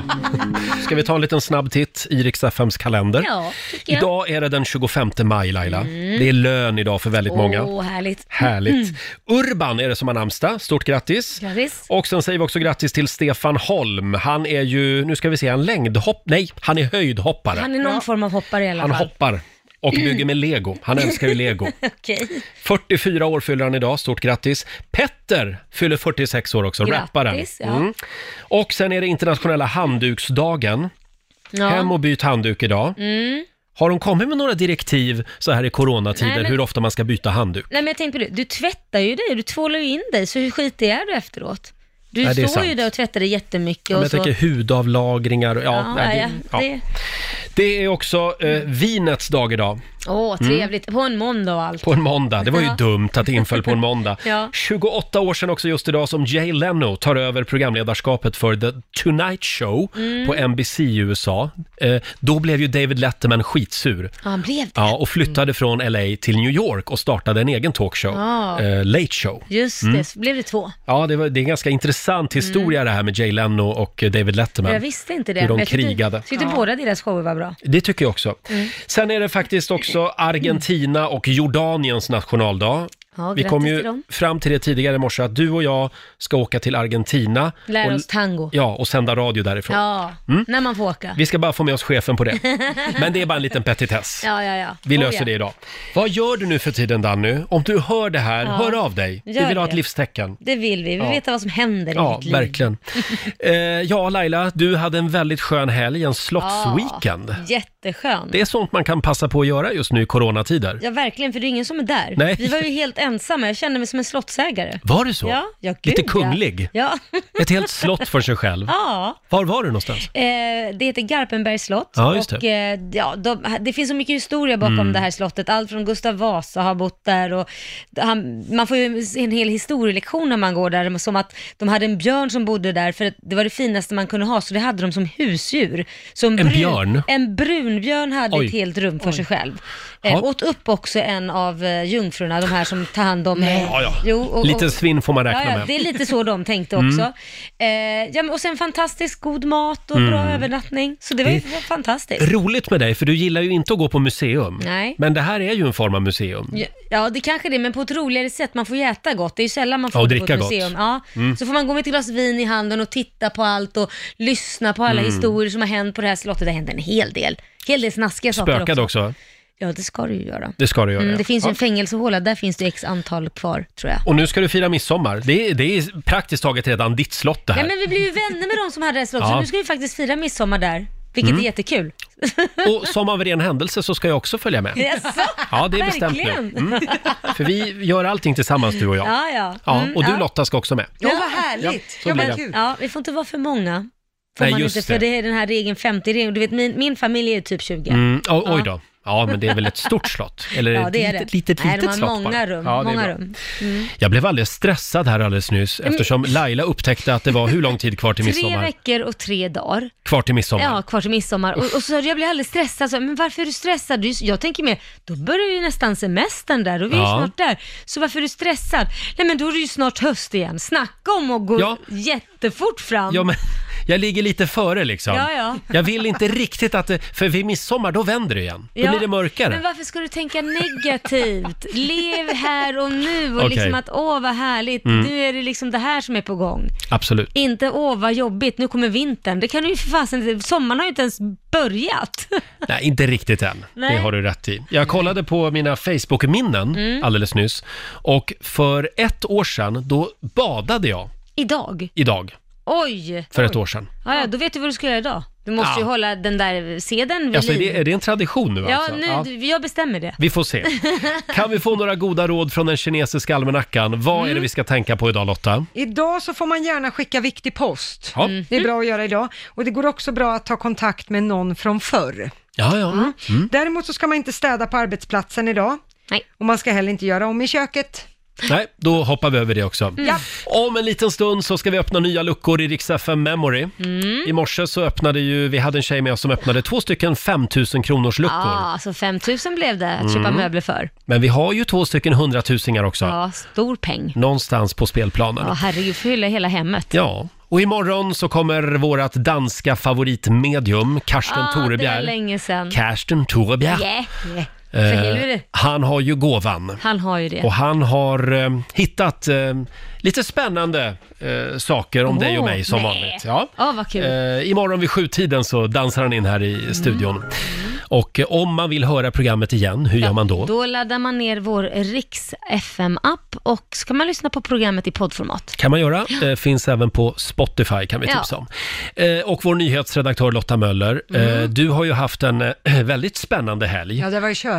Speaker 1: Ska vi ta en liten snabb titt i Rix FMs kalender?
Speaker 3: *laughs* Ja, tycker jag.
Speaker 1: Idag är det den 25 maj Laila.
Speaker 3: Mm.
Speaker 1: Det är lön idag för väldigt många.
Speaker 3: Åh, härligt.
Speaker 1: Härligt.
Speaker 3: Mm.
Speaker 1: Urban är det som har namnsdag. Stort grattis.
Speaker 3: Grattis.
Speaker 1: Och sen säger vi också grattis till Stefan Holm. Han är ju, nu ska vi se, en längdhopp... Nej, han är höjdhoppare.
Speaker 3: Han är någon form av hoppare i alla
Speaker 1: Han
Speaker 3: fall.
Speaker 1: hoppar och bygger med lego. Han älskar
Speaker 3: *laughs*
Speaker 1: ju lego.
Speaker 3: Okej.
Speaker 1: 44 år fyller han idag, stort grattis. Petter fyller 46 år också,
Speaker 3: Grattis,
Speaker 1: rapparen. Mm.
Speaker 3: ja.
Speaker 1: Och sen är det internationella handduksdagen.
Speaker 3: Ja.
Speaker 1: Hem och byt handduk idag.
Speaker 3: Mm.
Speaker 1: Har de kommit med några direktiv så här i coronatider
Speaker 3: Nej, men-
Speaker 1: hur ofta man ska byta handduk?
Speaker 3: Nej men jag tänkte på det, du tvättar ju dig, du tvålar ju in dig, så hur skitig är du efteråt? Du
Speaker 1: Nej, det är
Speaker 3: står ju
Speaker 1: sant.
Speaker 3: där och tvättar dig jättemycket
Speaker 1: Men
Speaker 3: och
Speaker 1: jag
Speaker 3: så.
Speaker 1: tänker hudavlagringar och, ja,
Speaker 3: Ja,
Speaker 1: nej,
Speaker 3: ja,
Speaker 1: det, ja.
Speaker 3: det-
Speaker 1: det är också eh,
Speaker 3: Mm.
Speaker 1: vinets dag idag.
Speaker 3: Åh,
Speaker 1: Mm.
Speaker 3: trevligt. På en måndag och allt.
Speaker 1: På en måndag. Det var ju
Speaker 3: Ja.
Speaker 1: dumt att det inföll på en måndag.
Speaker 3: *laughs* Ja.
Speaker 1: 28 år sedan också just idag som Jay Leno tar över programledarskapet för The Tonight Show
Speaker 3: Mm.
Speaker 1: på NBC i USA. Eh, då blev ju David Letterman skitsur.
Speaker 3: Ja, han blev det.
Speaker 1: Ja, och flyttade
Speaker 3: Mm.
Speaker 1: från LA till New York och startade en egen talkshow,
Speaker 3: Ja.
Speaker 1: eh, Late Show.
Speaker 3: Just
Speaker 1: Mm.
Speaker 3: det, Mm. så blev det två.
Speaker 1: Ja, det, var, det är en ganska intressant historia det här med Jay Leno och eh, David Letterman.
Speaker 3: jag visste inte det.
Speaker 1: Hur de
Speaker 3: men jag tyckte-
Speaker 1: krigade.
Speaker 3: Tyckte båda deras shower var bra.
Speaker 1: Det tycker jag också.
Speaker 3: Mm.
Speaker 1: Sen är det faktiskt också Argentina och Jordaniens nationaldag.
Speaker 3: Ja,
Speaker 1: Vi
Speaker 3: grattis
Speaker 1: kom
Speaker 3: till
Speaker 1: ju
Speaker 3: dem.
Speaker 1: fram till det tidigare i morse att du och jag ska åka till Argentina
Speaker 3: Lära
Speaker 1: och,
Speaker 3: oss tango.
Speaker 1: ja, och sända radio därifrån.
Speaker 3: Ja,
Speaker 1: Mm.
Speaker 3: när man får åka.
Speaker 1: Vi ska bara få med oss chefen på det. Men det är bara en liten petitess.
Speaker 3: *laughs* Ja, ja, ja.
Speaker 1: Vi
Speaker 3: Oh,
Speaker 1: löser
Speaker 3: ja.
Speaker 1: det idag. Vad gör du nu för tiden Danny? Om du hör det här,
Speaker 3: Ja.
Speaker 1: hör av dig. Vi
Speaker 3: Gör
Speaker 1: vill ha ett
Speaker 3: det.
Speaker 1: livstecken.
Speaker 3: Det vill vi. Vi
Speaker 1: Ja.
Speaker 3: vill veta vad som händer i
Speaker 1: Ja,
Speaker 3: ditt liv. *laughs*
Speaker 1: verkligen. Eh, ja, Laila, du hade en väldigt skön helg, en slottsweekend.
Speaker 3: Ja, jätteskön.
Speaker 1: Det är sånt man kan passa på att göra just nu i coronatider.
Speaker 3: Ja, verkligen, för det är ingen som är där.
Speaker 1: Nej.
Speaker 3: Vi var ju helt ensam, jag kände mig som en slottsägare.
Speaker 1: Var det så?
Speaker 3: Ja, ja gud,
Speaker 1: Lite
Speaker 3: ja.
Speaker 1: kunglig.
Speaker 3: Ja.
Speaker 1: *laughs* Ett helt slott för sig själv.
Speaker 3: *laughs* Ja.
Speaker 1: Var var du någonstans?
Speaker 3: Eh, det heter Garpenbergs slott.
Speaker 1: Ja, just det.
Speaker 3: Och, eh, ja, de, det finns så mycket historia bakom
Speaker 1: Mm.
Speaker 3: det här slottet. Allt från Gustav Vasa har bott där och han, man får ju en hel historielektion när man går där. Som att de hade en björn som bodde där för att det var det finaste man kunde ha, så det hade de som husdjur. Så
Speaker 1: En björn?
Speaker 3: En brunbjörn hade
Speaker 1: Oj.
Speaker 3: ett helt rum för sig själv.
Speaker 1: Ja.
Speaker 3: Eh, åt upp också en av eh, jungfrurna, de här som tar hand om... Nej.
Speaker 1: Ja, ja.
Speaker 3: Jo, och, och,
Speaker 1: Liten svinn får man räkna
Speaker 3: ja, ja,
Speaker 1: med.
Speaker 3: Det är lite så de tänkte
Speaker 1: Mm.
Speaker 3: också. Eh, ja, men, och sen fantastiskt god mat och bra
Speaker 1: Mm.
Speaker 3: övernattning. Så det var ju
Speaker 1: Det-
Speaker 3: var fantastiskt.
Speaker 1: Roligt med dig, för du gillar ju inte att gå på museum.
Speaker 3: Nej.
Speaker 1: Men det här är ju en form av museum.
Speaker 3: Ja, Ja, det kanske det är, men på ett roligare sätt. Man får ju äta gott. Det är ju sällan man får
Speaker 1: Ja, och
Speaker 3: det på ett
Speaker 1: dricka gott.
Speaker 3: museum. Ja.
Speaker 1: Mm.
Speaker 3: Så får man gå med ett glas vin i handen och titta på allt och lyssna på alla
Speaker 1: Mm.
Speaker 3: historier som har hänt på det här slottet. Det har hänt en hel del. Hel del snaskiga saker
Speaker 1: Spökad
Speaker 3: också.
Speaker 1: också.
Speaker 3: Ja, det ska du ju göra.
Speaker 1: Det ska du göra.
Speaker 3: Mm, det
Speaker 1: ja.
Speaker 3: finns ju
Speaker 1: Ja.
Speaker 3: en fängelsehåla, där finns det ju x antal kvar, tror jag.
Speaker 1: Och nu ska du fira midsommar. Det är, det är praktiskt taget redan ditt slott det här.
Speaker 3: Nej, men vi blev ju vänner med de som hade det här slottet,
Speaker 1: Ja.
Speaker 3: så nu ska vi faktiskt fira midsommar där. Vilket
Speaker 1: Mm.
Speaker 3: är jättekul.
Speaker 1: Och som av ren händelse så ska jag också följa med.
Speaker 3: *laughs* Jaså?
Speaker 1: Ja, det är bestämt nu.
Speaker 3: Verkligen?
Speaker 1: Mm. För vi gör allting tillsammans du och jag.
Speaker 3: Ja, ja.
Speaker 1: Ja,
Speaker 3: Mm,
Speaker 1: och du
Speaker 3: ja.
Speaker 1: Lotta ska också med.
Speaker 3: Ja, vad härligt.
Speaker 1: så Ja, blir vad det. kul.
Speaker 3: Ja, vi får inte vara för många. Får
Speaker 1: Nej,
Speaker 3: man
Speaker 1: just
Speaker 3: inte, för
Speaker 1: det.
Speaker 3: det. är den här regeln 50-regeln. Du vet, min, min familj är typ 20.
Speaker 1: Mm, o- oj
Speaker 3: Ja.
Speaker 1: då. Ja, men det är väl ett stort slott? Eller
Speaker 3: Ja,
Speaker 1: ett
Speaker 3: det är
Speaker 1: litet,
Speaker 3: det.
Speaker 1: litet,
Speaker 3: Nej,
Speaker 1: litet
Speaker 3: de har
Speaker 1: slott
Speaker 3: många
Speaker 1: bara.
Speaker 3: rum.
Speaker 1: Ja, det är
Speaker 3: många
Speaker 1: bra.
Speaker 3: rum. Mm.
Speaker 1: Jag blev alldeles stressad här alldeles nyss
Speaker 3: men-
Speaker 1: eftersom Laila upptäckte att det var hur lång tid kvar till
Speaker 3: Tre
Speaker 1: midsommar?
Speaker 3: veckor och tre dagar.
Speaker 1: Kvar till midsommar.
Speaker 3: Ja, kvar till midsommar. Och, och så jag blir alldeles stressad. Så, men varför är du stressad? Du, är så- jag tänker mer, då börjar ju nästan semestern där och vi är
Speaker 1: Ja.
Speaker 3: ju snart där. Så varför är du stressad? Nej men då är det ju snart höst igen. Snacka om att gå
Speaker 1: Ja.
Speaker 3: jättefort fram.
Speaker 1: Ja, men jag ligger lite före liksom.
Speaker 3: Ja, ja.
Speaker 1: Jag vill inte riktigt att det... För vid midsommar, då vänder det igen. Då
Speaker 3: Ja,
Speaker 1: blir det mörkare.
Speaker 3: Men varför ska du tänka negativt?
Speaker 1: *laughs*
Speaker 3: Lev här och nu och
Speaker 1: Okej.
Speaker 3: liksom att åh vad härligt,
Speaker 1: Mm.
Speaker 3: nu är det liksom det här som är på gång.
Speaker 1: Absolut.
Speaker 3: Inte åh vad jobbigt, nu kommer vintern. Det kan du ju för fasen inte, sommaren har ju inte ens börjat. *laughs*
Speaker 1: Nej, inte riktigt än.
Speaker 3: Nej.
Speaker 1: Det har du rätt i. Jag kollade på mina Facebook-minnen
Speaker 3: Mm.
Speaker 1: alldeles nyss. Och för ett år sedan, då badade jag
Speaker 3: Idag?
Speaker 1: idag.
Speaker 3: Oj!
Speaker 1: För ett år sedan.
Speaker 3: Ja, ja, då vet du vad du ska göra idag. Du måste
Speaker 1: Ja.
Speaker 3: ju hålla den där seden vid
Speaker 1: Alltså, är,
Speaker 3: liv.
Speaker 1: det, är det en tradition nu
Speaker 3: Ja,
Speaker 1: alltså?
Speaker 3: nu,
Speaker 1: Ja.
Speaker 3: du- jag bestämmer det.
Speaker 1: Vi
Speaker 3: *laughs*
Speaker 1: får se. Kan vi få några goda råd från den kinesiska almanackan? Vad
Speaker 3: Mm.
Speaker 1: är det vi ska tänka på idag Lotta?
Speaker 2: Idag så får man gärna skicka viktig post. Mm.
Speaker 1: Ja.
Speaker 2: Det är bra att göra idag. Och det går också bra att ta kontakt med någon från förr.
Speaker 1: Ja, ja.
Speaker 2: Mm.
Speaker 1: Mm.
Speaker 2: Däremot så ska man inte städa på arbetsplatsen idag.
Speaker 3: Nej.
Speaker 2: Och man ska heller inte göra om i köket.
Speaker 1: Nej, då hoppar vi över det också.
Speaker 3: Mm.
Speaker 2: Ja.
Speaker 1: Om en liten stund så ska vi öppna nya luckor i Rix FM Memory.
Speaker 3: Mm.
Speaker 1: I morse så öppnade ju, vi hade en tjej med oss som öppnade två stycken 5000
Speaker 3: *laughs*
Speaker 1: kronors
Speaker 3: Ja,
Speaker 1: luckor.
Speaker 3: alltså 5000 blev det att köpa
Speaker 1: Mm.
Speaker 3: möbler för.
Speaker 1: Men vi har ju två stycken hundratusingar också.
Speaker 3: Ja, stor peng.
Speaker 1: Någonstans på spelplanen.
Speaker 3: Ja,
Speaker 1: Ja.
Speaker 3: herregud, fylla hela hemmet.
Speaker 1: Och imorgon så kommer vårt danska favoritmedium, Karsten
Speaker 3: ah, Det är
Speaker 1: Torebjer.
Speaker 3: länge sedan.
Speaker 1: Karsten Torebjer.
Speaker 3: Yeah. yeah. För
Speaker 1: Eh,
Speaker 3: helvete.
Speaker 1: han har ju gåvan.
Speaker 3: Han har ju det.
Speaker 1: Och han har eh, hittat eh, lite spännande eh, saker om
Speaker 3: Åh,
Speaker 1: dig och mig som
Speaker 3: nej.
Speaker 1: vanligt. Ja.
Speaker 3: Ja, vad kul. Mm.
Speaker 1: Eh, imorgon vid sjutiden så dansar han in här i studion. Och eh, om man vill höra programmet igen, hur gör man då?
Speaker 3: Då laddar man ner vår Riks FM-app och så kan man lyssna på programmet i poddformat.
Speaker 1: kan man göra. Eh, finns även på Spotify kan vi
Speaker 3: Ja.
Speaker 1: tipsa om. Eh, och vår nyhetsredaktör Lotta Möller, eh,
Speaker 3: Mm.
Speaker 1: du har ju haft en eh, *clears throat* väldigt spännande helg.
Speaker 2: Ja, det var ju körigt.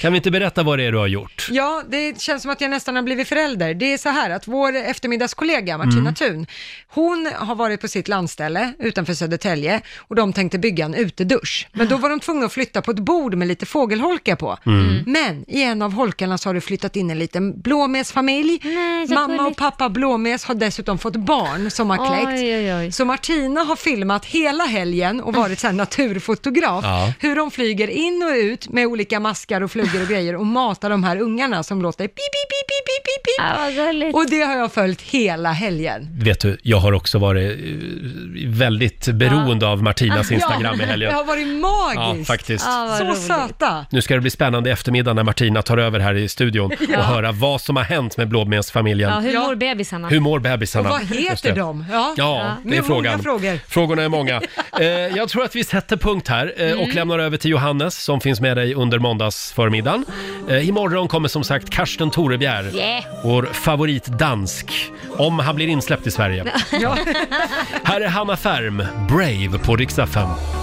Speaker 1: Kan vi inte berätta vad det är du har gjort?
Speaker 2: Ja, det känns som att jag nästan har blivit förälder. Det är så här att vår eftermiddagskollega Martina
Speaker 1: Mm.
Speaker 2: Thun, hon har varit på sitt landställe utanför Södertälje och de tänkte bygga en utedusch. Men då var de tvungna att flytta på ett bord med lite fågelholkar på.
Speaker 5: Mm.
Speaker 2: Men i en av holkarna så har det flyttat in en liten blåmesfamilj.
Speaker 3: så
Speaker 2: Mamma och
Speaker 3: gulligt.
Speaker 2: pappa blåmes har dessutom fått barn som har kläckt.
Speaker 3: Oj, oj, oj.
Speaker 2: Så Martina har filmat hela helgen och varit så här naturfotograf.
Speaker 5: Ja.
Speaker 2: Hur de flyger in och ut med olika maskar och flugor och grejer och matar de här ungarna som låter pip, pip, pip, pip, pip, pip, pip. och det har jag följt hela helgen.
Speaker 1: Vet du, jag har också varit eh, väldigt beroende av Martinas Instagram
Speaker 3: *laughs*
Speaker 2: ja,
Speaker 1: i helgen.
Speaker 2: Det har varit
Speaker 1: Ja,
Speaker 2: magiskt.
Speaker 1: faktiskt.
Speaker 2: Ja, vad så
Speaker 3: roligt.
Speaker 2: söta.
Speaker 1: Nu ska det bli spännande i eftermiddag när Martina tar över här i studion
Speaker 2: Ja.
Speaker 1: och höra vad som har hänt med blåbensfamiljen.
Speaker 3: Ja, hur mår bebisarna?
Speaker 1: Hur mår bebisarna?
Speaker 3: Och vad heter
Speaker 1: Just det.
Speaker 3: de?
Speaker 2: Ja.
Speaker 1: Ja,
Speaker 2: Ja.
Speaker 1: det är
Speaker 2: Många
Speaker 1: frågan.
Speaker 2: frågor.
Speaker 1: Frågorna är många. Eh, jag tror att vi sätter punkt här eh, och
Speaker 2: Mm.
Speaker 1: lämnar över till Johannes som finns med dig under måndagsförmiddagen. Eh, imorgon kommer som sagt Karsten Torebjer,
Speaker 5: Yeah.
Speaker 1: vår favoritdansk,
Speaker 3: *laughs*
Speaker 1: om han blir insläppt i Sverige.
Speaker 5: Ja.
Speaker 1: Här är Hanna Färm, Brave på Rix FM. *laughs*
Speaker 3: *laughs*